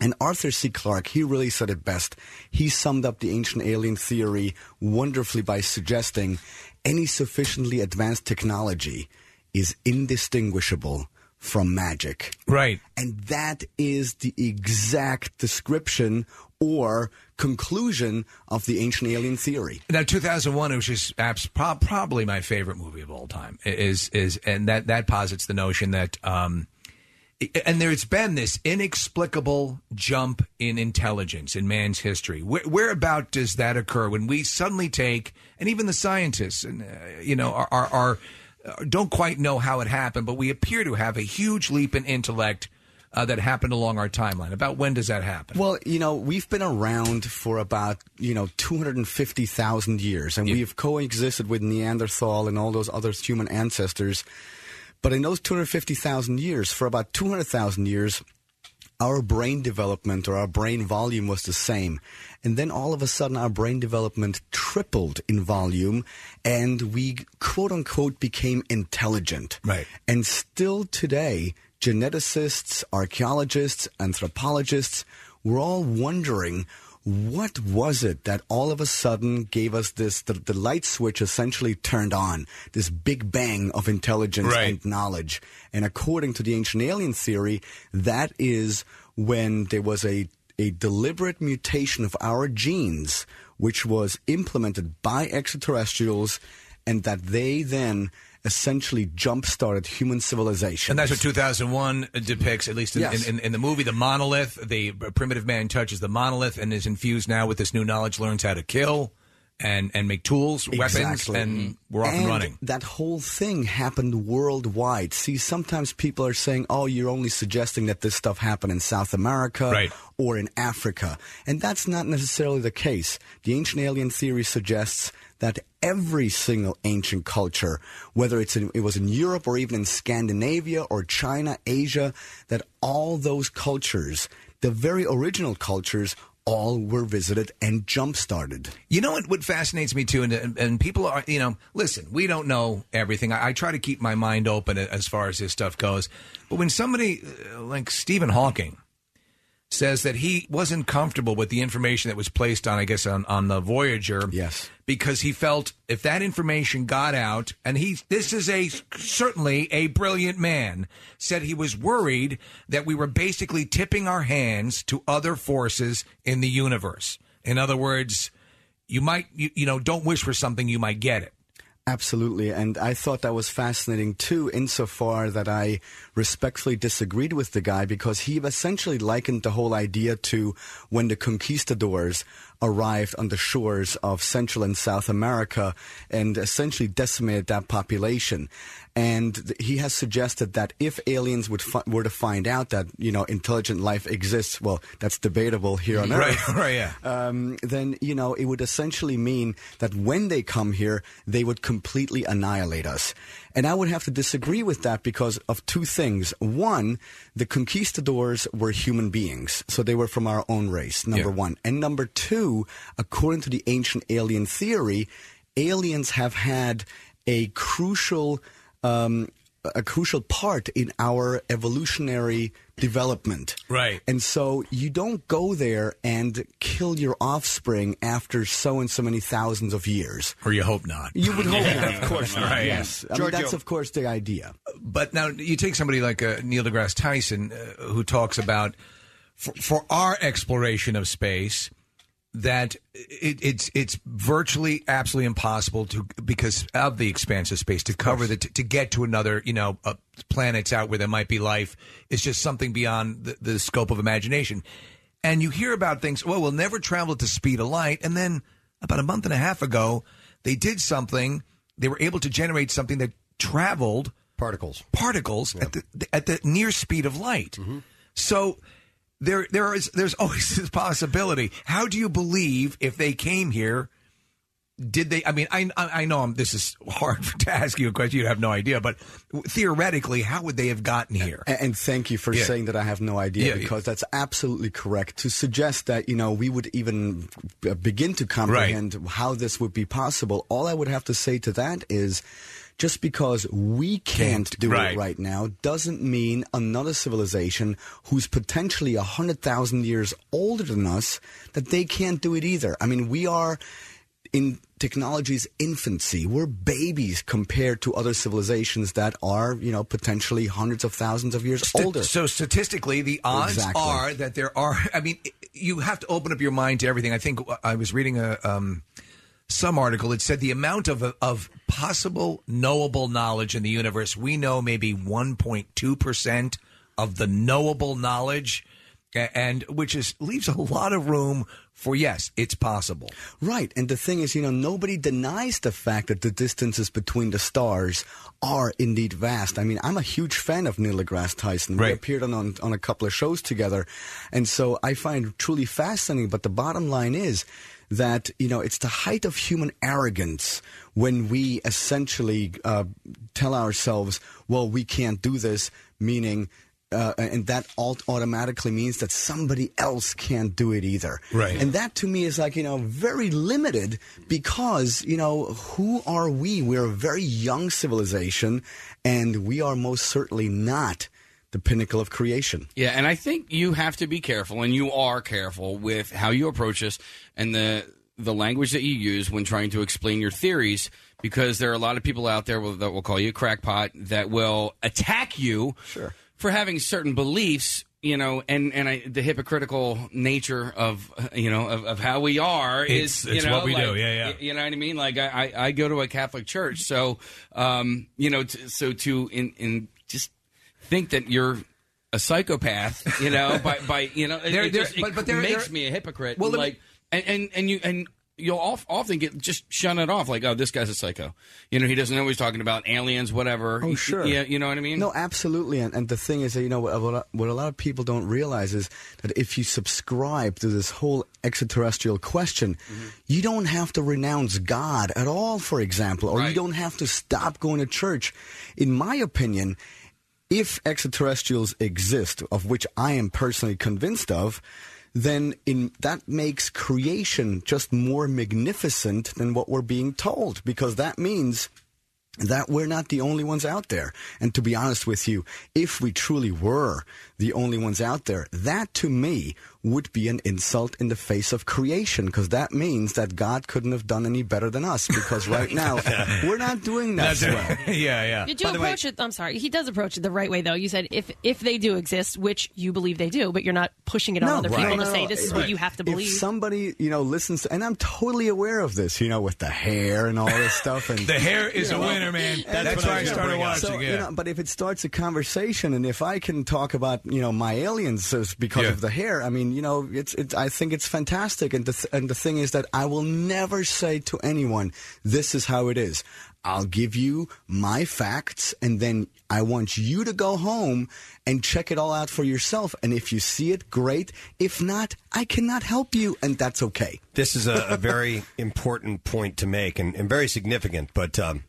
And Arthur C. Clarke, he really said it best. He summed up the ancient alien theory wonderfully by suggesting any sufficiently advanced technology is indistinguishable from magic. Right. And that is the exact description or conclusion of the ancient alien theory. Now, 2001, which is abs- pro- probably my favorite movie of all time, i- is is and that that posits the notion that um, i- and there's been this inexplicable jump in intelligence in man's history. Where, whereabout does that occur when we suddenly take and even the scientists and uh, you know are are, are uh, don't quite know how it happened, but we appear to have a huge leap in intellect uh, that happened along our timeline. About when does that happen? Well, you know, we've been around for about, you know, 250,000 years, and we've coexisted with Neanderthal and all those other human ancestors. But in those 250,000 years, for about 200,000 years, our brain development or our brain volume was the same. And then all of a sudden, our brain development tripled in volume, and we quote unquote became intelligent. Right. And still today, geneticists, archaeologists, anthropologists, we're all wondering what was it that all of a sudden gave us this the, the light switch essentially turned on this big bang of intelligence Right. and knowledge and according to the ancient alien theory that is when there was a a deliberate mutation of our genes which was implemented by extraterrestrials and that they then essentially jump started human civilization And that's what 2001 depicts, at least in, Yes. in, in, in the movie, the monolith. The primitive man touches the monolith and is infused now with this new knowledge, learns how to kill and, and make tools, weapons, Exactly. and we're off and running. That whole thing happened worldwide. See, sometimes people are saying, "Oh, you're only suggesting that this stuff happened in South America Right. or in Africa," and that's not necessarily the case. The ancient alien theory suggests that every single ancient culture, whether it's in, it was in Europe or even in Scandinavia or China, Asia, that all those cultures, the very original cultures, all were visited and jump started. You know what, what fascinates me too, and, and and people are, you know, listen, we don't know everything. I, I try to keep my mind open a- as far as this stuff goes. But when somebody uh, like Stephen Hawking says that he wasn't comfortable with the information that was placed on, I guess, on, on the Voyager, yes, because he felt if that information got out, and he, this is a certainly a brilliant man, said he was worried that we were basically tipping our hands to other forces in the universe. In other words you might you, you know don't wish for something you might get it Absolutely. And I thought that was fascinating too, insofar that I respectfully disagreed with the guy because he essentially likened the whole idea to when the conquistadors arrived on the shores of Central and South America and essentially decimated that population. And th- he has suggested that if aliens would fi- were to find out that, you know, intelligent life exists, well, that's debatable here on Right, (laughs) Earth right, yeah. um, then you know it would essentially mean that when they come here, they would completely annihilate us. And I would have to disagree with that because of two things. One, the conquistadors were human beings, so they were from our own race. Number one, and number two, according to the ancient alien theory, aliens have had a crucial um, a crucial part in our evolutionary development. Right. And so you don't go there and kill your offspring after so and so many thousands of years. Or you hope not. (laughs) You (laughs) would hope Yeah, not. of course not. Right. Yes. I mean, Giorgio. that's, of course, the idea. But now you take somebody like uh, Neil deGrasse Tyson, uh, who talks about for, for our exploration of space that it, it's it's virtually absolutely impossible to because of the expanse of space to cover the to, to get to another you know uh, planets out where there might be life. It's just something beyond the, the scope of imagination. And you hear about things. Well, we'll never travel at the speed of light. And then about a month and a half ago, they did something. They were able to generate something that traveled particles particles at the at the near speed of light. So there there is there's (laughs) always this possibility. How do you believe if they came here? Did they? I mean, I I I know I'm, this is hard (laughs) to ask you a question. You have no idea, but theoretically, how would they have gotten here? A- And thank you for Yeah. saying that I have no idea Yeah, yeah. because that's absolutely correct. To suggest that, you know, we would even uh, begin to comprehend how this would be possible, all I would have to say to that is just because we can't, do right. it right now doesn't mean another civilization who's potentially 100,000 years older than us that they can't do it either. I mean, we are in technology's infancy. We're babies compared to other civilizations that are, you know, potentially hundreds of thousands of years Sta- older. So statistically, the odds Exactly. are that there are. (laughs) I mean, you have to open up your mind to everything. I think I was reading a um, some article that said the amount of of possible knowable knowledge in the universe we know maybe one point two percent of the knowable knowledge, a- and which is leaves a lot of room for yes, it's possible. Right. And the thing is, you know, nobody denies the fact that the distances between the stars are indeed vast. I mean, I'm a huge fan of Neil deGrasse Tyson. We Right. appeared on, on, on a couple of shows together. And so I find it truly fascinating. But the bottom line is that, you know, it's the height of human arrogance when we essentially uh, tell ourselves, well, we can't do this, meaning. Uh, and that alt automatically means that somebody else can't do it either. Right. And that to me is like, you know, very limited because, you know, who are we? We're a very young civilization and we are most certainly not the pinnacle of creation. Yeah, and I think you have to be careful, and you are careful with how you approach this and the the language that you use when trying to explain your theories, because there are a lot of people out there will- that will call you a crackpot that will attack you for having certain beliefs. You know, and and I, the hypocritical nature of uh, you know of, of how we are It's- is you it's know, what we do, like, yeah, yeah. y- You know what I mean? Like I, I, I go to a Catholic church, so um, you know, t- so to in in just think that you're a psychopath, you know, by, by you know, it, There- it there- just it but- but there- makes there- me a (laughs) hypocrite. Well, Well, let me- like, and, and and you and you'll of- often get just shun it off, like, oh, this guy's a psycho. You know, he doesn't know he's talking about aliens, whatever. Oh, sure. Yeah, you know what I mean. No, absolutely. And, and the thing is that, you know, what, what, what a lot of people don't realize is that if you subscribe to this whole extraterrestrial question, you don't have to renounce God at all, for example, or you don't have to stop going to church. In my opinion, if extraterrestrials exist, of which I am personally convinced of, then in that makes creation just more magnificent than what we're being told because that means that we're not the only ones out there. And to be honest with you, if we truly were the only ones out there, that to me would be an insult in the face of creation because that means that God couldn't have done any better than us because (laughs) right now we're not doing that That's well. right. (laughs) yeah, yeah. Did you approach it? I'm sorry. He does approach it the right way, though. You said if if they do exist, which you believe they do, but you're not pushing it on other people to say this is what you have to believe. If somebody, you know, listens, to, and I'm totally aware of this, you know, with the hair and all this stuff, and The hair is a winner, man. That's That's what I why I was gonna started bring up. watching, So, yeah. you know, but if it starts a conversation, and if I can talk about, you know, my aliens is because of the hair, I mean, you know, it's, it's I think it's fantastic, and the th- and the thing is that I will never say to anyone, this is how it is. I'll give you my facts, and then I want you to go home and check it all out for yourself. And if you see it, great. If not, I cannot help you, and that's okay. (laughs) This is a, a very important point to make and, and very significant. But um,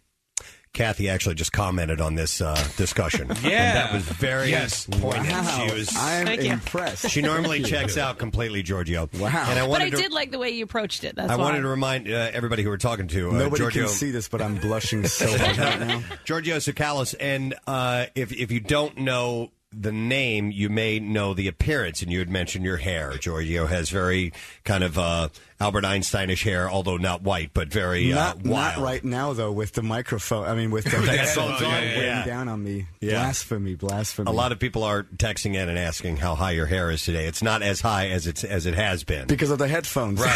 Kathy actually just commented on this uh, discussion. (laughs) Yeah. and that was very Yes. poignant. Wow. She was. I am Thank you. impressed. She normally Thank you. checks out completely, Giorgio. Wow, and I but I wanted to. did like the way you approached it. That's I why. wanted to remind uh, everybody who we're talking to. Uh, Nobody Giorgio, can see this, but I'm blushing (laughs) so hard right now. Giorgio Sicalis, and uh, if if you don't know the name, you may know the appearance. And you had mentioned your hair. Giorgio has very kind of uh, Albert Einsteinish hair, although not white, but very not, uh, not wild. right now, though, with the microphone. I mean, with (laughs) the Yeah. Oh, headphones Yeah, on, yeah, yeah. weighing down on me. Yeah. Blasphemy, blasphemy. A lot of people are texting in and asking how high your hair is today. It's not as high as it's as it has been. because of the headphones. (laughs) Right.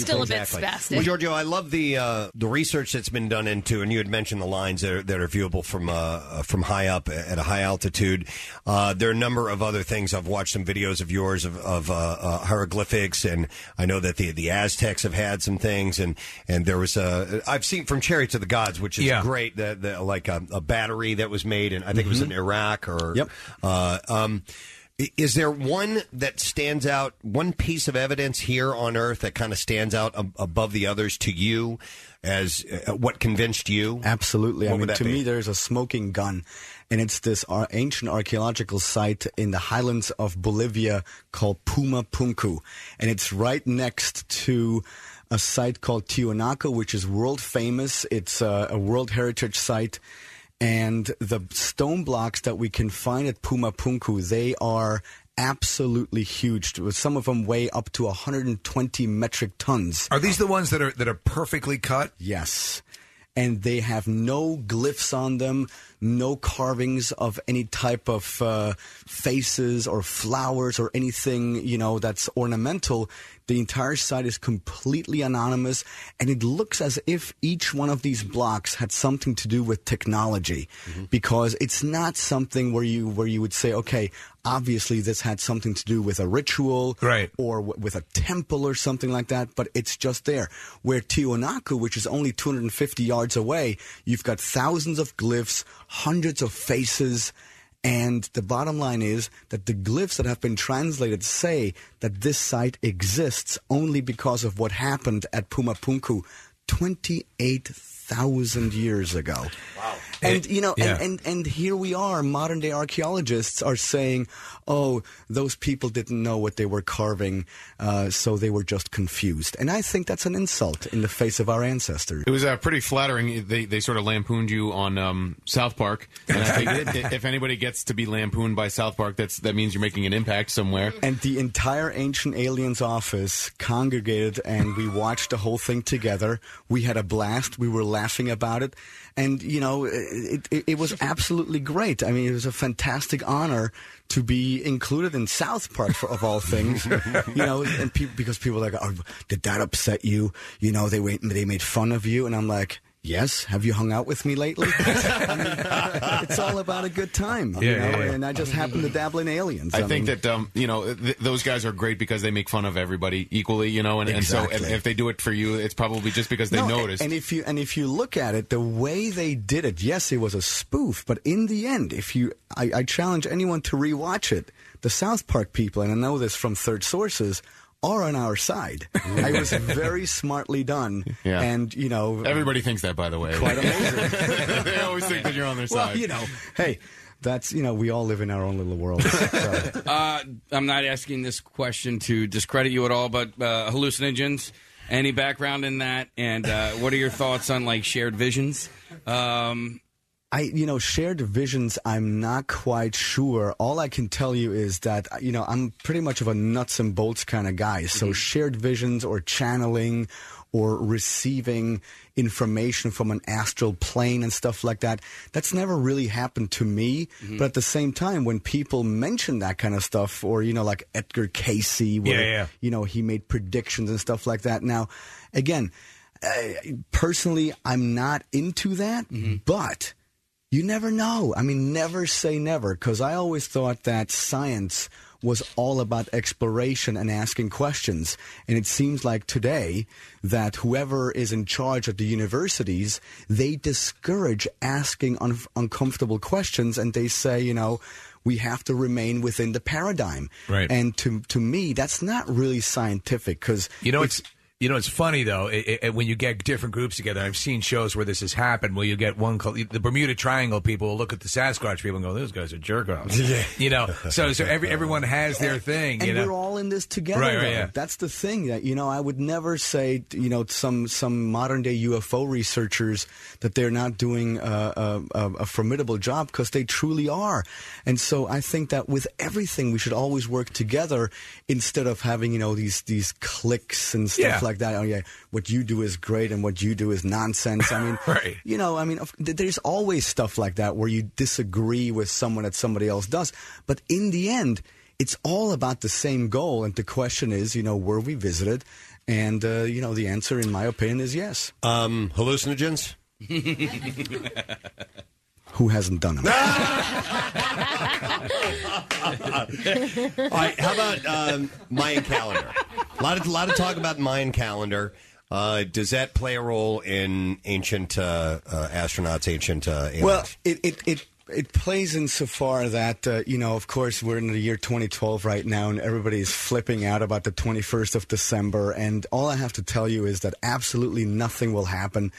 Still a bit Exactly. spastic. Well, Giorgio, I love the uh, the research that's been done into, and you had mentioned the lines that are, that are viewable from uh, uh, from high up at a high altitude. Uh, there are a number of other things. I've watched some videos of yours of, of uh, uh, hieroglyphics, and I know that the the Aztecs have had some things, and and there was a I've seen from Cherry to the Gods, which is Yeah. great. The, the, like a, a battery that was made, and I think it was Mhm. in Iraq or yep. Uh, um, i- is there one that stands out, one piece of evidence here on Earth that kind of stands out ab- above the others to you as uh, what convinced you? Absolutely. What I mean, would that to be? me, there's a smoking gun, and it's this ar- ancient archaeological site in the highlands of Bolivia called Puma Punku, and it's right next to a site called Tiwanaku, which is world famous. It's uh, a, a World Heritage site. And the stone blocks that we can find at Puma Punku, they are absolutely huge. Some of them weigh up to 120 metric tons. Are these the ones that are that are perfectly cut? Yes. And they have no glyphs on them, no carvings of any type of uh, faces or flowers or anything, you know, that's ornamental. The entire site is completely anonymous, and it looks as if each one of these blocks had something to do with technology, because it's not something where you where you would say, okay, obviously this had something to do with a ritual, Right. or w- with a temple or something like that, but it's just there. Where Tiwanaku, which is only 250 yards away, you've got thousands of glyphs, hundreds of faces, and the bottom line is that the glyphs that have been translated say that this site exists only because of what happened at Puma Punku 28,000 years ago. Wow. And, It- you know, yeah. and, and and here we are modern day archaeologists are saying oh those people didn't know what they were carving uh, so they were just confused and i think that's an insult in the face of our ancestors It was uh, pretty flattering. They they sort of lampooned you on um, South Park, and I think (laughs) i- if anybody gets to be lampooned by South Park, that's that means you're making an impact somewhere. and the entire ancient aliens office congregated and we watched the whole thing together we had a blast we were laughing about it and you know it, it, it was absolutely great i mean it was a fantastic honor to be included in south park for, of all (laughs) things you know and people because people are like oh, did that upset you you know they, went, they made fun of you and i'm like Yes. Have you hung out with me (laughs) lately? I mean, it's all about a good time, you Yeah, know. yeah, yeah. And I just happen to dabble in aliens. I think mean- that um, you know th- those guys are great because they make fun of everybody equally, you know, and, and so if, Exactly. if they do it for you, it's probably just because they No, a- noticed. And if you and if you look at it, the way they did it, yes, it was a spoof, but in the end, if you, I, I challenge anyone to rewatch it. The South Park people, and I know this from third sources, are on our (laughs) side. I was very smartly done, Yeah. and you know, (laughs) everybody thinks that, by the way. Quite amazing. (laughs) they always think that you're on their well, side. you know, hey, that's you know, we all live in our own little (laughs) world. Uh, I'm not asking this question to discredit you at all, but uh, hallucinogens. Any background in that? And uh, what are your thoughts on like shared visions? Um, I, you know, shared visions, I'm not quite sure. All I can tell you is that, you know, I'm pretty much of a nuts and bolts kind of guy. So shared visions or channeling or receiving information from an astral plane and stuff like that, that's never really happened to me. But at the same time, when people mention that kind of stuff or, you know, like Edgar Casey, where, Yeah, yeah. you know, he made predictions and stuff like that. Now, again, uh, personally, I'm not into that, Mm-hmm. but you never know. I mean, never say never, because I always thought that science was all about exploration and asking questions. And it seems like today that whoever is in charge at the universities, they discourage asking un- uncomfortable questions and they say, you know, we have to remain within the paradigm. Right. And to to me, that's not really scientific because You know, it's You know, it's funny though i i when you get different groups together. I've seen shows where this has happened, where you get one col- the Bermuda Triangle people will look at the Sasquatch people and go, "Those guys are jerk (laughs) offs." Yeah. You know, so (laughs) so every everyone has their thing. and you know, (laughs) we're all in this together. Right, right, though. yeah. That's the thing that you know. I would never say you know some some modern day UFO researchers that they're not doing uh, a, a, a formidable job because they truly are. And so I think that with everything we should always work together instead of having you know these these cliques and stuff Yeah. like that. Oh yeah, what you do is great and what you do is nonsense. (laughs) I mean, you know, I mean, of- th- there's always stuff like that where you disagree with someone that somebody else does, but in the end it's all about the same goal. And the question is, you know, were we visited? And, uh, you know, the answer, in my opinion, is yes. Um, hallucinogens? Who hasn't done (laughs) them? (laughs) All right, how about um, Mayan calendar? A lot of lot of talk about Mayan calendar. Uh, does that play a role in ancient uh, uh, astronauts, ancient uh, aliens? Well, it it it, it plays insofar that uh, you know, of course, we're in the year 2012 right now, and everybody's flipping out about the 21st of December. And all I have to tell you is that absolutely nothing (laughs) will happen.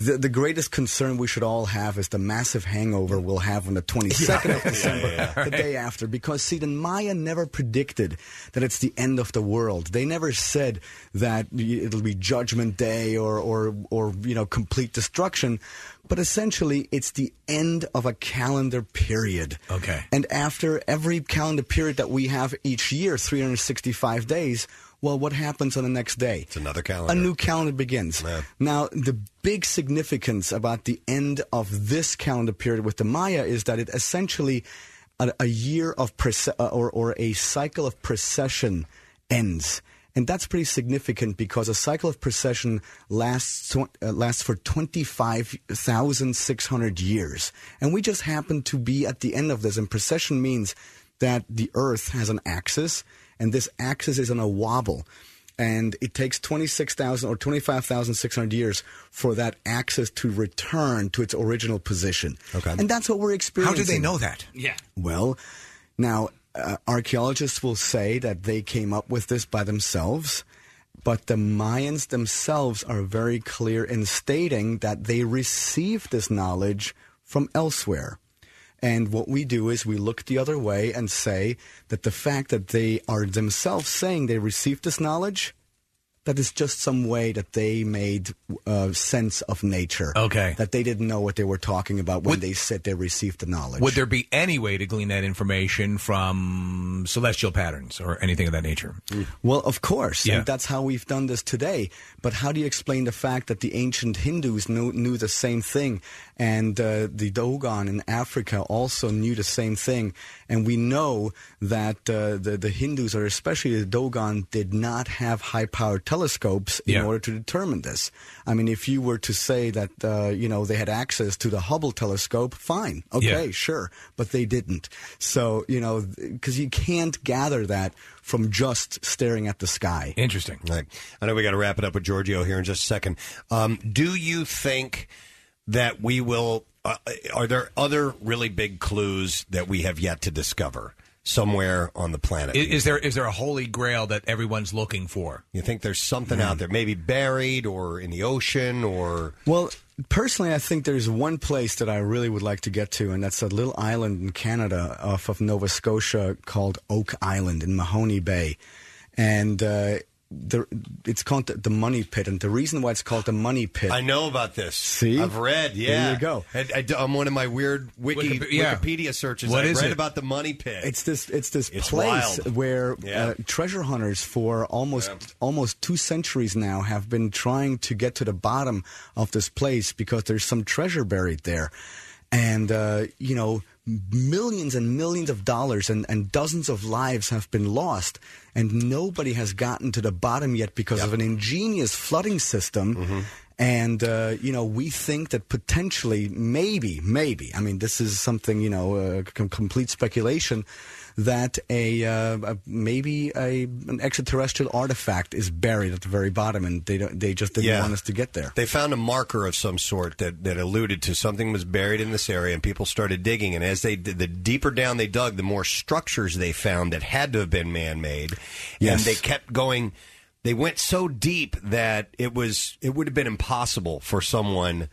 the, the greatest concern we should all have is the massive hangover we'll have on the 22nd of Yeah, December, yeah, yeah. the day after, because see, the Maya never predicted that it's the end of the world. They never said that y- it'll be Judgment Day or or or you know complete destruction, but essentially it's the end of a calendar period. Okay. And after every calendar period that we have each year, 365 days, well, what happens on the next day? It's another calendar. A new calendar begins. Now, the big significance about the end of this calendar period with the Maya is that it essentially a, a year of proce- uh, or, or a cycle of precession ends. And that's pretty significant because a cycle of precession lasts tw- uh, lasts for 25,600 years. And we just happen to be at the end of this. And precession means that the Earth has an axis, and this axis is on a wobble. And it takes 26,000 or 25,600 years for that axis to return to its original position. Okay. And that's what we're how experiencing. do they know that? Yeah. Well, now uh, archaeologists will say that they came up with this by themselves, but the Mayans themselves are very clear in stating that they received this knowledge from elsewhere. And what we do is we look the other way and say that the fact that they are themselves saying they received this knowledge, that is just some way that they made uh, sense of nature. Okay. That they didn't know what they were talking about when they said they received the knowledge. Would there be any way to glean that information from celestial patterns or anything of that nature? Well, of course. Yeah. And that's how we've done this today. But how do you explain the fact that the ancient Hindus knew, knew the same thing and uh, the Dogon in Africa also knew the same thing? And we know that uh, the, the Hindus, or especially the Dogon, did not have high powered telescopes in Yeah. order to determine this. I mean, if you were to say that, uh, you know, they had access to the Hubble telescope, fine. Okay, Yeah. sure. But they didn't. So, you know, because you can't gather that from just staring at the sky. Interesting. Right. I know we got to wrap it up with Giorgio here in just a second. Um, do you think that we will? Uh, are there other really big clues that we have yet to discover somewhere on the planet? Is, is there is there a holy grail that everyone's looking for? You think there's something Hmm. out there, maybe buried or in the ocean or Well, personally, I think there's one place that I really would like to get to, and that's a little island in Canada off of Nova Scotia called Oak Island in Mahoney Bay. And uh, the, it's called the, the Money Pit. And the reason why it's called the Money Pit. I know about this. See? I've read. There Yeah, you go. I, I, am one of my weird wiki, Wikip- yeah. Wikipedia searches. What I've is read it? about the money pit. It's this. It's this It's place wild. where Yeah. uh, treasure hunters for almost almost two centuries now have been trying to get to the bottom of this place because there's some treasure buried there, and uh, you know millions and millions of dollars and, and dozens of lives have been lost and nobody has gotten to the bottom yet because of an ingenious flooding system Mm-hmm. and uh, you know, we think that potentially, maybe, maybe. I mean, this is something you know, uh, com- complete speculation. That a, uh, a maybe a an extraterrestrial artifact is buried at the very bottom, and they don't, they just didn't Yeah. want us to get there. They found a marker of some sort that, that alluded to something was buried in this area, and people started digging. And as they did, the deeper down they dug, the more structures they found that had to have been man made. Yes. And they kept going. they went so deep that it was it would have been impossible for someone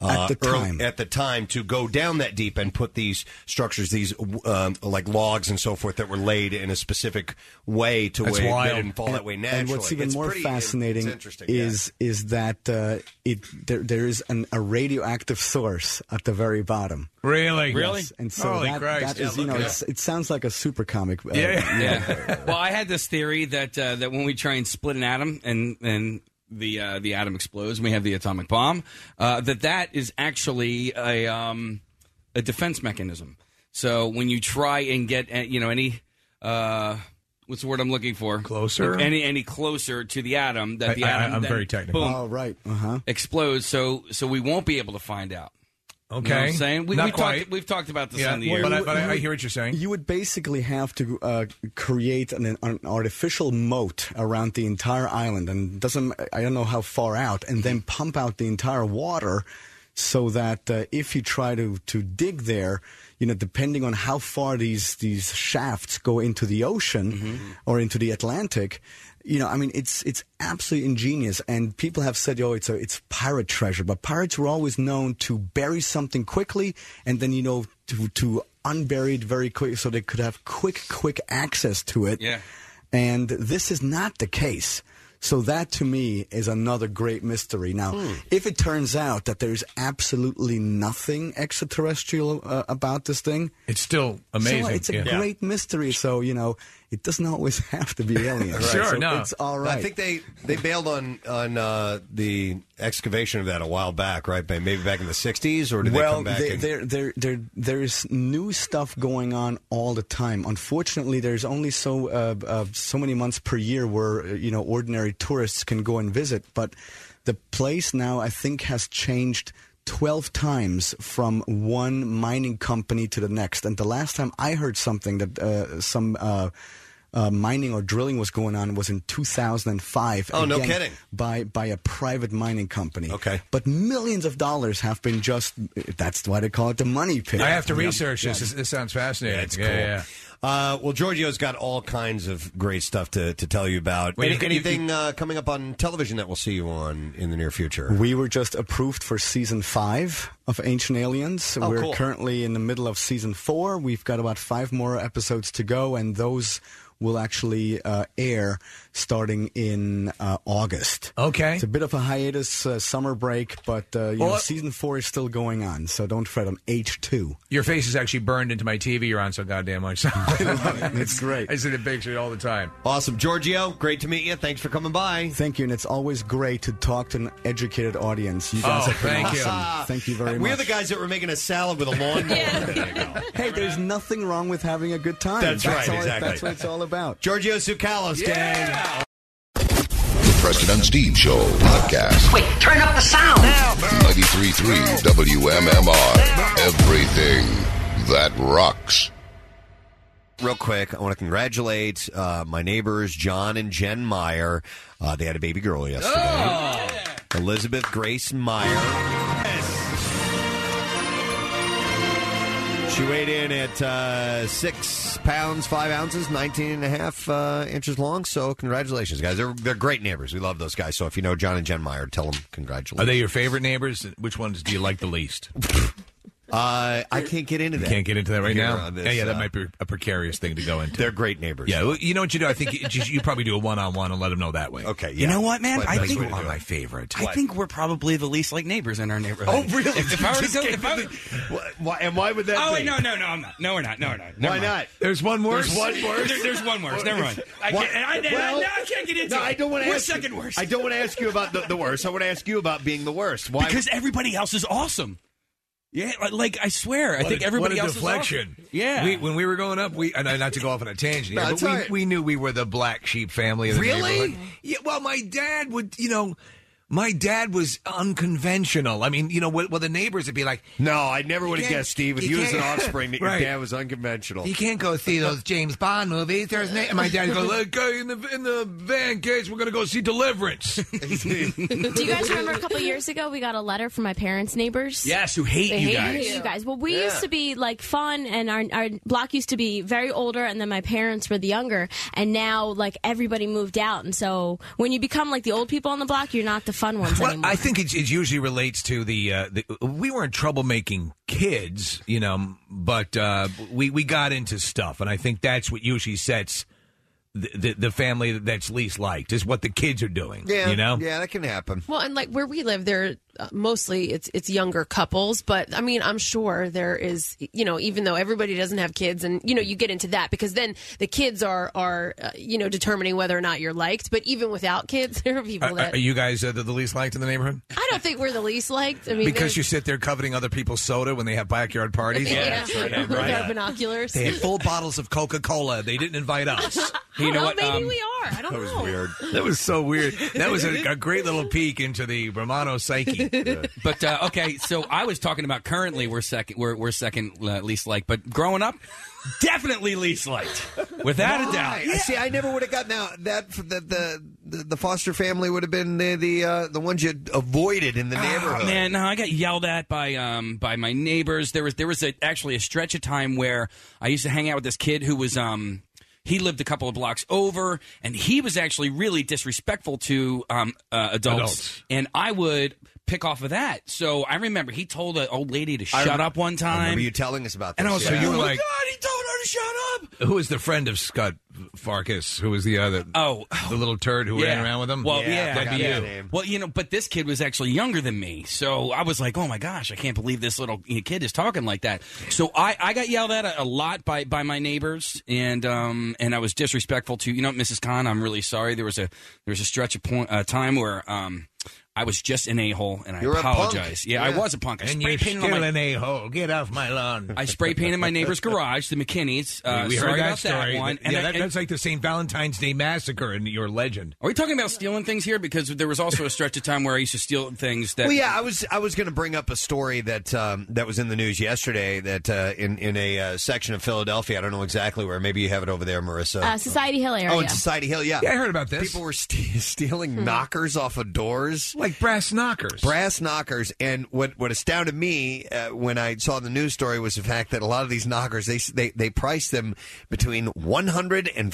uh, At the early- time. at the time to go down that deep and put these structures, these um, like logs and so forth that were laid in a specific way to That's where wild. they didn't fall that way And- naturally. And what's even It's more pretty- fascinating it's interesting, yeah. is is that uh, it there, there is an, a radioactive source at the very bottom. Really? Really? Yes. And so Holy that, Christ. that is, Yeah, you know, look at it's, it sounds like a super comic. uh, yeah. (laughs) Well, I had this theory that uh, that when we try and split an atom and and the uh, the atom explodes, and we have the atomic bomb. Uh, that that is actually a um, a defense mechanism. So when you try and get uh, you know any uh, what's the word I'm looking for Closer? any any closer to the atom that the I- I- atom I'm then, very technical. boom, Oh, right. Uh huh. explodes. So so we won't be able to find out. You know what I'm Okay. saying we, Not we quite. Talked, we've talked about this Yeah, on the well, air, Mm-hmm. but I- but You would- what you're saying. You would basically have to uh, create an, an artificial moat around the entire island, and doesn't I don't know how far out, and then pump out the entire water, so that uh, if you try to to dig there, you know, depending on how far these these shafts go into the ocean Mm-hmm. or into the Atlantic. You know, I mean, it's it's absolutely ingenious, and people have said, "Oh, it's a it's pirate treasure." But pirates were always known to bury something quickly, and then you know to to unburied very quick so they could have quick quick access to it Yeah. and this is not the case so that to me is another great mystery now Hmm. if it turns out that there's absolutely nothing extraterrestrial uh, about this thing it's still amazing, so it's a yeah. Yeah. great mystery so you know it doesn't always (laughs) have to be aliens Right. So it's all right I think they, they bailed on on uh, the excavation of that a while back, right? Maybe back in the '60s, or did they well, come back? there, and- there, there, there, there's new stuff going on all the time. Unfortunately, there's only so uh, uh, so many months per year where uh, you know ordinary tourists can go and visit. But the place now, I think, has changed. 12 times from one mining company to the next. And the last time I heard something that uh, some uh, uh, mining or drilling was going on was in 2005. Oh, no Again, kidding. by by a private mining company. Okay, but millions of dollars have been just. That's why they call it the money pit. I have to Yeah. research Yeah. this. this. This sounds fascinating. Yeah, It's cool. Uh, well, Giorgio's got all kinds of great stuff to, to tell you about. Wait, Any- you- you- anything uh, coming up on television that we'll see you on in the near future? We were just approved for season five of Ancient Aliens. Oh, we're cool. currently in the middle of season four. We've got about five more episodes to go, and those will actually uh, air starting in uh, August. Okay. It's a bit of a hiatus, uh, summer break, but uh, you know, Well- season four is still going on, so don't fret on H2. Your face is actually burned into my TV you're on so goddamn much. (laughs) (laughs) it's great. I see the picture all the time. Awesome, Giorgio. Great to meet you. Thanks for coming by. Thank you, and it's always great to talk to an educated audience. You guys Oh, have been thank you. awesome. Thank you very We're much. the guys that were making a salad with a lawnmower. Hey, there's nothing wrong with having a good time. That's right, all- exactly. That's what it's all about. Giorgio Tsoukalos, yeah. Preston and Steve Show podcast. Wait, turn up the sound. 93.3 WMMR. Everything that rocks. Real quick, I want to congratulate uh, my neighbors, John and Jen Meyer. Uh, they had a baby girl yesterday. Oh. Elizabeth Grace Meyer. She weighed in at uh, six pounds, five ounces, 19 and a half uh, inches long. So, congratulations, guys. They're, they're great neighbors. We love those guys. So, if you know John and Jen Meyer, tell them congratulations. Are they your favorite neighbors? Which ones do you like the least? (laughs) Uh, I can't get into You that. can't get into that right Here now. on this, yeah, yeah, that uh, might be a precarious thing to go into. They're great neighbors. Yeah, well, you know what you do. I think you, you- you probably do a one-on-one and let them know that way. Okay, You know what, man? That's I the best think way to do it. my favorite. I think we're probably the least like neighbors in our neighborhood. Oh, really? If, if (laughs) I were to Just go, came if I were- why, and why would that? Oh be? wait, no, no, no, I'm not. No, we're not. No, we're not. Why Never mind. not? There's one worse? There's one worse. There- there's one worse. Never (laughs) mind. I Why- can't. and I, and I- Well, no, I can't get into. No, it. I don't want to We're ask second you, worst. I don't want to ask you about the, the worst. I want to ask you about being the worst. Why? because everybody else is awesome. Yeah, like, like I swear, I What think a- everybody what a else deflection. is awesome. Yeah. We, when we were growing up, we and I- not to go off on a tangent, No, here, it's but we, all right. we knew we were the black sheep family. Of the Really? neighborhood. Yeah. Well, my dad would, you know, My dad was unconventional. I mean, you know, well, the neighbors would be like, "No, I never would have guessed, Steve, if you, was an (laughs) offspring, that your Right. dad was unconventional. You can't go see those James Bond movies. There's na- And my dad (laughs) go look. go in the in the van case. We're gonna go see (laughs) Deliverance. (laughs) Do you guys remember a couple years ago we got a letter from my parents' neighbors? Yes, who hate They you hate guys. You guys. Well, we Yeah. used to be like fun, and our, our block used to be very older, and then my parents were the younger, and now like everybody moved out, and so when you become like the old people on the block, you're not the fun ones Well, anymore. I think it, it usually relates to the, uh, the we weren't troublemaking kids, you know, but uh, we we got into stuff, and I think that's what usually sets the the, the family that's least liked is what the kids are doing. Yeah, you know, yeah, that can happen. Well, and like where we live, there uh, mostly it's it's younger couples, but I mean, I'm sure there is, you know, even though everybody doesn't have kids, and you know, you get into that because then the kids are are uh, you know determining whether or not you're liked. But even without kids, (laughs) there are people Are, that are you guys uh, the, the least liked in the neighborhood? I don't think we're the least liked. I mean, because you there's- sit there coveting other people's soda when they have backyard parties. (laughs) Yeah, that's right. Yeah, With our binoculars. They had full bottles of Coca Cola. They didn't invite us. You know (laughs) Well, what, maybe um, we are. I don't that know. was weird. That was so weird. That was a, a great little peek into the Romano (laughs) psyche. But uh, okay, so I was talking about currently we're second we're, we're second uh, least liked, but growing up, definitely least liked, without a doubt. Why? See, I never would have gotten out that the the the foster family would have been the the, uh, the ones you avoided in the neighborhood. Oh, man, no, I got yelled at by um by my neighbors. There was there was a, actually a stretch of time where I used to hang out with this kid who was um he lived a couple of blocks over, and he was actually really disrespectful to um uh, adults, Adults. and I would pick off of that. So I remember he told an old lady to I shut rem- up one I time. remember you telling us about and I was this, yeah. like, So you "Oh were my like- God, he told her to shut up. Who was the friend of Scott Farkas? Who was the other? Oh, the little turd who ran around with him. Well, yeah, that'd be you. Well, you know, but this kid was actually younger than me, so I was like, "Oh my gosh, I can't believe this little you know, kid is talking like that." So I, I got yelled at a, a lot by, by my neighbors, and um and I was disrespectful to you know Mrs. Khan. I'm really sorry. There was a there was a stretch of point uh, time where um I was just an a hole, and I You're a punk. apologize. Yeah, I was a punk. I and spray you're painted still on my an a-hole. Get off my lawn. I spray painted my (laughs) neighbor's garage, the McKinneys. Uh, we we sorry heard that about story. that one. Yeah, I- that- that's like the St. Valentine's Day massacre in your legend. Are we talking about stealing things here? Because there was also a stretch of time where I used to steal things that. well, yeah, I was I was going to bring up a story that um, that was in the news yesterday that uh, in in a uh, section of Philadelphia. I don't know exactly where. Maybe you have it over there, Marissa. uh, Society Hill area. Oh, in Society Hill, yeah. Yeah, I heard about this. People were st- stealing Hmm. knockers off of doors. Like brass knockers. Brass knockers. And what, what astounded me uh, when I saw the news story was the fact that a lot of these knockers, they, s- they, they priced them between $100 and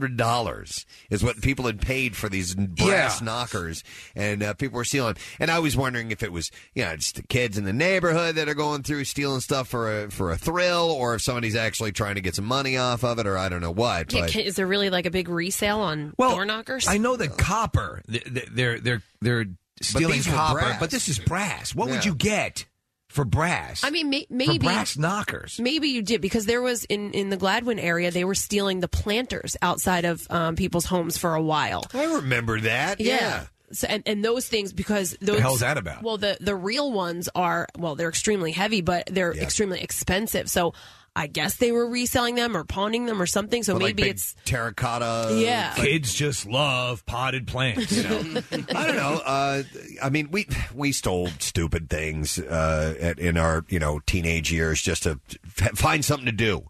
$500 is what people had paid for these brass knockers. And uh, people were stealing. And I was wondering if it was, you know, just the kids in the neighborhood that are going through stealing stuff for a, for a thrill or if somebody's actually trying to get some money off of it or I don't know what. Yeah, but- can- is there really like a big resale on door knockers? I know that copper. th- th- They're they're they're stealing these were copper, brass. but this is brass. What would Yeah. you get for brass? I mean, may- For maybe brass knockers. Maybe you did because there was in in the Gladwin area they were stealing the planters outside of um, people's homes for a while. I remember that. yeah. So, and, and those things because those The hell's that about? Well, the the real ones are well, they're extremely heavy, but they're extremely expensive. So I guess they were reselling them or pawning them or something. So But, like, maybe big it's terracotta. Yeah. Kids just love potted plants. (laughs) You know? I don't know. Uh, I mean, we we stole stupid things uh, at, in our you know teenage years just to f- find something to do.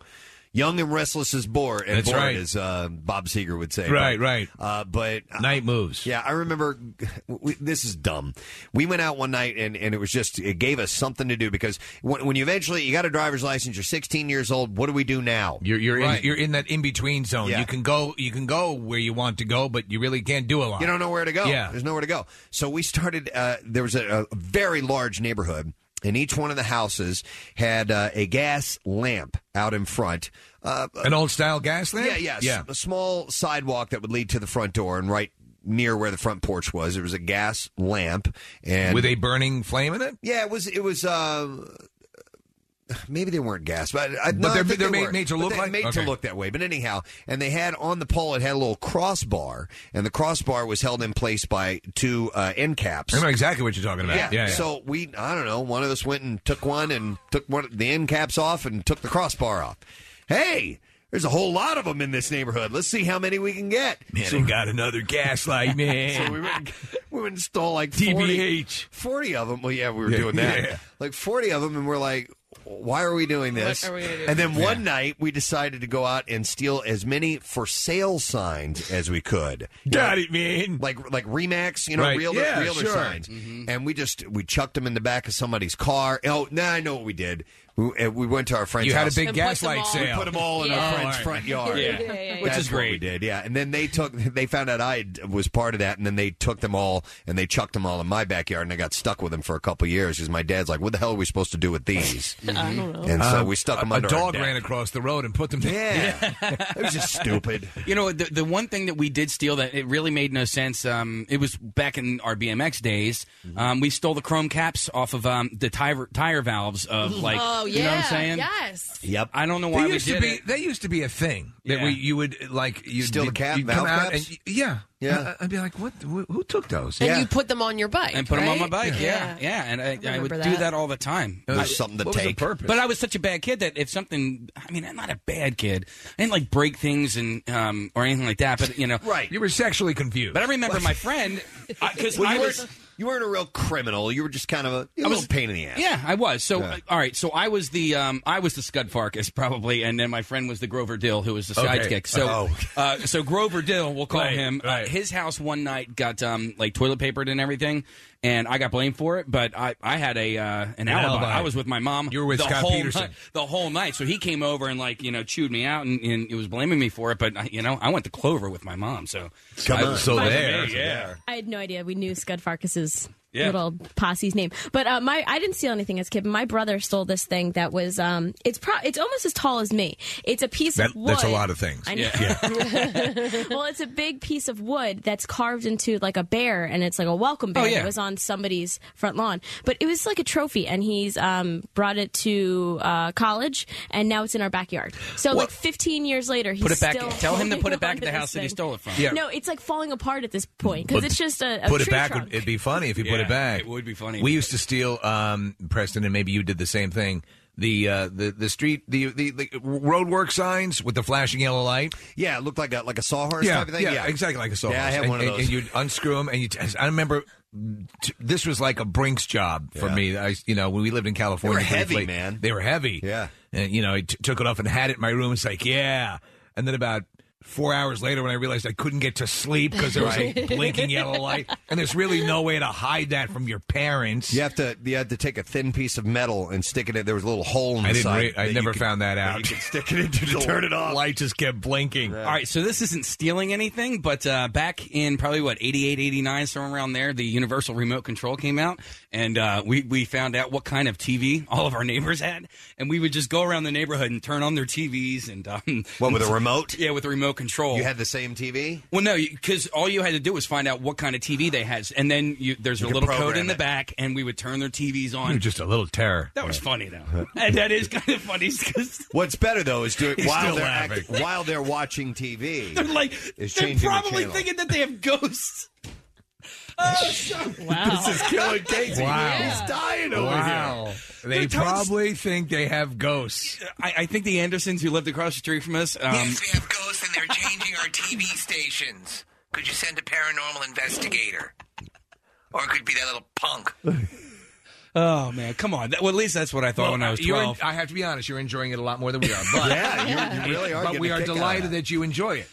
Young and restless is bored, and That's bored right. as uh, Bob Seger would say. Right, But, right. Uh, but night moves. Yeah, I remember. We, this is dumb. We went out one night, and, and it was just it gave us something to do because when, when you eventually you got a driver's license, you're 16 years old. What do we do now? You're you're Right. in, you're in that in between zone. Yeah. You can go you can go where you want to go, but you really can't do a lot. You don't know where to go. Yeah. There's nowhere to go. So we started, uh, there was a, a very large neighborhood, and each one of the houses had uh, a gas lamp out in front. Uh, An old style gas lamp? Yeah, yeah. s- Yeah. A small sidewalk that would lead to the front door and right near where the front porch was. There was a gas lamp. and with a burning flame in it. Yeah, it was, it was, uh, maybe they weren't gas, but I, But no, I they're- think they're they made- were. made to But look they- like- made to Okay. look that way. But anyhow, and they had on the pole it had a little crossbar, and the crossbar was held in place by two uh, end caps. I know exactly what you're talking about. Yeah. Yeah, yeah. So we, I don't know, one of us went and took one and took one the end caps off and took the crossbar off. Hey, there's a whole lot of them in this neighborhood. Let's see how many we can get. (laughs) Man, I got another gaslight, man. So we, went, we to install like 40, TBH. 40 of them. Well, yeah, we were Yeah. doing that. Yeah. Like 40 of them, and we're like, why are we doing What this? are we gonna do? and then Yeah. one night, we decided to go out and steal as many for sale signs as we could. Got it, man. Like like Remax, you know, Right. realtor, Yeah, realtor sure. signs. Mm-hmm. And we just we chucked them in the back of somebody's car. Oh, now I know what we did. We, uh, we went to our friend's. You had a house. big And put gaslight them all- sale. We put them all in Yeah. our Oh, friend's all right. front yard. Yeah. Yeah, yeah, yeah. Which That's is great. we did, yeah. And then they took. They found out I was part of that, and then they took them all and they chucked them all in my backyard, and I got stuck with them for a couple years because my dad's like, "What the hell are we supposed to do with these?" (laughs) I don't know. And so Um, we stuck them a, under a our dog deck. ran across the road and put them there. (laughs) it was just stupid. You know, the, the one thing that we did steal that it really made no sense. Um, it was back in our BMX days. Mm-hmm. Um, we stole the chrome caps off of um, the tire tire (laughs) valves of uh, like. oh yeah, You know what I'm saying? yes. Yep. I don't know There why we used did to be it. there used to be a thing that Yeah. we you would like you Steal the cap- you'd valve come out caps? and y- yeah Yeah. I, would be like what who, who took those And you put them on your bike and put them on my right? bike. Yeah, yeah, and I, I, would remember do that. that all the time. It was I- something to what was the take. purpose? But I was such a bad kid that if something, I mean, I'm not a bad kid. I didn't like break things and um, or anything like that. But you know, right? You were sexually confused. But I remember my friend (laughs) because Well, I you was. weren't- you weren't a real criminal. You were just kind of a, a I was- little pain in the ass. Yeah, I was. So uh, all right, so I was the um, I was the Scud Farkas (laughs) probably, and then my friend was the Grover Dill, who was the Okay. Oh. sidekick. So (laughs) uh, so Grover Dill, we'll call Right, him. right. Uh, his house one night got um, like toilet papered and everything, and I got blamed for it. But I, I had a uh, an, An alibi. alibi. I was with my mom. You were with the Scott whole Peterson. night, the whole night. So he came over and like you know chewed me out, and, and it was blaming me for it. But I- you know I went to Clover with my mom, so Come I- on. So I was there. amazed, yeah. I had no idea we knew Scud Farkas's Yeah. little posse's name. But uh, my I didn't steal anything as a kid. but My brother stole this thing that was um it's pro- it's almost as tall as me. It's a piece That- of wood. that's a lot of things. I know. (laughs) Yeah. well, it's a big piece of wood that's carved into like a bear and it's like a welcome bear. Oh, yeah. It was on somebody's front lawn. But it was like a trophy and he's um brought it to uh, college and now it's in our backyard. So like 15 years later he's Put it back. still Tell him to put it holding on back at to the this house that he thing. stole it from. Yeah. No, it's like falling apart at this point because But it's just a, a put it tree back. trunk. It'd be funny if you put Yeah, it back. it would be funny. We used to steal um, Preston, and maybe you did the same thing. The uh, the the street the, the the roadwork signs with the flashing yellow light. Yeah, it looked like a like a sawhorse yeah, type of thing? Yeah, Yeah. exactly like a sawhorse. Yeah, I had And- one of and- those. And, you'd unscrew them, and you. T- I remember t- this was like a Brinks job for Yeah. me. I you know when we lived in California, They were heavy, briefly, man. They were heavy. Yeah, and you know I t- took it off and had it in my room. It's like yeah, and then about. Four hours later, when I realized I couldn't get to sleep because there was Right. a blinking yellow light, and there's really no way to hide that from your parents. You have to you had to take a thin piece of metal and stick it in. There was a little hole in the I didn't. side. Re- I that you never could- found that out. You could stick it into to turn it off. Light just kept blinking. All right, so this isn't stealing anything, but uh, back in probably what 88, 89, somewhere around there, the universal remote control came out, and uh, we we found out what kind of TV all of our neighbors had, and we would just go around the neighborhood and turn on their TVs and um, What, with a remote? Yeah, with a remote control. You had the same TV. Well, no, because all you had to do was find out what kind of TV they had, and then you, there's a You could little code program in the it. back, and we would turn their TVs You're on. just a little terror. that was funny though, and that is kind of funny because What's better though is do (laughs) it He's while still they're laughing. act- while they're watching TV. they're like It's they're changing the probably channel. thinking that they have (laughs) ghosts. Oh, shut This is killing (laughs) Casey. Wow. He's dying over wow. here. They They're tons- probably think they have ghosts. I, I think the Andersons who lived across the street from us. Um, Yes, we have ghosts and they're changing our TV stations. Could you send a paranormal investigator? Or it could be that little punk. Oh man, come on. That- well, at least that's what I thought when I was you're twelve. I have to be honest, you're enjoying it a lot more than we are. But, Yeah, you- (laughs) you really are But getting we a are kick out of delighted that you enjoy it.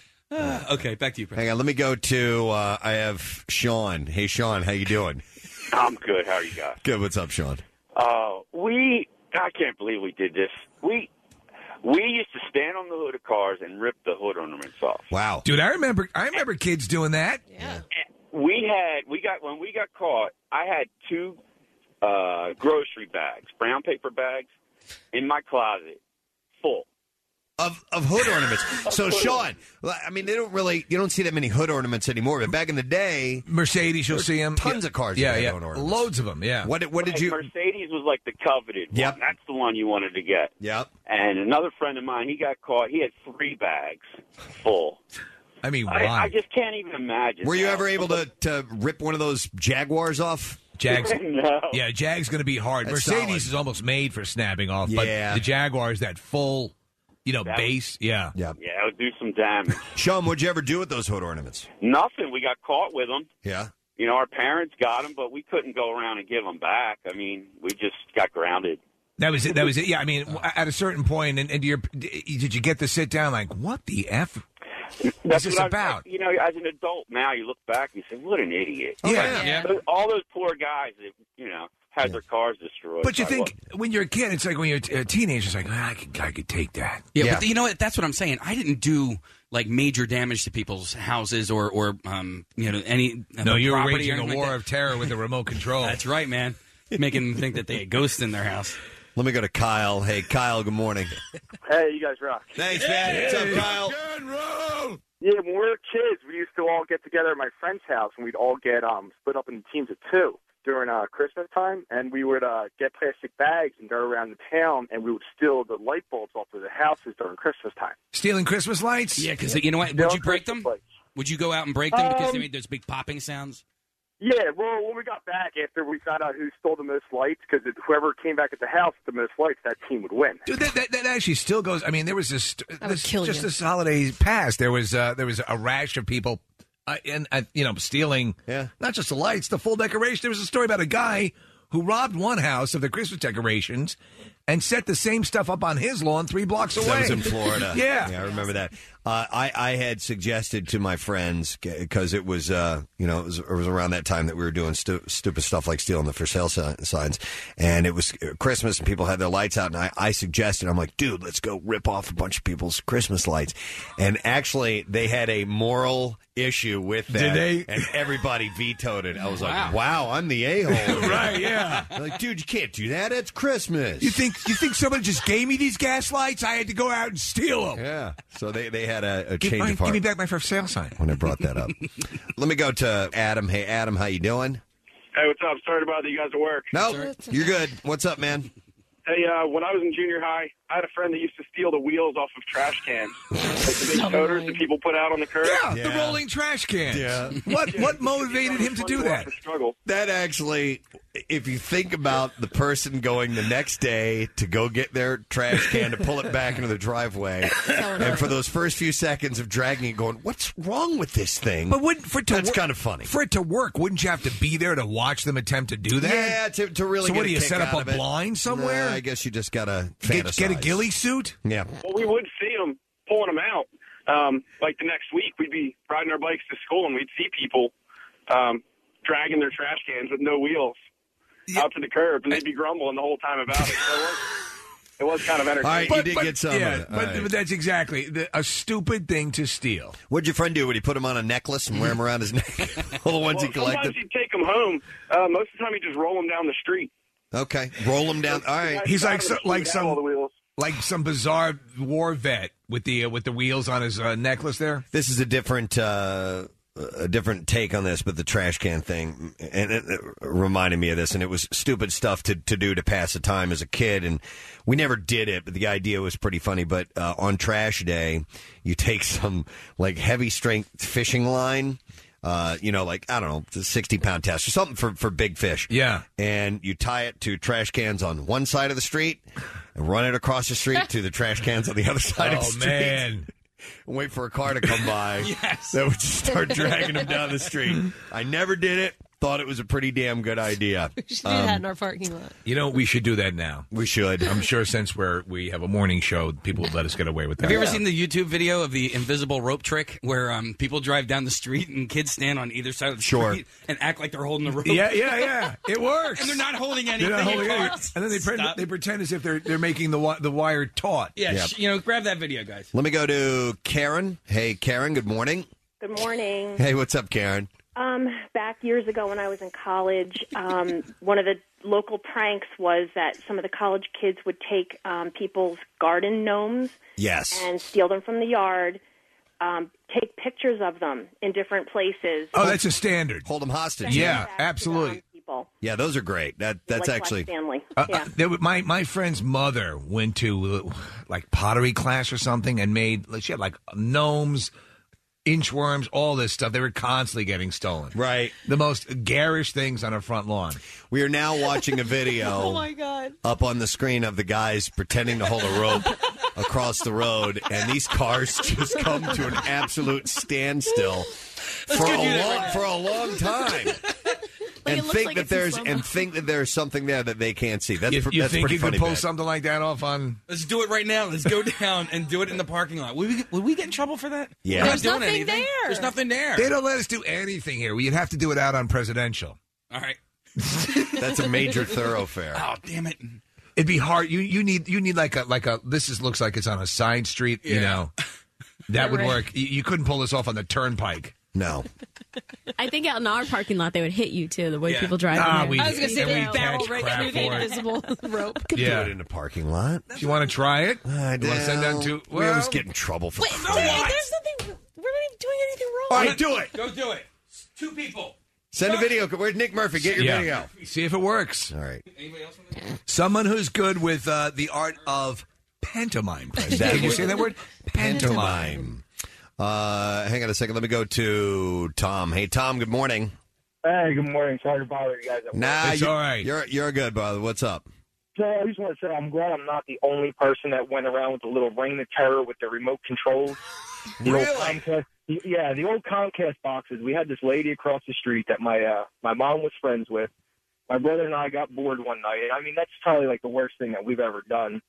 okay, back to you. Hang on, let me go to. Uh, I have Sean. Hey, Sean, how you doing? I'm good. How are you guys? Good. What's up, Sean? Uh, we, I can't believe we did this. We, we used to stand on the hood of cars and rip the hood ornaments off. Wow, dude, I remember. I remember kids doing that. We had, we got when we got caught. I had two uh, grocery bags, brown paper bags, in my closet, full. Of of hood (laughs) ornaments. So, Sean, well, I mean, they don't really. You don't see that many hood ornaments anymore. But back in the day, Mercedes, you'll there's see 'em. Tons Yeah. of cars. Yeah, that had yeah. hood ornaments. Loads of them. Yeah. What did- what did Like, you? Mercedes was like the coveted Yep. one. That's the one you wanted to get. Yep. And another friend of mine, he got caught. He had three bags full. I mean, I, why? I just can't even imagine. Were you now. ever able to to rip one of those Jaguars off? Jags. (laughs) No. Yeah, Jag's going to be hard. That's Mercedes solid. is almost made for snapping off, Yeah. but the Jaguar is that full, you know, That- base. Yeah. Yeah. Yeah, it would do some damage. Sean, what'd you ever do with those hood ornaments? Nothing. We got caught with them. Yeah. you know, our parents got them, but we couldn't go around and give them back. I mean, we just got grounded. That was it. That was (laughs) it. Yeah, I mean, w- at a certain point, and, and your, did you get to sit down? Like, what the f? What's this what I- about? you know, as an adult now, you look back and you say, "What an idiot!" Yeah. Yeah. Those- all those poor guys that you know had their cars destroyed. But you by think when you're a kid, it's like when you're a t- a teenager, it's like ah, I could, I could take that. Yeah, but you know what? That's what I'm saying. I didn't do like major damage to people's houses or or um you know any no, other you were property or waging a anything like war that. of terror with a remote (laughs) control. That's right, man. Making them think that they had ghosts in their house. Let me go to Kyle. Hey, Kyle. Good morning. Hey, you guys rock. Thanks, man. What's up, Kyle? Yeah, when we were kids, we used to all get together at my friend's house, and we'd all get um split up into teams of two during uh, Christmas time, and we would uh, get plastic bags and go around the town, and we would steal the light bulbs off of the houses during Christmas time. Stealing Christmas lights? Yeah, because you know what? Would you break them? Would you go out and break them because they made those big popping sounds? Yeah, well, when we got back after we found out who stole the most lights, because whoever came back at the house with the most lights, that team would win. (laughs) Dude, that, that, that actually still goes. I mean, there was this, this kill just you. this holiday past. There was uh, there was a rash of people, uh, in uh, you know, stealing not just the lights, the full decoration. There was a story about a guy who robbed one house of the Christmas decorations and set the same stuff up on his lawn three blocks away. That was in Florida. (laughs) (laughs) yeah. I remember that. Uh, I I had suggested to my friends because it was uh you know it was, it was around that time that we were doing stu- stupid stuff like stealing the for sale si- signs, and it was uh, Christmas and people had their lights out, and I, I suggested I'm like, dude, let's go rip off a bunch of people's Christmas lights, and actually they had a moral issue with Did that, they? and everybody vetoed it. I was Wow. like, wow, I'm (laughs) the a hole, Right, yeah. like, dude, you can't do that. It's Christmas. You think you think somebody just gave me these gas lights? I had to go out and steal them. Yeah. So they, they had a, a Give, change mine- of heart. give me back my for sale sign. when I brought that up. (laughs) Let me go to Adam. Hey, Adam, how you doing? Hey, what's up? Sorry to bother you guys at work. No, you're good. What's up, man? Hey, uh, when I was in junior high, I had a friend that used to steal the wheels off of trash (laughs) cans, like the big toters that people put out on the curb. Yeah, the rolling trash cans. Yeah. What what motivated him to do that? That actually, if you think about the person going the next day to go get their trash can to pull it back into the (laughs) driveway, and for those first few seconds of dragging it, going, "What's wrong with this thing?" But wouldn't for it to That's wor- kind of funny. For it to work, wouldn't you have to be there to watch them attempt to do that? Yeah, to, to really. So what get do you kick set up out a of it. blind somewhere? Nah, I guess you just gotta Get- get a fantasize. ghillie suit. Yeah. Well, we would see them pulling them out. Um, like the next week, we'd be riding our bikes to school and we'd see people um, dragging their trash cans with no wheels out to the curb, and they'd be grumbling the whole time about it. So it was, it was kind of entertaining. yeah, but, (laughs) but that's exactly the, a stupid thing to steal. What'd your friend do? Would he put him on a necklace and wear him around his neck? (laughs) All the ones he Well, sometimes collected. he'd take them home. Uh, most of the time, he'd just roll them down the street. Okay, roll him down. All right, He's like so, so, like some like some bizarre war vet with the uh, with the wheels on his uh, necklace there. This is a different uh, a different take on this, but the trash can thing and it, it reminded me of this, and it was stupid stuff to, to do to pass the time as a kid, and we never did it, but the idea was pretty funny. But uh, on trash day, you take (laughs) some like heavy strength fishing line. Uh, you know, like I don't know, the sixty pound test or something for for big fish. Yeah, and you tie it to trash cans on one side of the street, and run it across the street to the trash cans on the other (laughs) side of Oh, the street man. and wait for a car to come (laughs) by that would just start dragging him down the street. I never did it. Thought it was a pretty damn good idea. (laughs) We should do that Um, in our parking lot. Um, You know, we should do that now. We should. I'm sure since we're we have a morning show, people would let us get away with that. Have you ever seen the YouTube video of the invisible rope trick where um, people drive down the street and kids stand on either side of the Sure. street and act like they're holding the rope? Yeah, yeah, yeah. (laughs) It works. and they're not holding anything. They're not holding It anything. works. And then they pretend, Stop. they pretend as if they're they're making the wi- the wire taut. Yeah, Yeah. sh- you know, grab that video, guys. Let me go to Karen. Hey, Karen. Good morning. Good morning. Hey, what's up, Karen? Um, back years ago when I was in college, um, one of the local pranks was that some of the college kids would take um, people's garden gnomes Yes. and steal them from the yard, um, take pictures of them in different places. Oh, that's a standard. Hold them hostage. Yeah, absolutely. People. Yeah, those are great. That that's like actually. Black Stanley. Uh, yeah. uh, there, was- my my friend's mother went to uh, like pottery class or something and made like, she had like gnomes, inchworms, all this stuff. They were constantly getting stolen. Right, the most garish things on her front lawn. We are now watching a video. Oh, my God. Up on the screen of the guys pretending to hold a rope across the road, and these cars just come to an absolute standstill for go do a that long right for a long time. it and looks think like it's that in there's slow-mo. and think that there's something there that they can't see. That's you, pr- you that's think pretty you could funny. pull Matt. something like that off on? Let's do it right now. Let's go (laughs) down and do it in the parking lot. Would we, would we get in trouble for that? We're Yeah. not There's doing nothing anything. there. There's nothing there. They don't let us do anything here. We'd have to do it out on presidential. All (laughs) right. That's a major thoroughfare. Oh damn it! It'd be hard. You you need you need like a like a this is looks like it's on a side street. You Yeah. (laughs) know, Yeah, that would right. work. You, you couldn't pull this off on the turnpike. No. I think out in our parking lot they would hit you too. The way people drive. Ah, in we- there. I was gonna say, and they we barrel catch right crap through the for it. (laughs) invisible rope. Could Yeah. do it in the parking lot. Do you want to try it? you want to send that to? Uh, we always get in trouble for. Wait, crap. no, there's nothing. We're not even doing anything wrong. All right, do it. Go do it. Two people. Send a video. Where's Nick Murphy? Get your Yeah. video. See if it works. All right. Anybody else? Someone who's good with uh, the art of pantomime. President. That Can you word. say that word? Pantomime. Uh, hang on a second. Let me go to Tom. Hey, Tom. Good morning. Hey, good morning. Sorry to bother you guys. At Nah, work. you, You're you're good, brother. What's up? So I just want to say I'm glad I'm not the only person that went around with the little ring of terror with the remote (laughs) controls. The old Really? Comcast- yeah, the old Comcast boxes. We had this lady across the street that my uh, my mom was friends with. My brother and I got bored one night. I mean, that's probably like the worst thing that we've ever done.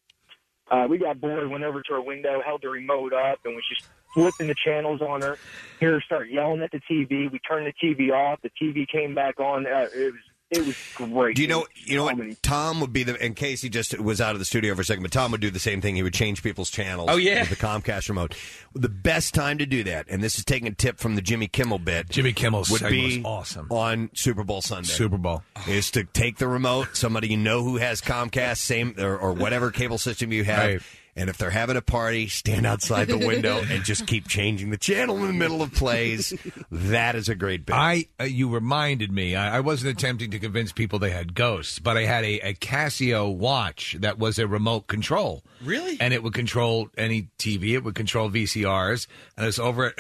Uh, we got bored, went over to her window, held the remote up, and was just flipping the channels on her. Hear her start yelling at the TV. We turned the TV off. The TV came back on. Uh, it was it was great. Do you know? You know what? Tom would be the. And Casey just was out of the studio for a second, but Tom would do the same thing. He would change people's channels. Oh, yeah. with the Comcast remote. The best time to do that, and this is taking a tip from the Jimmy Kimmel bit. Jimmy Kimmel's would segment be was awesome. on Super Bowl Sunday. Super Bowl is to take the remote. Somebody you know who has Comcast, same or, or whatever cable system you have. And if they're having a party, stand outside the (laughs) window and just keep changing the channel in the middle of plays. That is a great bit. I uh, you reminded me. I, I wasn't attempting to convince people they had ghosts, but I had a, a Casio watch that was a remote control. Really? And it would control any TV. It would control VCRs. And I was over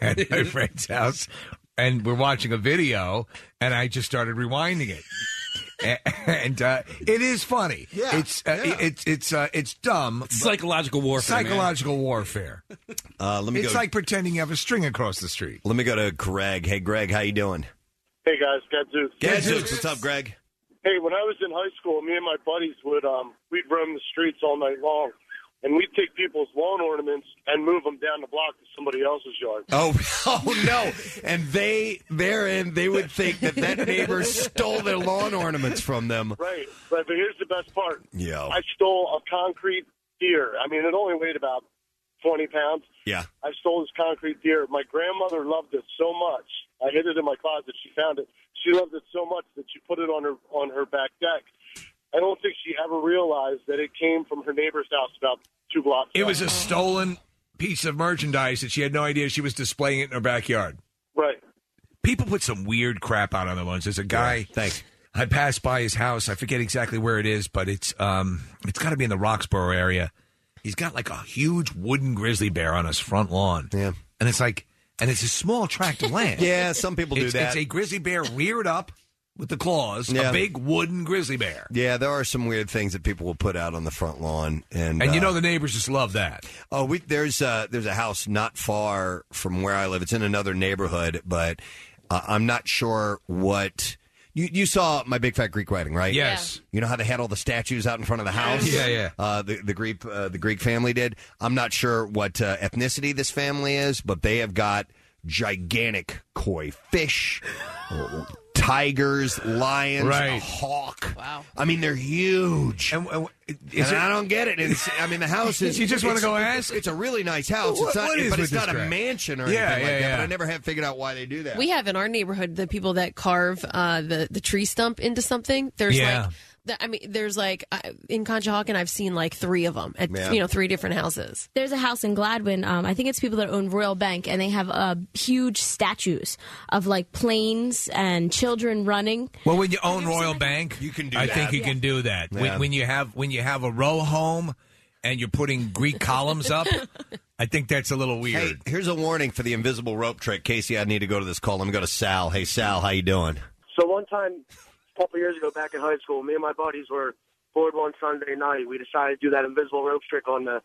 at, (laughs) at (laughs) my friend's house, and we're watching a video, and I just started rewinding it. A- (laughs) and uh, it is funny. Yeah, it's uh, yeah. it's it's uh, it's dumb. but- psychological warfare, man. Psychological warfare. Uh, let me it's go. like pretending you have a string across the street. let me go to Greg. Hey, Greg, how you doing? Hey guys, Gadzooks. Gadzooks, what's up, Greg? Hey, when I was in high school, me and my buddies would um we'd roam the streets all night long, and we'd take people's lawn ornaments and move them down the block to somebody else's yard. (laughs) Oh, oh no! And they therein they would think (laughs) that that neighbor stole their lawn ornaments from them. Right, but but here's the best part. Yeah. I stole a concrete deer. I mean, it only weighed about twenty pounds. Yeah. I stole this concrete deer. My grandmother loved it so much. I hid it in my closet. She found it. She loved it so much that she put it on her on her back deck. I don't think she ever realized that it came from her neighbor's house about two blocks. It was a stolen piece of merchandise that she had no idea she was displaying it in her backyard. Right. People put some weird crap out on their lawns. There's a guy. thanks. I passed by his house. I forget exactly where it is, but it's um, it's got to be in the Roxborough area. He's got like a huge wooden grizzly bear on his front lawn. Yeah, and it's like, and it's a small tract of land. (laughs) Yeah, some people do It's- that. It's a grizzly bear reared up with the claws, Yeah. a big wooden grizzly bear. Yeah, there are some weird things that people will put out on the front lawn, and And you uh, know the neighbors just love that. Oh, we, there's uh, there's a house not far from where I live. It's in another neighborhood, but uh, I'm not sure what. You, you saw my big fat Greek wedding, right? Yes. You know how they had all the statues out in front of the house? Yeah, yeah. Uh, the the Greek uh, the Greek family did. I'm not sure what uh, ethnicity this family is, but they have got gigantic (laughs) koi fish, tigers, lions, a Right. hawk. Wow. I mean, they're huge. And, and I don't get it. It's, I mean, the house is. (laughs) You just wanna it's- go ask? It's a really nice house. What- it's not, what is but with it's not this a crap? mansion or Yeah, anything like yeah, that. But yeah. I never have figured out why they do that. We have in our neighborhood the people that carve uh, the the tree stump into something. There's Yeah. like. The, I mean, there's like I, in Conshohocken, I've seen like three of them at Yeah. you know three different houses. There's a house in Gladwin. Um, I think it's people that own Royal Bank, and they have uh, huge statues of like planes and children running. Well, when you own Royal Bank, you can do I that. think you Yeah. can do that. Yeah. When, when you have when you have a row home and you're putting Greek columns up, I think that's a little weird. Hey, here's a warning for the invisible rope trick. Casey, I need to go to this call. Let me go to Sal. Hey, Sal, how you doing? So one time, a couple years ago, back in high school, me and my buddies were bored one Sunday night. We decided to do that invisible rope trick on the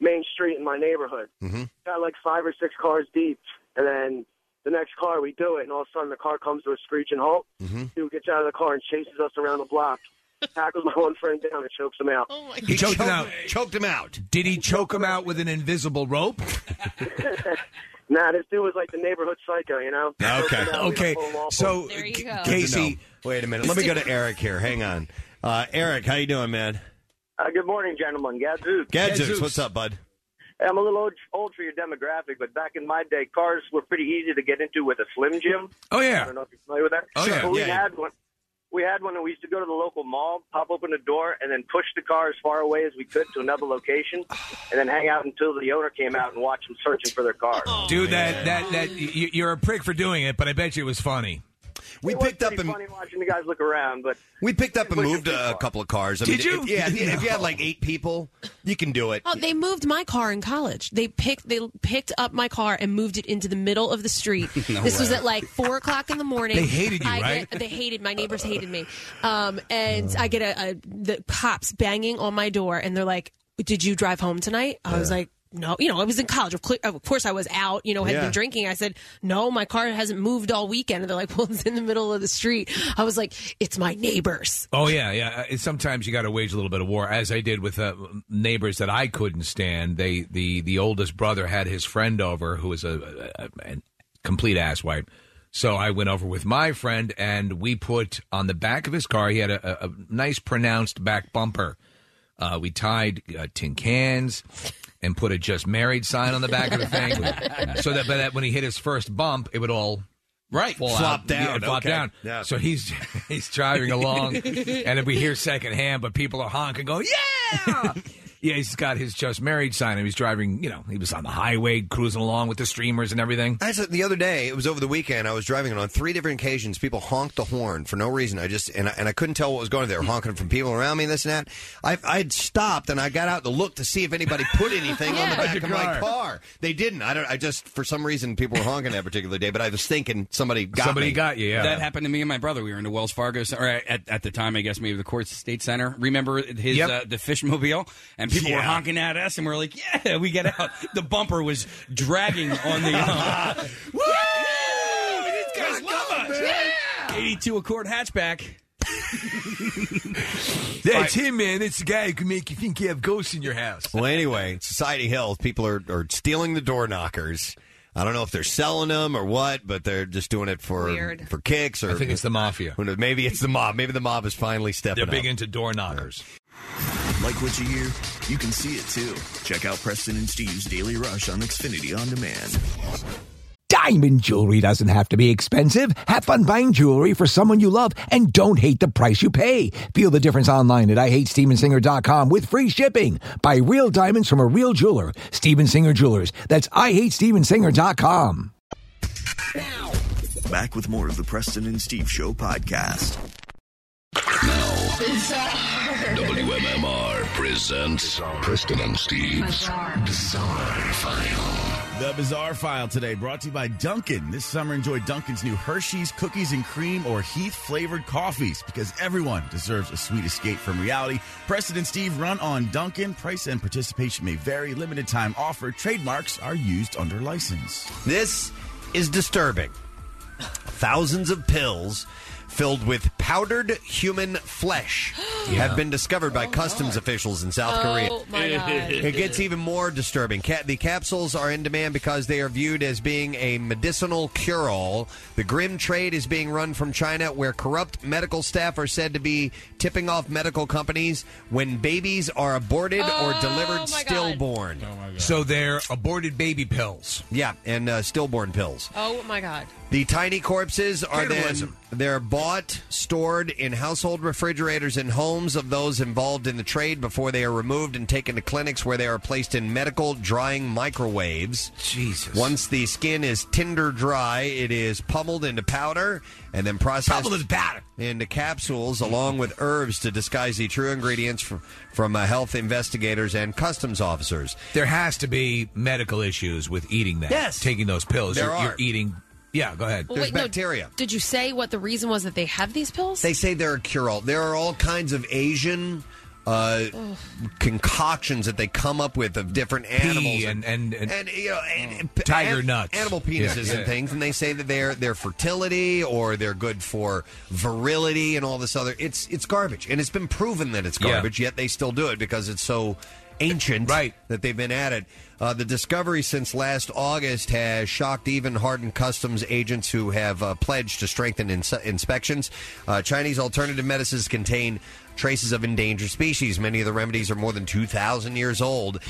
main street in my neighborhood. Mm-hmm. Got like five or six cars deep, and then The next car, we do it, and all of a sudden the car comes to a screeching halt. Mhm. Dude gets out of the car and chases us around the (laughs) block, tackles my one friend down, and chokes him out. (laughs) Oh my He choked him out. Choked him out. Did he choke him out with an invisible rope? nah, this dude was like the neighborhood psycho, you know? Choked him out, "Oh, we Okay. had a full lawful- So, Oh. Casey- wait a minute. Let me go to Eric here. Hang on. Uh, Eric, how you doing, man? Uh, good morning, gentlemen. Gadzooks. Gadzooks, what's up, bud? I'm a little old, old for your demographic, but back in my day, cars were pretty easy to get into with a Slim Jim. Oh, yeah. I don't know if you're familiar with that. Oh, yeah. But we Yeah. had one. We had one, and we used to go to the local mall, pop open the door, and then push the car as far away as we could to another location, and then hang out until the owner came out and watched them searching for their car. Oh, Oh, Dude, that that that you, you're a prick for doing it, but I bet you it was funny. We picked up and funny watching the guys look around, but We picked up and moved a, couple of cars. Did you? If, yeah, if you had like eight people, you can do it. Oh, they moved my car in college. They picked they picked up my car and moved it into the middle of the street. (laughs) No this was way. at like four o'clock in the morning. They hated you, I right? Get, they hated my neighbors hated me, um, and I get a, a the cops banging on my door, and they're like, "Did you drive home tonight?" I was Yeah. like. No, you know, I was in college. Of cl- Of course, I was out, you know, had Yeah. been drinking. I said, No, my car hasn't moved all weekend. And they're like, (laughs) Well, it's in the middle of the street. I was like, It's my neighbors. Oh yeah, yeah. Uh, Sometimes you got to wage a little bit of war, as I did with uh, neighbors that I couldn't stand. They the the oldest brother had his friend over, who was a, a, a, a complete asswipe. So I went over with my friend, and we put on the back of his car. He had a, a, a nice pronounced back bumper. Uh, we tied uh, tin cans and put a "just married" sign on the back of the (laughs) thing, so that, but that when he hit his first bump, it would all right fall Flop out, down, yeah, flop okay. down. Yeah. So he's (laughs) he's driving (laughs) (laughs) along, and we hear secondhand, but people are honking, going, (laughs) "Yeah!" yeah, he's got his just married sign, and he's driving. You know, he was on the highway cruising along with the streamers and everything. As of the other day, it was over the weekend. I was driving, and on three different occasions, people honked the horn for no reason. I just and I, and I couldn't tell what was going on. They were honking from people around me, this and that. I I'd stopped and I got out to look to see if anybody put anything on (laughs) the Yeah. back Your of my car. car. They didn't. I don't. I just for some reason people were honking that particular day, but I was thinking somebody got me. That happened to me and my brother. We were into Wells Fargo, Cen- or at, at the time, I guess maybe the Court State Center. Remember his Yep. uh, the Fishmobile, and people were Yeah. honking at us, and we are like, "Yeah, we get out." The bumper was dragging on the. Um, Woo! These guys love us. Yeah! Eighty-two Accord hatchback. (laughs) That's him, man. It's the guy who can make you think you have ghosts in your house. Well, anyway, Society Hill, people are, are stealing the door knockers. I don't know if they're selling them or what, but they're just doing it for Weird. for kicks. Or I think it's the mafia. Who knows? Maybe it's the mob. Maybe the mob is finally stepping They're big up. into door knockers. Like what you hear? You can see it too. Check out Preston and Steve's Daily Rush on Xfinity On Demand. Diamond jewelry doesn't have to be expensive. Have fun buying jewelry for someone you love and don't hate the price you pay. Feel the difference online at IHateStevensinger.com with free shipping. Buy real diamonds from a real jeweler. Steven Singer Jewelers. That's IHateStevensinger.com. Back with more of the Preston and Steve Show podcast. WMMR presents Preston and Steve's Bizarre, File. The Bizarre File today brought to you by Dunkin'. This summer, enjoy Dunkin's new Hershey's Cookies and Cream or Heath flavored coffees because everyone deserves a sweet escape from reality. Preston and Steve run on Dunkin'. Price and participation may vary. Limited time offer. Trademarks are used under license. This is disturbing. Thousands of pills filled with powdered human (gasps) flesh have been discovered by customs officials in South Oh, Korea. my God. It gets even more disturbing. Ca- the capsules are in demand because they are viewed as being a medicinal cure all. The grim trade is being run from China, where corrupt medical staff are said to be tipping off medical companies when babies are aborted Oh, or delivered stillborn. So they're aborted baby pills. Yeah, and uh, stillborn pills. Oh my God. The tiny corpses are then Cannibalism. they're bought, stored in household refrigerators in homes of those involved in the trade before they are removed and taken to clinics where they are placed in medical drying microwaves. Jesus. Once the skin is tinder dry, it is pummeled into powder and then processed into capsules along with herbs to disguise the true ingredients from, from uh, health investigators and customs officers. There has to be medical issues with eating that. Yes. taking those pills. There you're, you're are. eating. Yeah, go ahead. Well, wait, no, did you say what the reason was that they have these pills? They say they're a cure all. There are all kinds of Asian uh, concoctions that they come up with of different animals and and, and, you know, and, tiger an- nuts, animal penises Yeah, yeah. and things, and they say that they're they're fertility or they're good for virility and all this other. It's it's garbage, and it's been proven that it's Yeah. garbage. Yet they still do it because it's so ancient right. that they've been at it. Uh, the discovery since last August has shocked even hardened customs agents who have uh, pledged to strengthen ins- inspections. Uh, Chinese alternative medicines contain traces of endangered species. Many of the remedies are more than 2,000 years old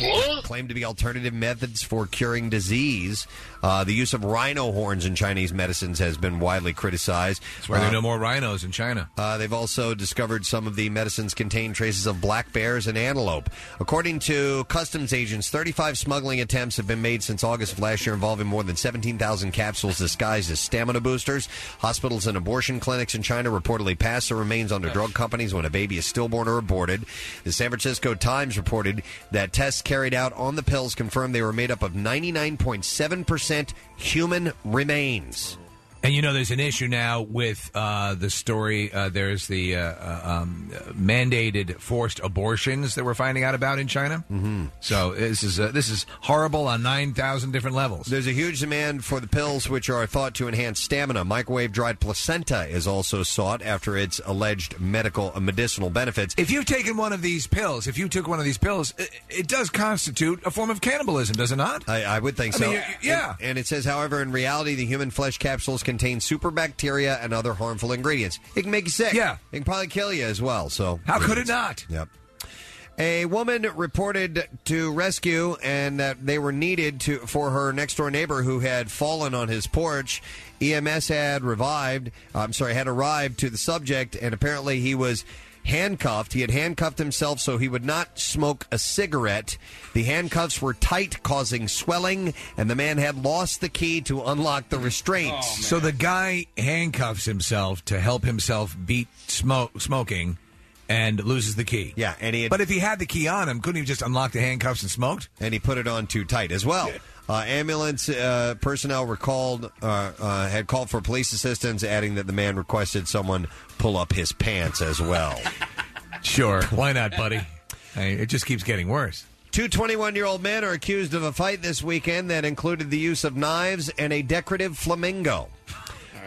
claim to be alternative methods for curing disease. Uh, the use of rhino horns in Chinese medicines has been widely criticized. Uh, That's Uh-huh. why there are no more rhinos in China. Uh, they've also discovered some of the medicines contain traces of black bears and antelope. According to customs agents, 35 smuggling attempts have been made since August of last year involving more than 17,000 capsules disguised as stamina boosters. Hospitals and abortion clinics in China reportedly passed the remains onto drug companies when a baby is stillborn or aborted. The San Francisco Times reported that tests carried out on the pills confirmed they were made up of 99.7% human remains. And you know, there's an issue now with uh, the story. Uh, there's the uh, uh, um, mandated forced abortions that we're finding out about in China. Mm-hmm. So this is uh, this is horrible on nine thousand different levels. There's a huge demand for the pills, which are thought to enhance stamina. Microwave dried placenta is also sought after its alleged medical and medicinal benefits. If you've taken one of these pills, if you took one of these pills, it, it does constitute a form of cannibalism, does it not? I, I would think I so. mean, y- yeah. And, and it says, however, in reality, the human flesh capsules contain super bacteria and other harmful ingredients. It can make you sick. Yeah. It can probably kill you as well. So How could it not? Yep. A woman reported to rescue and that they were needed to for her next door neighbor who had fallen on his porch. EMS had revived. I'm sorry, had arrived to the subject, and apparently he was handcuffed. He had handcuffed himself so he would not smoke a cigarette. The handcuffs were tight, causing swelling, and the man had lost the key to unlock the restraints. So the guy handcuffs himself to help himself beat smoke smoking, and loses the key. Yeah, and he had, but if he had the key on him, couldn't he have just unlock the handcuffs and smoked? And he put it on too tight as well. Uh, ambulance uh, personnel were called, uh, uh, had called for police assistance, adding that the man requested someone pull up his pants (laughs) as well. sure, (laughs) why not, buddy? Hey, it just keeps getting worse. Two 21 year old men are accused of a fight this weekend that included the use of knives and a decorative flamingo.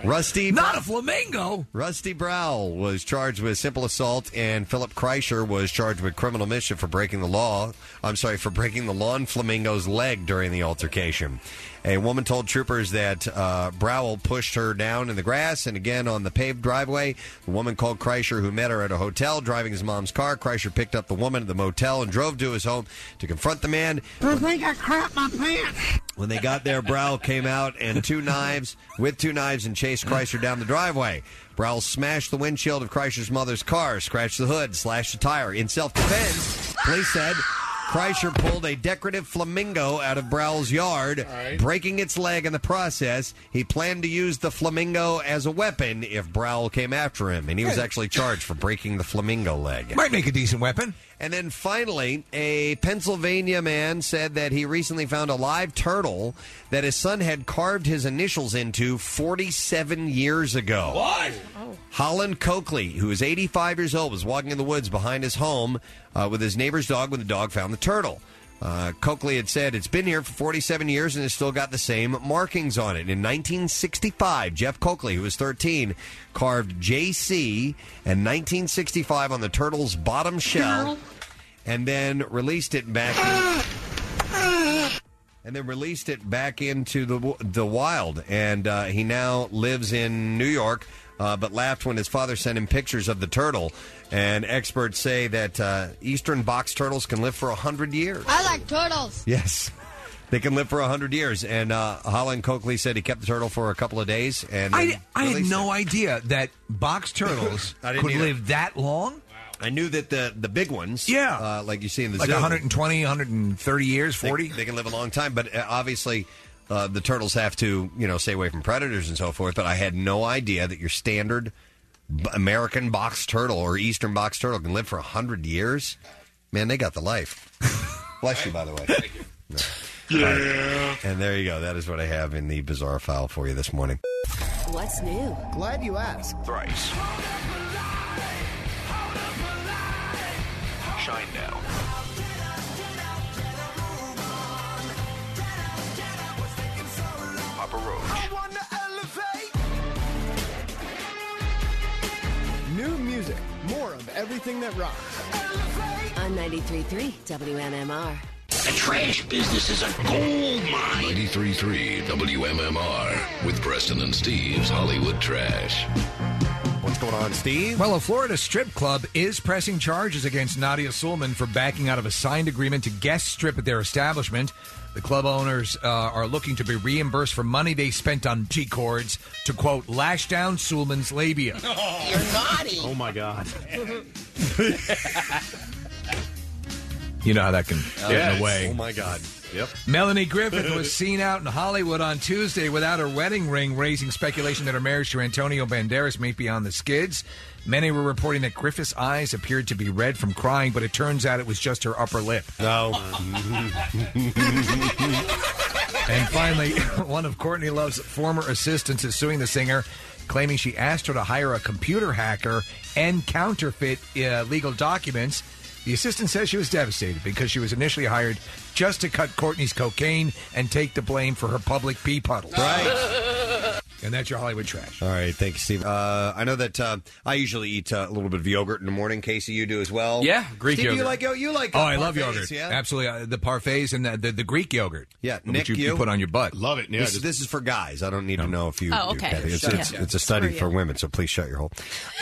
Rusty. Not a flamingo! Rusty Browl was charged with simple assault, and Philip Kreischer was charged with criminal mischief for breaking the law. I'm sorry, for breaking the lawn flamingo's leg during the altercation. A woman told troopers that uh, Browl pushed her down in the grass and again on the paved driveway. The woman called Kreischer, who met her at a hotel driving his mom's car. Kreischer picked up the woman at the motel and drove to his home to confront the man. I think I crap my pants. When they got there, Browl came out and two knives with two knives and chased Kreischer down the driveway. Browl smashed the windshield of Kreischer's mother's car, scratched the hood, slashed the tire. In self-defense, police said Kreischer pulled a decorative flamingo out of Browl's yard, breaking its leg in the process. He planned to use the flamingo as a weapon if Browl came after him, and he was actually charged for breaking the flamingo leg. Might make a decent weapon. And then finally, a Pennsylvania man said that he recently found a live turtle that his son had carved his initials into 47 years ago. What? Holland Coakley, who is 85 years old, was walking in the woods behind his home uh, with his neighbor's dog when the dog found the turtle. Uh, Coakley had said it's been here for 47 years and it's still got the same markings on it. In 1965, Jeff Coakley, who was 13, carved JC and 1965 on the turtle's bottom shell, and then released it back. and then released it back into the w- the wild. And uh, he now lives in New York, uh, but laughed when his father sent him pictures of the turtle. And experts say that uh, eastern box turtles can live for hundred years. I like turtles. Yes. They can live for hundred years, and uh, Holland Coakley said he kept the turtle for a couple of days. And I, I had no idea that box turtles could live that long. I knew that the the big ones, yeah, uh, like you see in the like zoo, 120, 130 years, 40. They, they can live a long time, but uh, obviously. Uh, the turtles have to, you know, stay away from predators and so forth. But I had no idea that your standard b- American box turtle or Eastern box turtle can live for hundred years. Man, they got (laughs) the life. Bless you, by the way. Yeah. And there you go. That is what I have in the bizarre file for you this morning. What's new? Glad you asked. Thrice. shine now. Papa Roach. New music, more of everything that rocks. On 93.3 WMMR. The trash business is a gold mine. 93.3 WMMR with Preston and Steve's Hollywood Trash. What's going on, Steve? Well, a Florida strip club is pressing charges against Nadia Sulman for backing out of a signed agreement to guest strip at their establishment. The club owners uh, are looking to be reimbursed for money they spent on G cords to, quote, lash down Sulman's labia. You're naughty. Oh, my God. You know how that can get in the way. Oh my God. Yep. Melanie Griffith was seen out in Hollywood on Tuesday without her wedding ring, raising speculation that her marriage to Antonio Banderas may be on the skids. Many were reporting that Griffith's eyes appeared to be red from crying, but it turns out it was just her upper lip. (laughs) No. and finally, (laughs) one of Courtney Love's former assistants is suing the singer, claiming she asked her to hire a computer hacker and counterfeit uh, legal documents. The assistant says she was devastated because she was initially hired just to cut Courtney's cocaine and take the blame for her public pee puddle. Right. (laughs) and that's your Hollywood trash. All right, thank you, Steve. Uh, I know that uh, I usually eat uh, a little bit of yogurt in the morning. Casey, you do as well. Yeah, Greek Steve, You yogurt. like yo- you like? oh, uh, I love parfaits, yogurt. Yeah, Absolutely. Uh, the parfaits and the, the, the Greek yogurt. Yeah, which Nick, you, you? put on your butt. Love it. this, this is for guys. I don't need to know if you. Oh, do okay. that. It's, Shut it's, up. it's a study Screw you. for women, so please shut your hole.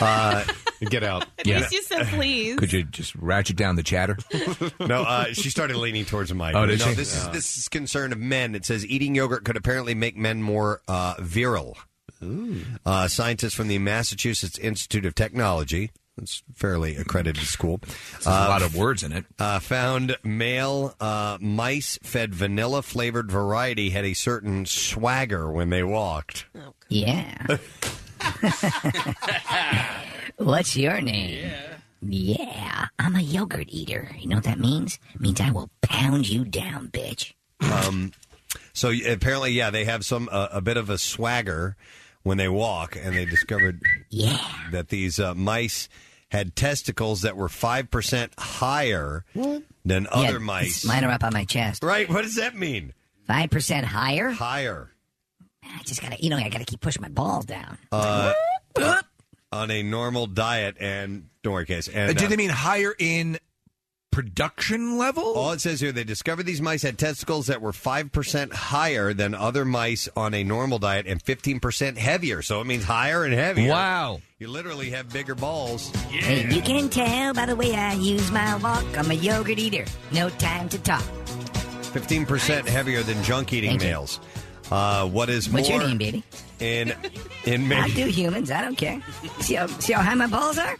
Uh, (laughs) get out. At least you said please. Could you just ratchet down the chatter? (laughs) no, uh, she started leaning towards the mic. Oh, did no, she? This is Yeah. this is concern of men. It says eating yogurt could apparently make men more uh, virile. Uh, scientists from the Massachusetts Institute of Technology. It's fairly accredited school. a lot of words in it. Uh, found male uh, mice fed vanilla flavored variety had a certain swagger when they walked. Yeah. (laughs) (laughs) What's your name? Yeah. I'm a yogurt eater. You know what that means? It means I will pound you down, bitch. Um, so y- apparently, yeah, they have some uh, a bit of a swagger when they walk, and they discovered Yeah. that these uh, mice had testicles that were five percent higher than Yeah, other it's- mice. Mine are up on my chest. Right? What does that mean? Five percent higher. Higher. I just gotta, you know, I gotta keep pushing my balls down. Uh, on a normal diet, and don't worry, case. And, do uh, they mean higher in production level? All it says here, they discovered these mice had testicles that were 5% higher than other mice on a normal diet and 15% heavier. So it means higher and heavier. Wow. (laughs) You literally have bigger balls. Hey, you can tell by the way I use my walk. I'm a yogurt eater. No time to talk. 15% heavier than junk eating Thank you. males. Uh, what is What's your more name, baby? (laughs) In, in I many, do humans. I don't care. See how, see how high my balls are?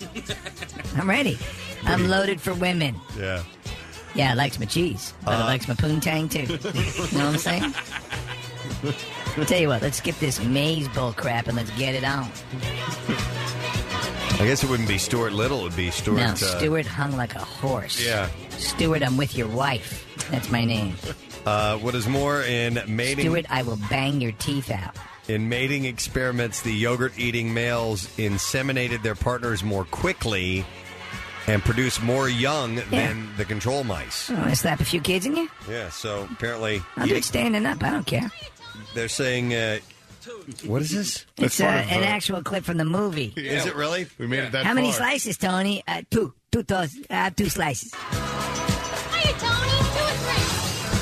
I'm ready. I'm loaded for women. Yeah. Yeah, it likes my cheese, but it Uh, likes my poontang too. you know what I'm saying? Tell you what, let's skip this maze bull crap and let's get it on. I guess it wouldn't be Stuart Little. It would be Stuart. now, uh, Stewart hung like a horse. Yeah. Stewart, I'm with your wife. That's (laughs) my name. Uh, what is more in mating? Stewart, I will bang your teeth out. In mating experiments, the yogurt eating males inseminated their partners more quickly and produced more young than the control mice. Oh, I want to slap a few kids in you? Yeah, so apparently I'll do it standing up. I don't care. they're saying, uh, what is this? It's uh, an actual clip from the movie. Is it really? We made it How many slices, Tony? Uh, two. Two toes. I have two slices.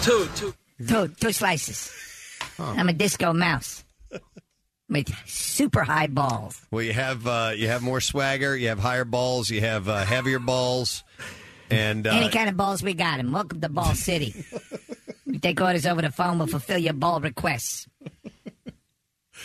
Two, two. Two, two slices. I'm a disco mouse with super high balls. Well, you have uh, you have more swagger, you have higher balls, you have uh, heavier balls, and uh, Any kind of balls we got 'em. Welcome to Ball City. (laughs) we take orders over the phone. We'll fulfill your ball requests.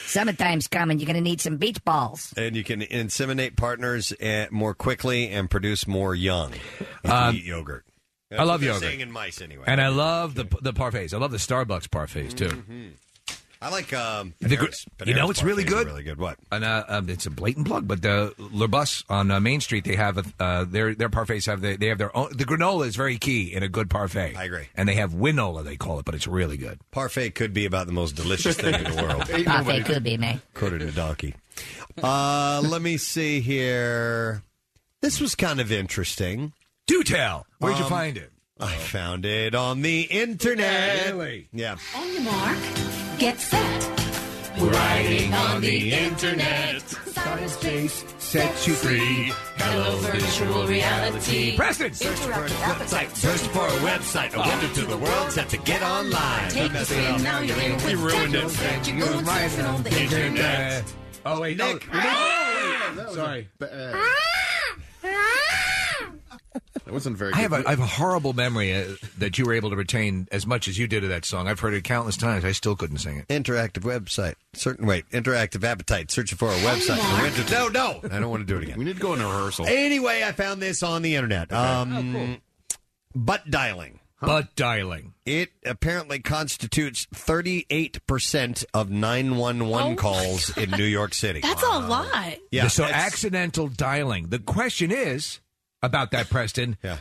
Summertime's coming. You're going to need some beach balls. and you can inseminate partners uh, more quickly and produce more young. If Um, you eat yogurt. I That's love what they're yogurt. saying in mice anyway. And I love the the parfaits. I love the Starbucks parfaits too. I like um, The gr- Panera's- you know Panera's it's really Mm-hmm. parfaits are good. Really good. What? And uh, um, it's a blatant plug, but the Lerbus on uh, Main Street they have a, uh, their their parfaits have the, they have their own. The granola is very key in a good parfait. I agree. And they have winola they call it, but it's really good. Parfait could be about the most delicious thing in the (laughs) world. Parfait could be, man. Quoted a donkey. Uh, let me see here. This was kind of interesting. Do tell. Where'd you Um, find it? I found it on the internet. Really? Yeah. On your mark, get set. Writing on the internet. Cyberspace Set you free. Hello, virtual reality. Preston. Interrupted appetite. Search for a website, a window to the world, set to get online. Take a it spin, up. now you're in with You ruined Techno it. Set. You're going surfing on the internet. Ah! Oh, wait, Nick. Sorry. uh, Ah! That wasn't very. I have, a, I have a horrible memory uh, that you were able to retain as much as you did of that song. I've heard it countless times. I still couldn't sing it. Interactive website. Certain wait. Interactive appetite. Searching for a website. A window- No, no. I don't want to do it again. We need to go into rehearsal. Anyway, I found this on the internet. Oh, Um, Butt dialing. Butt dialing. It apparently constitutes 38% of Oh 911 calls in New York City. That's a lot. Yeah, So that's- accidental dialing. The question is about that, Preston. Yeah.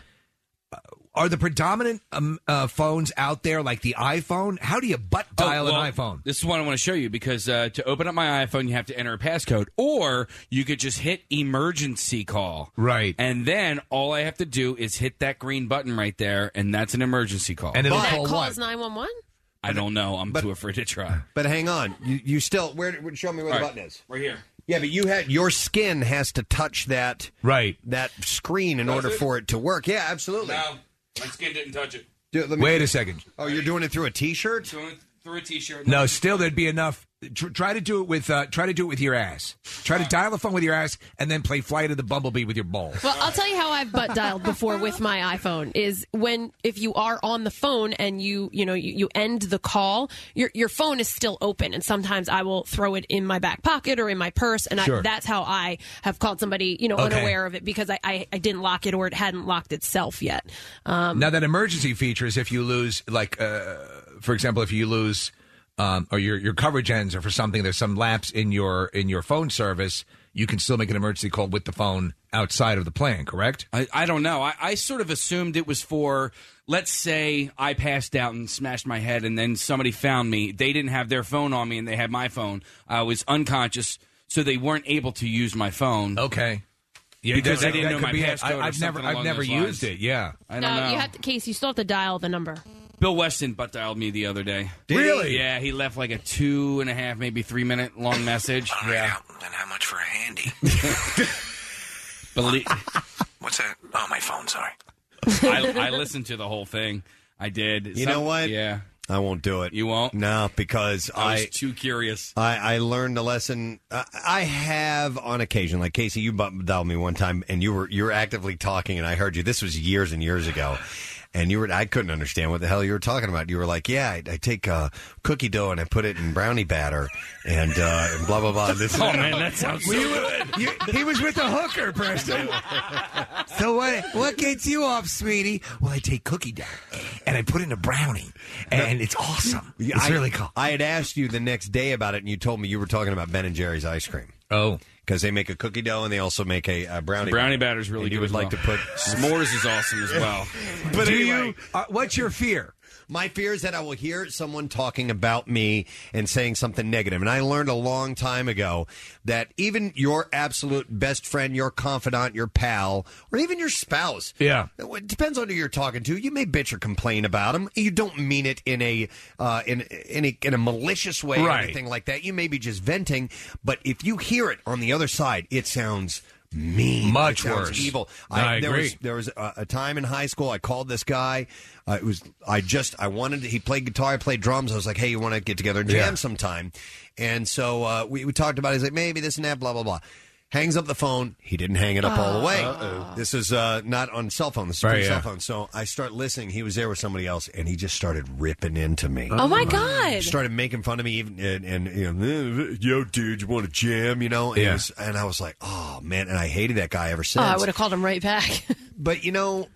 Are the predominant um, uh, phones out there like the iPhone? How do you butt dial Oh, well, an iPhone? This is what I want to show you because uh, to open up my iPhone, you have to enter a passcode, or you could just hit emergency call. Right. And then all I have to do is hit that green button right there, and that's an emergency call. (laughs) And that calls nine one one. I don't know. I'm too afraid to try. But hang on, you, you still where? where- Show me where the All right. button is. Right here. Yeah, but you had your skin has to touch that right that screen in Does order it? for it to work. Yeah, absolutely. No, my skin didn't touch it. Do- let me- Wait a second. Oh, you're doing it through a T-shirt. Doing it Through a t-shirt. No, still there'd be enough. Tr- try to do it with uh, try to do it with your ass. Try to dial the phone with your ass, and then play Flight of the Bumblebee with your balls. Well, I'll tell you how I've butt dialed before with my iPhone is when if you are on the phone and you you know you, you end the call, your your phone is still open, and sometimes I will throw it in my back pocket or in my purse, and I, Sure. that's how I have called somebody you know Okay. unaware of it because I, I I didn't lock it or it hadn't locked itself yet. Um, now that emergency feature is if you lose, like uh, for example, if you lose um, or your your coverage ends or for something, there's some lapse in your in your phone service. You can still make an emergency call with the phone outside of the plan, correct? I, I don't know. I, I sort of assumed it was for, let's say I passed out and smashed my head, and then somebody found me. They didn't have their phone on me, and they had my phone. I was unconscious, so they weren't able to use my phone. Okay. Yeah, because that- I didn't that know could my be it. passcode. I- or I've never- something I've along never those used lines. it, yeah. I don't no, know. you have to, Case, you still have to dial the number. Bill Weston butt dialed me the other day. Did he? Really? Yeah, he left like a two and a half, maybe three minute long (laughs) message. yeah. And how much for a handy? Believe. (laughs) What's that? Oh, my phone. Sorry. I, I listened to the whole thing. I did. You know what? Yeah. I won't do it. You won't? No, because I was I too curious. I, I learned a lesson. I, I have on occasion, like Casey, you butt dialed me one time, and you were you were actively talking, and I heard you. This was years and years ago, and you were I couldn't understand what the hell you were talking about. You were like, "Yeah, I, I take uh, cookie dough and I put it in brownie batter, and, uh, and blah blah blah." This (laughs) Oh, man, that sounds so Were you- good. You, he was with a hooker, Preston. so what? What gets you off, sweetie? Well, I take cookie dough and I put in a brownie, and it's awesome. Yeah, It's I, really cool. I had asked you the next day about it, and you told me you were talking about Ben and Jerry's ice cream. Oh, because they make a cookie dough and they also make a, uh brownie. Brownie batter. batter's really And good. You would as like well. to put (laughs) s'mores is awesome as well. But Do anyway, (laughs) Uh, what's your fear? My fear is that I will hear someone talking about me and saying something negative. And I learned a long time ago that even your absolute best friend, your confidant, your pal, or even your spouse, Yeah. it depends on who you're talking to. You may bitch or complain about them. You don't mean it in a uh, in in a, in a malicious way or Right. anything like that. You may be just venting, but if you hear it on the other side, it sounds mean, Much It sounds worse. evil. I there agree. was- there was a, a time in high school I called this guy. Uh, it was I just I wanted to, he played guitar, I played drums. I was like, hey, you want to get together and jam Yeah. sometime? And so uh, we, we talked about. it. He's like, maybe this and that, blah blah blah. Hangs up the phone. He didn't hang it up all the way. Uh-oh. This is uh, not on cell phone. This is Right, pre yeah. cell phone. So I start listening. He was there with somebody else, and he just started ripping into me. Oh, my God. Started making fun of me, even and, and you know, "Eh, yo, dude, you want to jam? You know? And, it Yeah. was- and I was like, oh man, and I hated that guy ever Oh, since. I would have called him right back. (laughs) But you know,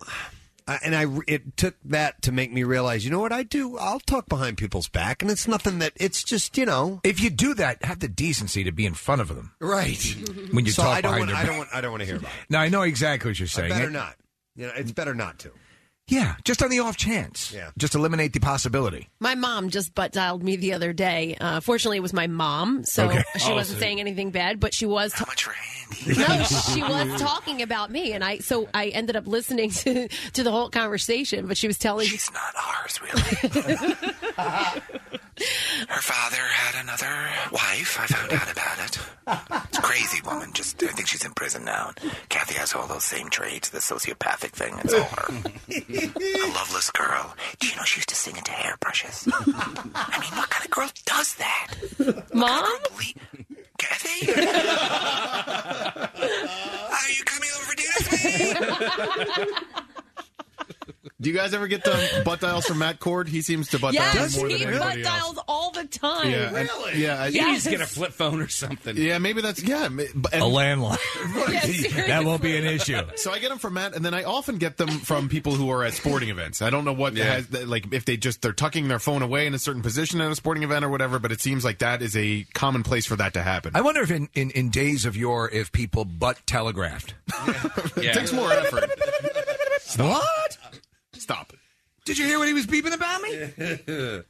I, and I it took that to make me realize, you know what I do? I'll talk behind people's back, and it's nothing that it's just you know. If you do that, have the decency to be in front of them. Right. (laughs) When you so talk I don't behind want, their I back. (laughs) don't want I don't want to hear about it. Now I know exactly what you're saying. better It- not. You know, it's better not to. Yeah, just on the off chance. Yeah. Just eliminate the possibility. My mom just butt dialed me the other day. Uh, fortunately, it was my mom, so Okay. she Oh, wasn't so- saying anything bad. But she was. How much (laughs) no, she was talking about me, and I so I ended up listening to to the whole conversation. But she was telling she's not ours, really. (laughs) Her father had another wife. I found out about it. It's crazy woman. Just I think she's in prison now. Kathy has all those same traits. The sociopathic thing. It's all her. a loveless girl. Do you know she used to sing into hairbrushes? I mean, what kind of girl does that? Mom? Kathy? Are you coming over for dinner with me? Do you guys ever get the butt dials from Matt Cord? He seems to butt dial yes, more than he butt anybody else. dials all the time. Yeah, and- yeah, I- You need to get (laughs) a flip phone or something. Yeah, maybe that's yeah. ma- but- and- A landline. (laughs) That won't be an issue. So I get them from Matt, and then I often get them from people who are at sporting events. I don't know what has, like if they just they're tucking their phone away in a certain position at a sporting event or whatever. But it seems like that is a common place for that to happen. I wonder if in, in, in days of yore, if people butt telegraphed. (laughs) It takes more effort. What? Stop. Did (laughs) you hear what he was beeping about me?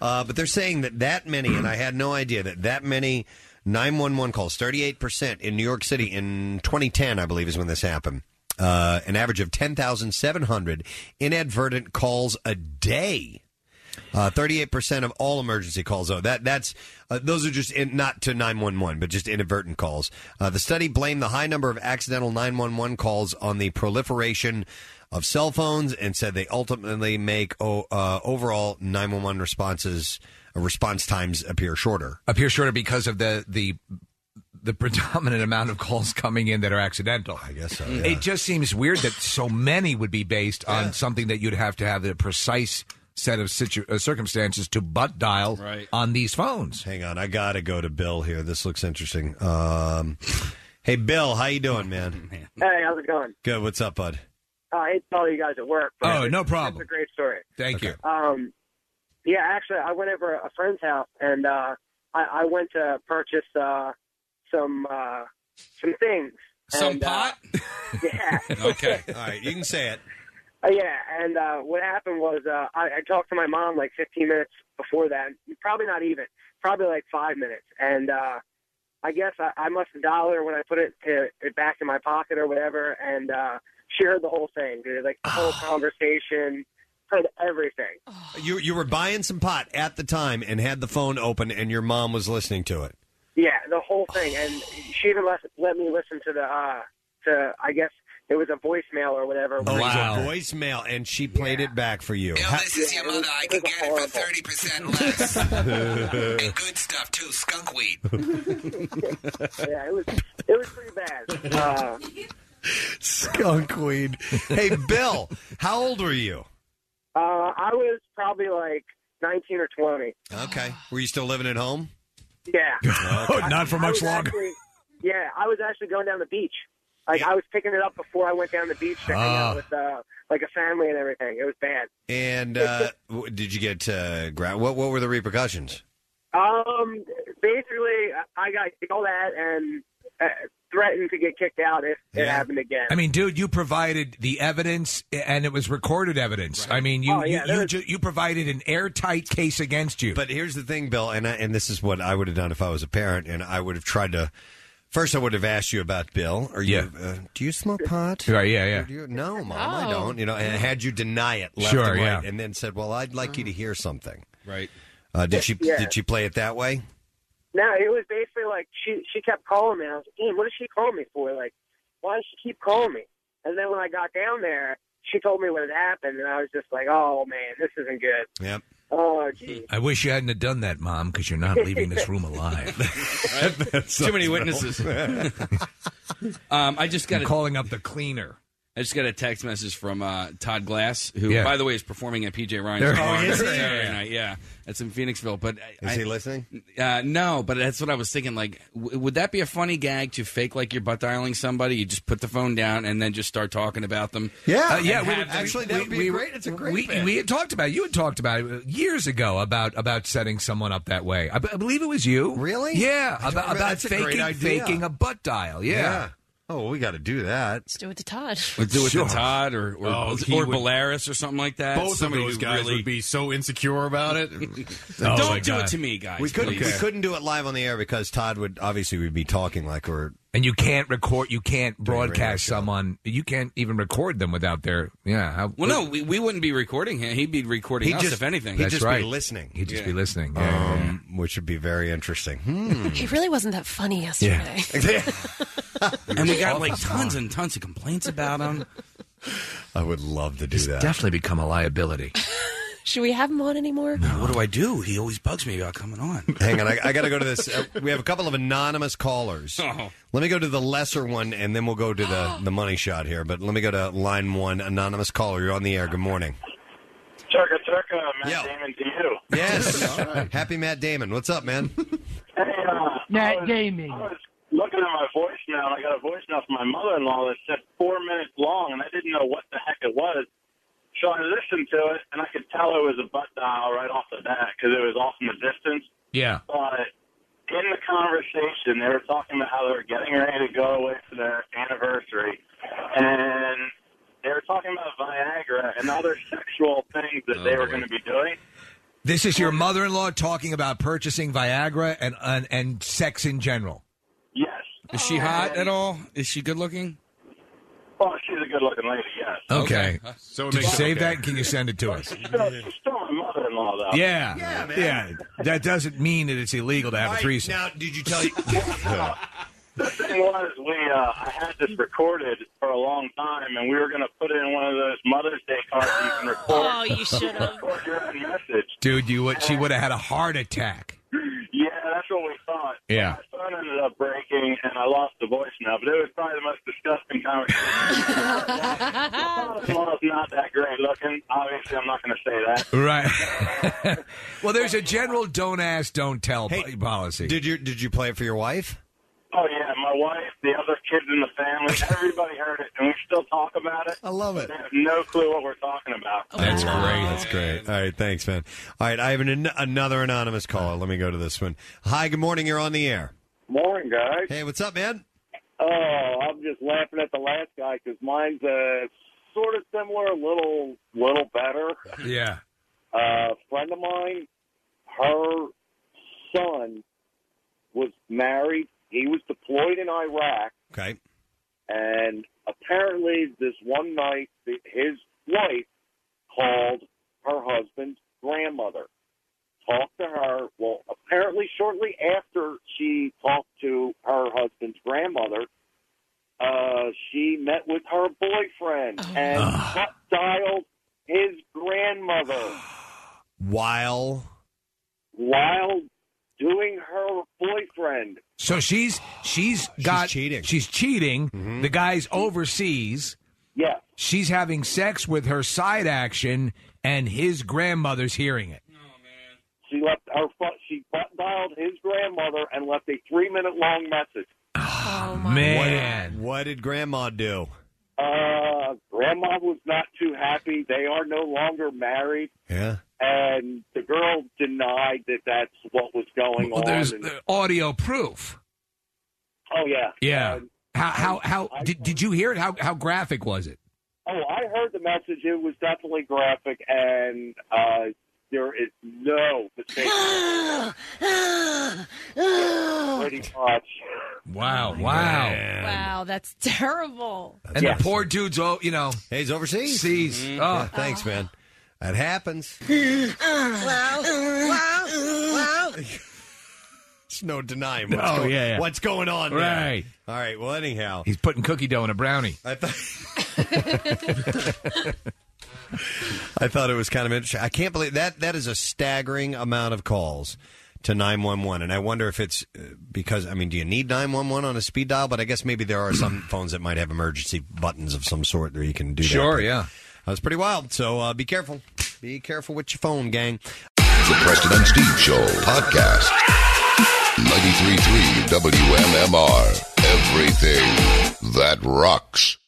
Uh, but they're saying that that many, and I had no idea that that many 911 calls, 38% in New York City in 2010, I believe, is when this happened. Uh, an average of 10,700 inadvertent calls a day. Uh, 38% of all emergency calls, though. That, that's, uh, those are just in, not to 911, but just inadvertent calls. Uh, the study blamed the high number of accidental 911 calls on the proliferation of cell phones and said they ultimately make o- uh, overall 911 responses, uh, response times appear shorter. Appear shorter because of the the the predominant amount of calls coming in that are accidental. I guess so. It just seems weird that so many would be based on something that you'd have to have the precise set of situ- uh, circumstances to butt dial on these phones. Hang on, I gotta go to Bill here. This looks interesting. Um, hey, Bill, how you (laughs) doing, man? Hey, how's it going? Good. What's up, bud? Uh, I hate to all you guys at work. but Oh, it's- no It's problem. a great story. Thank you. Um, yeah, actually, I went over a friend's house and uh, I, I went to purchase uh, some uh, some things. Some And, uh, pot? (laughs) yeah. okay. (laughs) All right, you can say it. Uh, yeah, and uh, what happened was uh, I, I talked to my mom like 15 minutes before that, probably not even, probably like five minutes, and uh, I guess I, I must have dialed her when I put it, to, it back in my pocket or whatever, and uh, she heard the whole thing, dude, like the whole conversation, heard everything. You you were buying some pot at the time and had the phone open, and your mom was listening to it. Yeah, the whole thing, and she even let, let me listen to the uh, to I guess it was a voicemail or whatever. Oh, it was a voicemail, and she played it back for you. How- This is your mother. I can get it for thirty percent (laughs) less. And good stuff too, skunk (laughs) weed. yeah, it was it was pretty bad. Uh, (laughs) Skunk queen. Hey, Bill, how old were you? uh, I was probably like nineteen or twenty. Okay, were you still living at home? Yeah. Okay. I- I was actually- yeah, I was actually going down the beach. Like I was picking it up before I went down the beach to hang Ah. out with uh, like a family and everything. It was bad. And uh, w- did you get uh, gra- what? What were the repercussions? Um, basically, I- I got yelled at and uh, threatened to get kicked out if it happened again. I mean, dude, you provided the evidence, and it was recorded evidence. I mean, you Oh, yeah, you you, ju- you provided an airtight case against you. But here's the thing, Bill, and I, and this is what I would have done if I was a parent, and I would have tried to. First, I would have asked you about Bill. Are you? Uh, do you smoke pot? Right, yeah, yeah. Or do you- no, mom, I don't. You know, and had you deny it left Sure, and yeah. right, and then said, "Well, I'd like you to hear something." Right. Uh, did she? Yeah. Did she play it that way? No, it was basically like she she kept calling me. I was like, damn, what does she call me for? Like, why does she keep calling me? And then when I got down there, she told me what had happened, and I was just like, oh man, this isn't good. Yep. Oh geez. I wish you hadn't have done that, Mom, because you're not leaving this room (laughs) alive. (laughs) Too many witnesses. (laughs) Um, I just got I'm a- calling up the cleaner. I just got a text message from uh, Todd Glass, who, Yeah. by the way, is performing at PJ Ryan's There- bar Oh, is he? Saturday Yeah. night. Yeah, that's in Phoenixville. But I- Is he I- listening? Uh, no, but that's what I was thinking. Like, w- would that be a funny gag to fake like you're butt dialing somebody? You just put the phone down and then just start talking about them. Uh, And yeah. have We, them- we- we- We, we had talked about you had talked about it years ago about about setting someone up that way. I, be- I believe it was you. Really? Yeah. I About, don't remember- about that's a great faking idea. faking a butt dial. Yeah. Oh, we got to do that. Let's do it to Todd. Let's do it Sure. to Todd or or, Oh, he or would- Belarus or something like that. Both of Somebody those who guys really- would be so insecure about (laughs) it. Oh Oh Don't do it to me, guys. we couldn't please. we couldn't do it live on the air because Todd would obviously we'd be talking like we're and you can't record, you can't Doing a radio broadcast someone, you can't even record them without their yeah. How, Well, no, we, we wouldn't be recording him. He'd be recording us, if anything. That's right. He'd just Yeah. be listening. um, which would be very interesting. (laughs) Hmm. He really wasn't that funny yesterday. (laughs) and we got like tons and tons of complaints about him. I would love to do that. Definitely become a liability. Should we have him on anymore? (laughs) What do I do? He always bugs me about coming on. (laughs) Hang on, I, I got to go to this. Uh, we have a couple of anonymous callers. Let me go to the lesser one, and then we'll go to (gasps) the the money shot here. But let me go to line one, anonymous caller. You're on the air. Good morning. Chugga chugga, Matt Damon to you. (laughs) Yes. Happy Matt Damon. What's up, man? Hey, uh, Matt Damon. I was looking at my voicemail, and I got a voicemail from my mother-in-law that said four minutes long, and I didn't know what the heck it was. So I listened to it, and I could tell it was a butt dial right off the bat because it was off in the distance. Yeah. But in the conversation, they were talking about how they were getting ready to go away for their anniversary, and they were talking about Viagra and other sexual things Oh, that they were going to be doing. This is your mother-in-law talking about purchasing Viagra and and, and sex in general. Yes. Is Oh, she hot at all? Is she good looking? Well, Oh, she's a good-looking lady, yes. Okay. So it Did you makes it save okay. that? And can you send it to us? She's still, she's still my mother-in-law, though. Yeah. Yeah. That doesn't mean that it's illegal to have a threesome. Now, did you tell you? The thing was, we uh, I had this recorded for a long time, and we were going to put it in one of those Mother's Day cards you can record. Oh, you should have. Record your own message. (laughs) Dude, you would, she would have had a heart attack. Yeah, that's what we thought. Yeah. My phone ended up breaking, and I lost the voice now, but it was probably the most disgusting (laughs) conversation. My mother not that great looking. Obviously, I'm not going to say that. Right. (laughs) well, there's a general don't ask, don't tell po- policy. Did you did you play it for your wife? Oh yeah, my wife, the other kids in the family, everybody heard it, and we still talk about it. I love it. They have no clue what we're talking about. That's great. That's great. All right, thanks, man. All right, I have an, another anonymous caller. Let me go to this one. Hi, good morning. You're on the air. Morning, guys. Hey, what's up, man? Oh, I'm just laughing at the last guy because mine's uh, sort of similar, a little, little better. Yeah. Uh, a friend of mine, her son was married. He was deployed in Iraq, Okay. and apparently, this one night, th- his wife called her husband's grandmother, talked to her. Well, apparently, shortly after she talked to her husband's grandmother, uh, she met with her boyfriend and cut dialed his grandmother While while doing her boyfriend. So she's she's got cheating. She's cheating. Mm-hmm. The guy's overseas. Yeah. She's having sex with her side action, and his grandmother's hearing it. She left her phone. She butt dialed his grandmother and left a three minute long message. Oh, Man. what, what did Grandma do? Uh, grandma was not too happy. They are no longer married, Yeah. and the girl denied that that's what was going Well, on. there's and- uh, audio proof. oh yeah, Yeah. How how how did, did you hear it? How how graphic was it? Oh, I heard the message. It was definitely graphic, and uh, there is no mistake. Ah, Pretty much. Wow! Wow! Wow, that's (laughs) terrible. And the poor dude's, oh, you know, he's overseas. Sees. Mhm. Oh. Yeah, thanks, man. That happens. (laughs) It's no denying. What's Oh, going, yeah, yeah. What's going on? there. Right. All right. Well, anyhow, He's putting cookie dough in a brownie. I (laughs) thought. (laughs) I thought it was kind of interesting. I can't believe that that is a staggering amount of calls to 911 and I wonder if it's uh, because I mean do you need 911 on a speed dial but I guess maybe there (clears throat) are some phones that might have emergency buttons of some sort that you can do Sure, that. yeah. That's pretty wild. So uh, be careful. Be careful with your phone, gang. The Preston and Steve Show podcast. 93.3 WMMR. Everything that rocks.